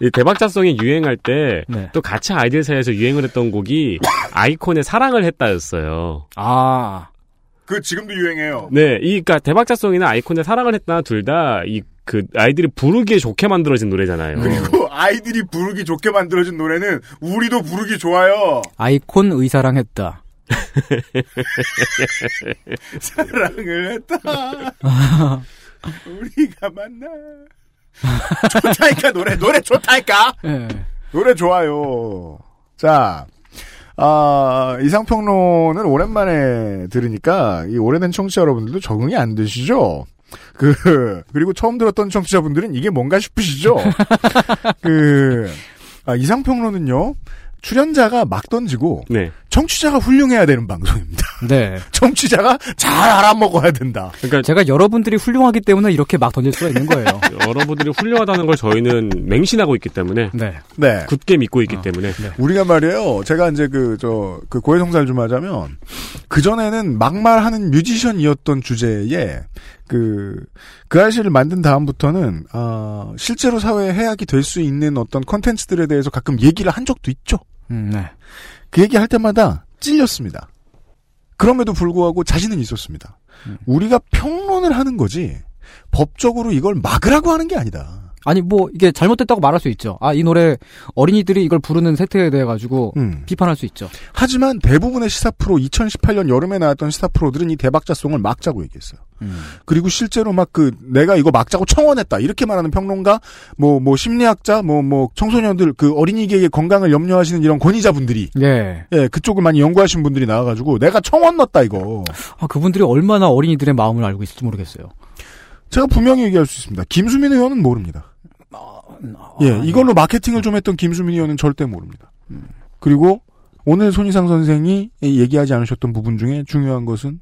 Speaker 3: 이 대박자성이 유행할 때 또
Speaker 2: 네.
Speaker 3: 같이 아이들 사이에서 유행을 했던 곡이 아이콘의 사랑을 했다였어요.
Speaker 8: 아.
Speaker 2: 그 지금도 유행해요.
Speaker 3: 네, 이, 그니까, 대박자성이나 아이콘의 사랑을 했다, 둘 다, 이, 그, 아이들이 부르기에 좋게 만들어진 노래잖아요.
Speaker 2: 그리고 아이들이 부르기 좋게 만들어진 노래는 우리도 부르기 좋아요.
Speaker 8: [LAUGHS] 아이콘 의사랑 했다.
Speaker 2: 사랑을 했다.
Speaker 8: [LAUGHS]
Speaker 2: 우리가 만나. 좋다니까 노래 노래 좋다니까. 노래 좋아요. 자. 아, 이상평론을 오랜만에 들으니까, 이 오래된 청취자 여러분들도 적응이 안 되시죠? 그, 그리고 처음 들었던 청취자분들은 이게 뭔가 싶으시죠?
Speaker 3: 네.
Speaker 2: 그, 아, 이상평론은요, 출연자가 막 던지고, 청취자가 훌륭해야 되는 방송입니다. [LAUGHS]
Speaker 8: 네.
Speaker 2: 청취자가 잘 알아먹어야 된다.
Speaker 3: 그러니까
Speaker 8: 제가 여러분들이 훌륭하기 때문에 이렇게 막 던질 수가 있는 거예요.
Speaker 3: 여러분들이 훌륭하다는 걸 저희는 맹신하고 있기 때문에
Speaker 2: 네.
Speaker 3: 굳게 믿고 있기 때문에
Speaker 2: 우리가 말이에요. 제가 이제 그, 저, 그 고해성사를 좀 하자면, 그전에는 막말하는 뮤지션이었던 주제에, 그, 그 아저씨를 만든 다음부터는, 아, 실제로 사회에 해악이 될 수 있는 어떤 컨텐츠들에 대해서 가끔 얘기를 한 적도 있죠.
Speaker 8: 음, 네.
Speaker 2: 그 얘기할 때마다 찔렸습니다. 그럼에도 불구하고 자신은 있었습니다. 우리가 평론을 하는 거지, 법적으로 이걸 막으라고 하는 게 아니다.
Speaker 8: 아니 뭐 이게 잘못됐다고 말할 수 있죠. 아 이 노래 어린이들이 이걸 부르는 세트에 대해 가지고
Speaker 2: 음.
Speaker 8: 비판할 수 있죠.
Speaker 2: 하지만 대부분의 시사 프로 2018년 여름에 나왔던 시사 프로들은 이 대박자송을 막자고 얘기했어요. 그리고 실제로 막 그 내가 이거 막자고 청원했다 이렇게 말하는 평론가, 뭐 뭐 심리학자, 뭐 뭐 청소년들 그 어린이계의 건강을 염려하시는 이런 권위자분들이
Speaker 8: 예.
Speaker 2: 예 그쪽을 많이 연구하신 분들이 나와가지고 내가 청원 넣었다 이거.
Speaker 8: 아 그분들이 얼마나 어린이들의 마음을 알고 있을지 모르겠어요.
Speaker 2: 제가 분명히 얘기할 수 있습니다. 김수민 의원은 모릅니다. 예, 이걸로 마케팅을 좀 했던 김수민 의원은 절대 모릅니다. 그리고 오늘 손희상 선생이 얘기하지 않으셨던 부분 중에 중요한 것은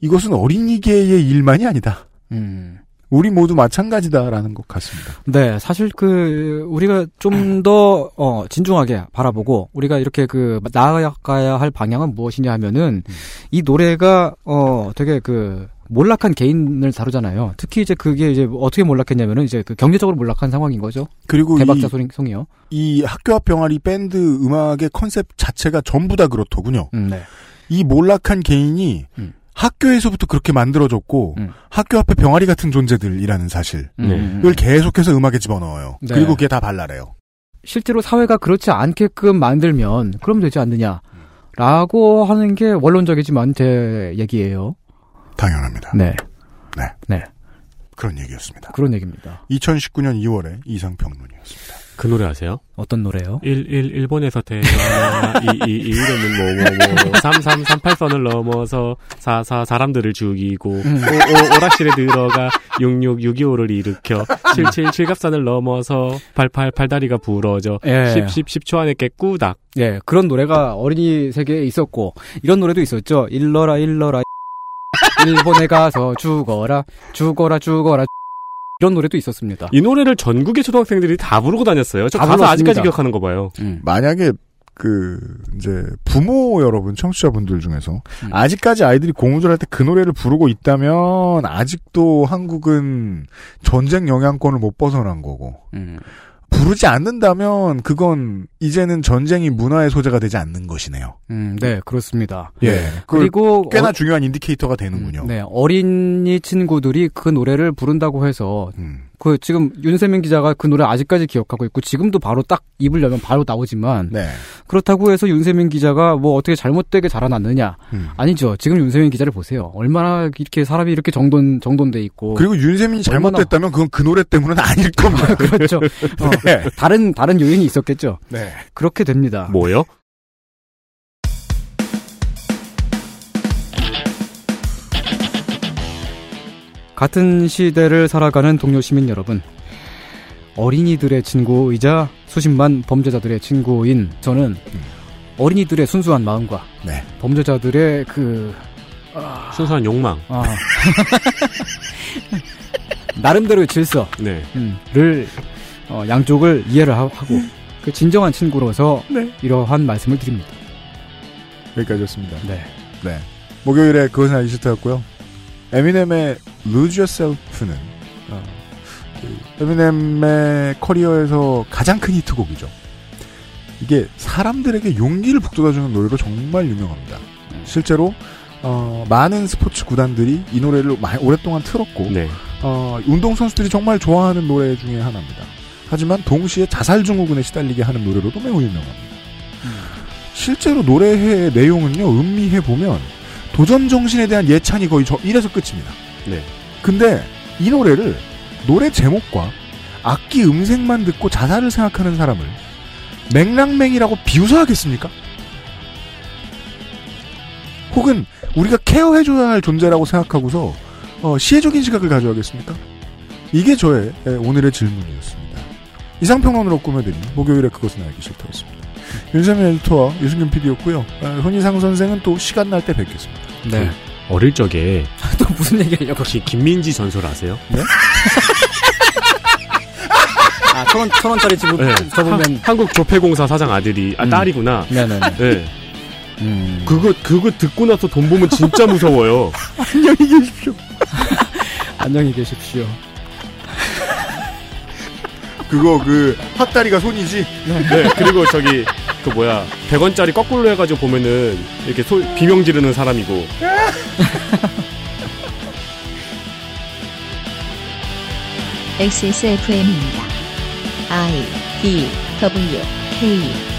Speaker 2: 이것은 어린이계의 일만이 아니다. 우리 모두 마찬가지다라는 것 같습니다.
Speaker 8: 음. 네, 사실 그 우리가
Speaker 2: 음.
Speaker 8: 좀 더 어, 진중하게 바라보고 우리가 이렇게 그 나아가야 할 방향은 무엇이냐 하면은
Speaker 2: 음.
Speaker 8: 이 노래가 어 되게 그 몰락한 개인을 다루잖아요. 특히 이제 그게 이제 어떻게 몰락했냐면은 이제 그 경제적으로 몰락한 상황인 거죠.
Speaker 2: 그리고
Speaker 8: 대박자
Speaker 2: 이-
Speaker 8: 소리- 송이요.
Speaker 2: 이 학교 앞 병아리 밴드 음악의 컨셉 자체가 전부 다 그렇더군요.
Speaker 8: 음, 네.
Speaker 2: 이 몰락한 개인이 학교에서부터 그렇게 만들어졌고 학교 앞에 병아리 같은 네. 존재들이라는 사실을
Speaker 8: 음.
Speaker 2: 계속해서 음악에 집어넣어요.
Speaker 8: 네.
Speaker 2: 그리고 그게 다 발랄해요.
Speaker 8: 실제로 사회가 그렇지 않게끔 만들면 그럼 되지 않느냐. 라고 하는 게 원론적이지만 제 얘기예요.
Speaker 2: 당연합니다.
Speaker 8: 네.
Speaker 2: 네.
Speaker 8: 네.
Speaker 2: 그런 얘기였습니다.
Speaker 8: 그런 얘기입니다.
Speaker 2: 2019년 2월에 이상평론이었습니다.
Speaker 3: 그 노래 아세요?
Speaker 8: 어떤 노래요?
Speaker 3: 1, 1, 일본에서 대화, 2, 2, 2, 1은 뭐뭐뭐, 3, 3, 3, 8선을 넘어서, 4, 4, 사람들을 죽이고, 5, 5,
Speaker 8: 음.
Speaker 3: 오락실에 들어가, 6, 6, 6, 2호를 일으켜, 7,
Speaker 8: 음.
Speaker 3: 7, 칠갑산을 넘어서, 8, 8, 팔다리가 부러져,
Speaker 8: 예.
Speaker 3: 10, 10, 10초 안에 깨꾸닥.
Speaker 8: 예, 그런 노래가 어린이 세계에 있었고, 이런 노래도 있었죠. 일러라, 일러라. [LAUGHS] 일본에 가서 죽어라, 죽어라, 죽어라. 이런 노래도 있었습니다.
Speaker 3: 이 노래를 전국의 초등학생들이 다 부르고 다녔어요. 저
Speaker 8: 다
Speaker 3: 가사
Speaker 8: 불렀습니다.
Speaker 3: 아직까지 기억하는 거 봐요.
Speaker 8: 음,
Speaker 2: 만약에 그 이제 부모 여러분 청취자분들 중에서
Speaker 8: 음.
Speaker 2: 아직까지 아이들이 고무줄할 때 그 노래를 부르고 있다면 아직도 한국은 전쟁 영향권을 못 벗어난 거고
Speaker 8: 음,
Speaker 2: 부르지 않는다면 그건 이제는 전쟁이 문화의 소재가 되지 않는 것이네요.
Speaker 8: 음, 네, 그렇습니다.
Speaker 2: 예.
Speaker 8: 그리고
Speaker 2: 꽤나
Speaker 8: 어-
Speaker 2: 중요한 인디케이터가 되는군요.
Speaker 8: 네, 어린이 친구들이 그 노래를 부른다고 해서
Speaker 2: 음.
Speaker 8: 그 지금 윤세민 기자가 그 노래 아직까지 기억하고 있고 지금도 바로 딱 입을 열면 바로 나오지만
Speaker 2: 네.
Speaker 8: 그렇다고 해서 윤세민 기자가 뭐 어떻게 잘못되게 자라났느냐
Speaker 2: 음.
Speaker 8: 아니죠. 지금 윤세민 기자를 보세요. 얼마나 이렇게 사람이 이렇게 정돈 정돈돼 있고
Speaker 2: 그리고 윤세민이
Speaker 8: 뭐 얼마나-
Speaker 2: 잘못됐다면 그건 그 노래 때문은 [LAUGHS] 아닐 겁니다.
Speaker 8: [LAUGHS] 그렇죠. 어,
Speaker 2: [LAUGHS] 네.
Speaker 8: 다른 다른 요인이 있었겠죠.
Speaker 2: 네.
Speaker 8: 그렇게 됩니다.
Speaker 3: 뭐요?
Speaker 8: 같은 시대를 살아가는 동료 시민 여러분. 어린이들의 친구이자 수십만 범죄자들의 친구인 저는 어린이들의 순수한 마음과
Speaker 2: 음. 네.
Speaker 8: 범죄자들의 그
Speaker 3: 순수한 욕망.
Speaker 8: 아. [LAUGHS] 나름대로의 질서를
Speaker 3: 네.
Speaker 8: 어, 양쪽을 이해를 하- 하고 그 진정한 친구로서 이러한 말씀을 드립니다.
Speaker 2: 여기까지였습니다.
Speaker 8: 네.
Speaker 2: 네. 목요일에 그것은 알기 싫다였고요. 에미넴의 Lose Yourself는 어, 그 에미넴의 커리어에서 가장 큰 히트곡이죠. 이게 사람들에게 용기를 북돋아주는 노래로 정말 유명합니다. 실제로 어, 많은 스포츠 구단들이 이 노래를 많이- 오랫동안 틀었고
Speaker 3: 네.
Speaker 2: 어, 운동 선수들이 정말 좋아하는 노래 중에 하나입니다. 하지만 동시에 자살 증후군에 시달리게 하는 노래로도 매우 유명합니다. 실제로 노래의 내용은요 음미해 보면 도전 정신에 대한 예찬이 거의 저 이래서 끝입니다.
Speaker 3: 네.
Speaker 2: 근데 이 노래를 노래 제목과 악기 음색만 듣고 자살을 생각하는 사람을 맹랑맹이라고 비유사하겠습니까? 혹은 우리가 케어해줘야 할 존재라고 생각하고서 어, 시혜적인 시각을 가져야겠습니까? 이게 저의 예, 오늘의 질문이었습니다. 이상평론으로 꾸며드린 목요일에 그것은 알기 싫다였습니다. 윤세민 에디터와 유승균 PD였고요. 손희상 선생은 또 시간 날 때 뵙겠습니다.
Speaker 8: [LAUGHS]
Speaker 3: 네. 어릴 적에 또 무슨 얘기하려고 혹시 김민지 전설 아세요? 네?
Speaker 8: 아, 천 원, 천 원짜리 집을
Speaker 3: 네. 한, 한국 조폐공사 사장 아들이
Speaker 8: 음.
Speaker 3: 아 딸이구나.
Speaker 8: 네네네.
Speaker 3: 네. 그거 그거 듣고 나서 돈 보면 진짜 무서워요.
Speaker 8: 안녕히 계십시오. 안녕히 계십시오.
Speaker 2: 그거 그 핫다리가 손이지.
Speaker 3: 네. 그리고 저기 그 뭐야 100원짜리 거꾸로 해가지고 보면은 이렇게 소, 비명 지르는 사람이고
Speaker 1: XSFM입니다. I D W K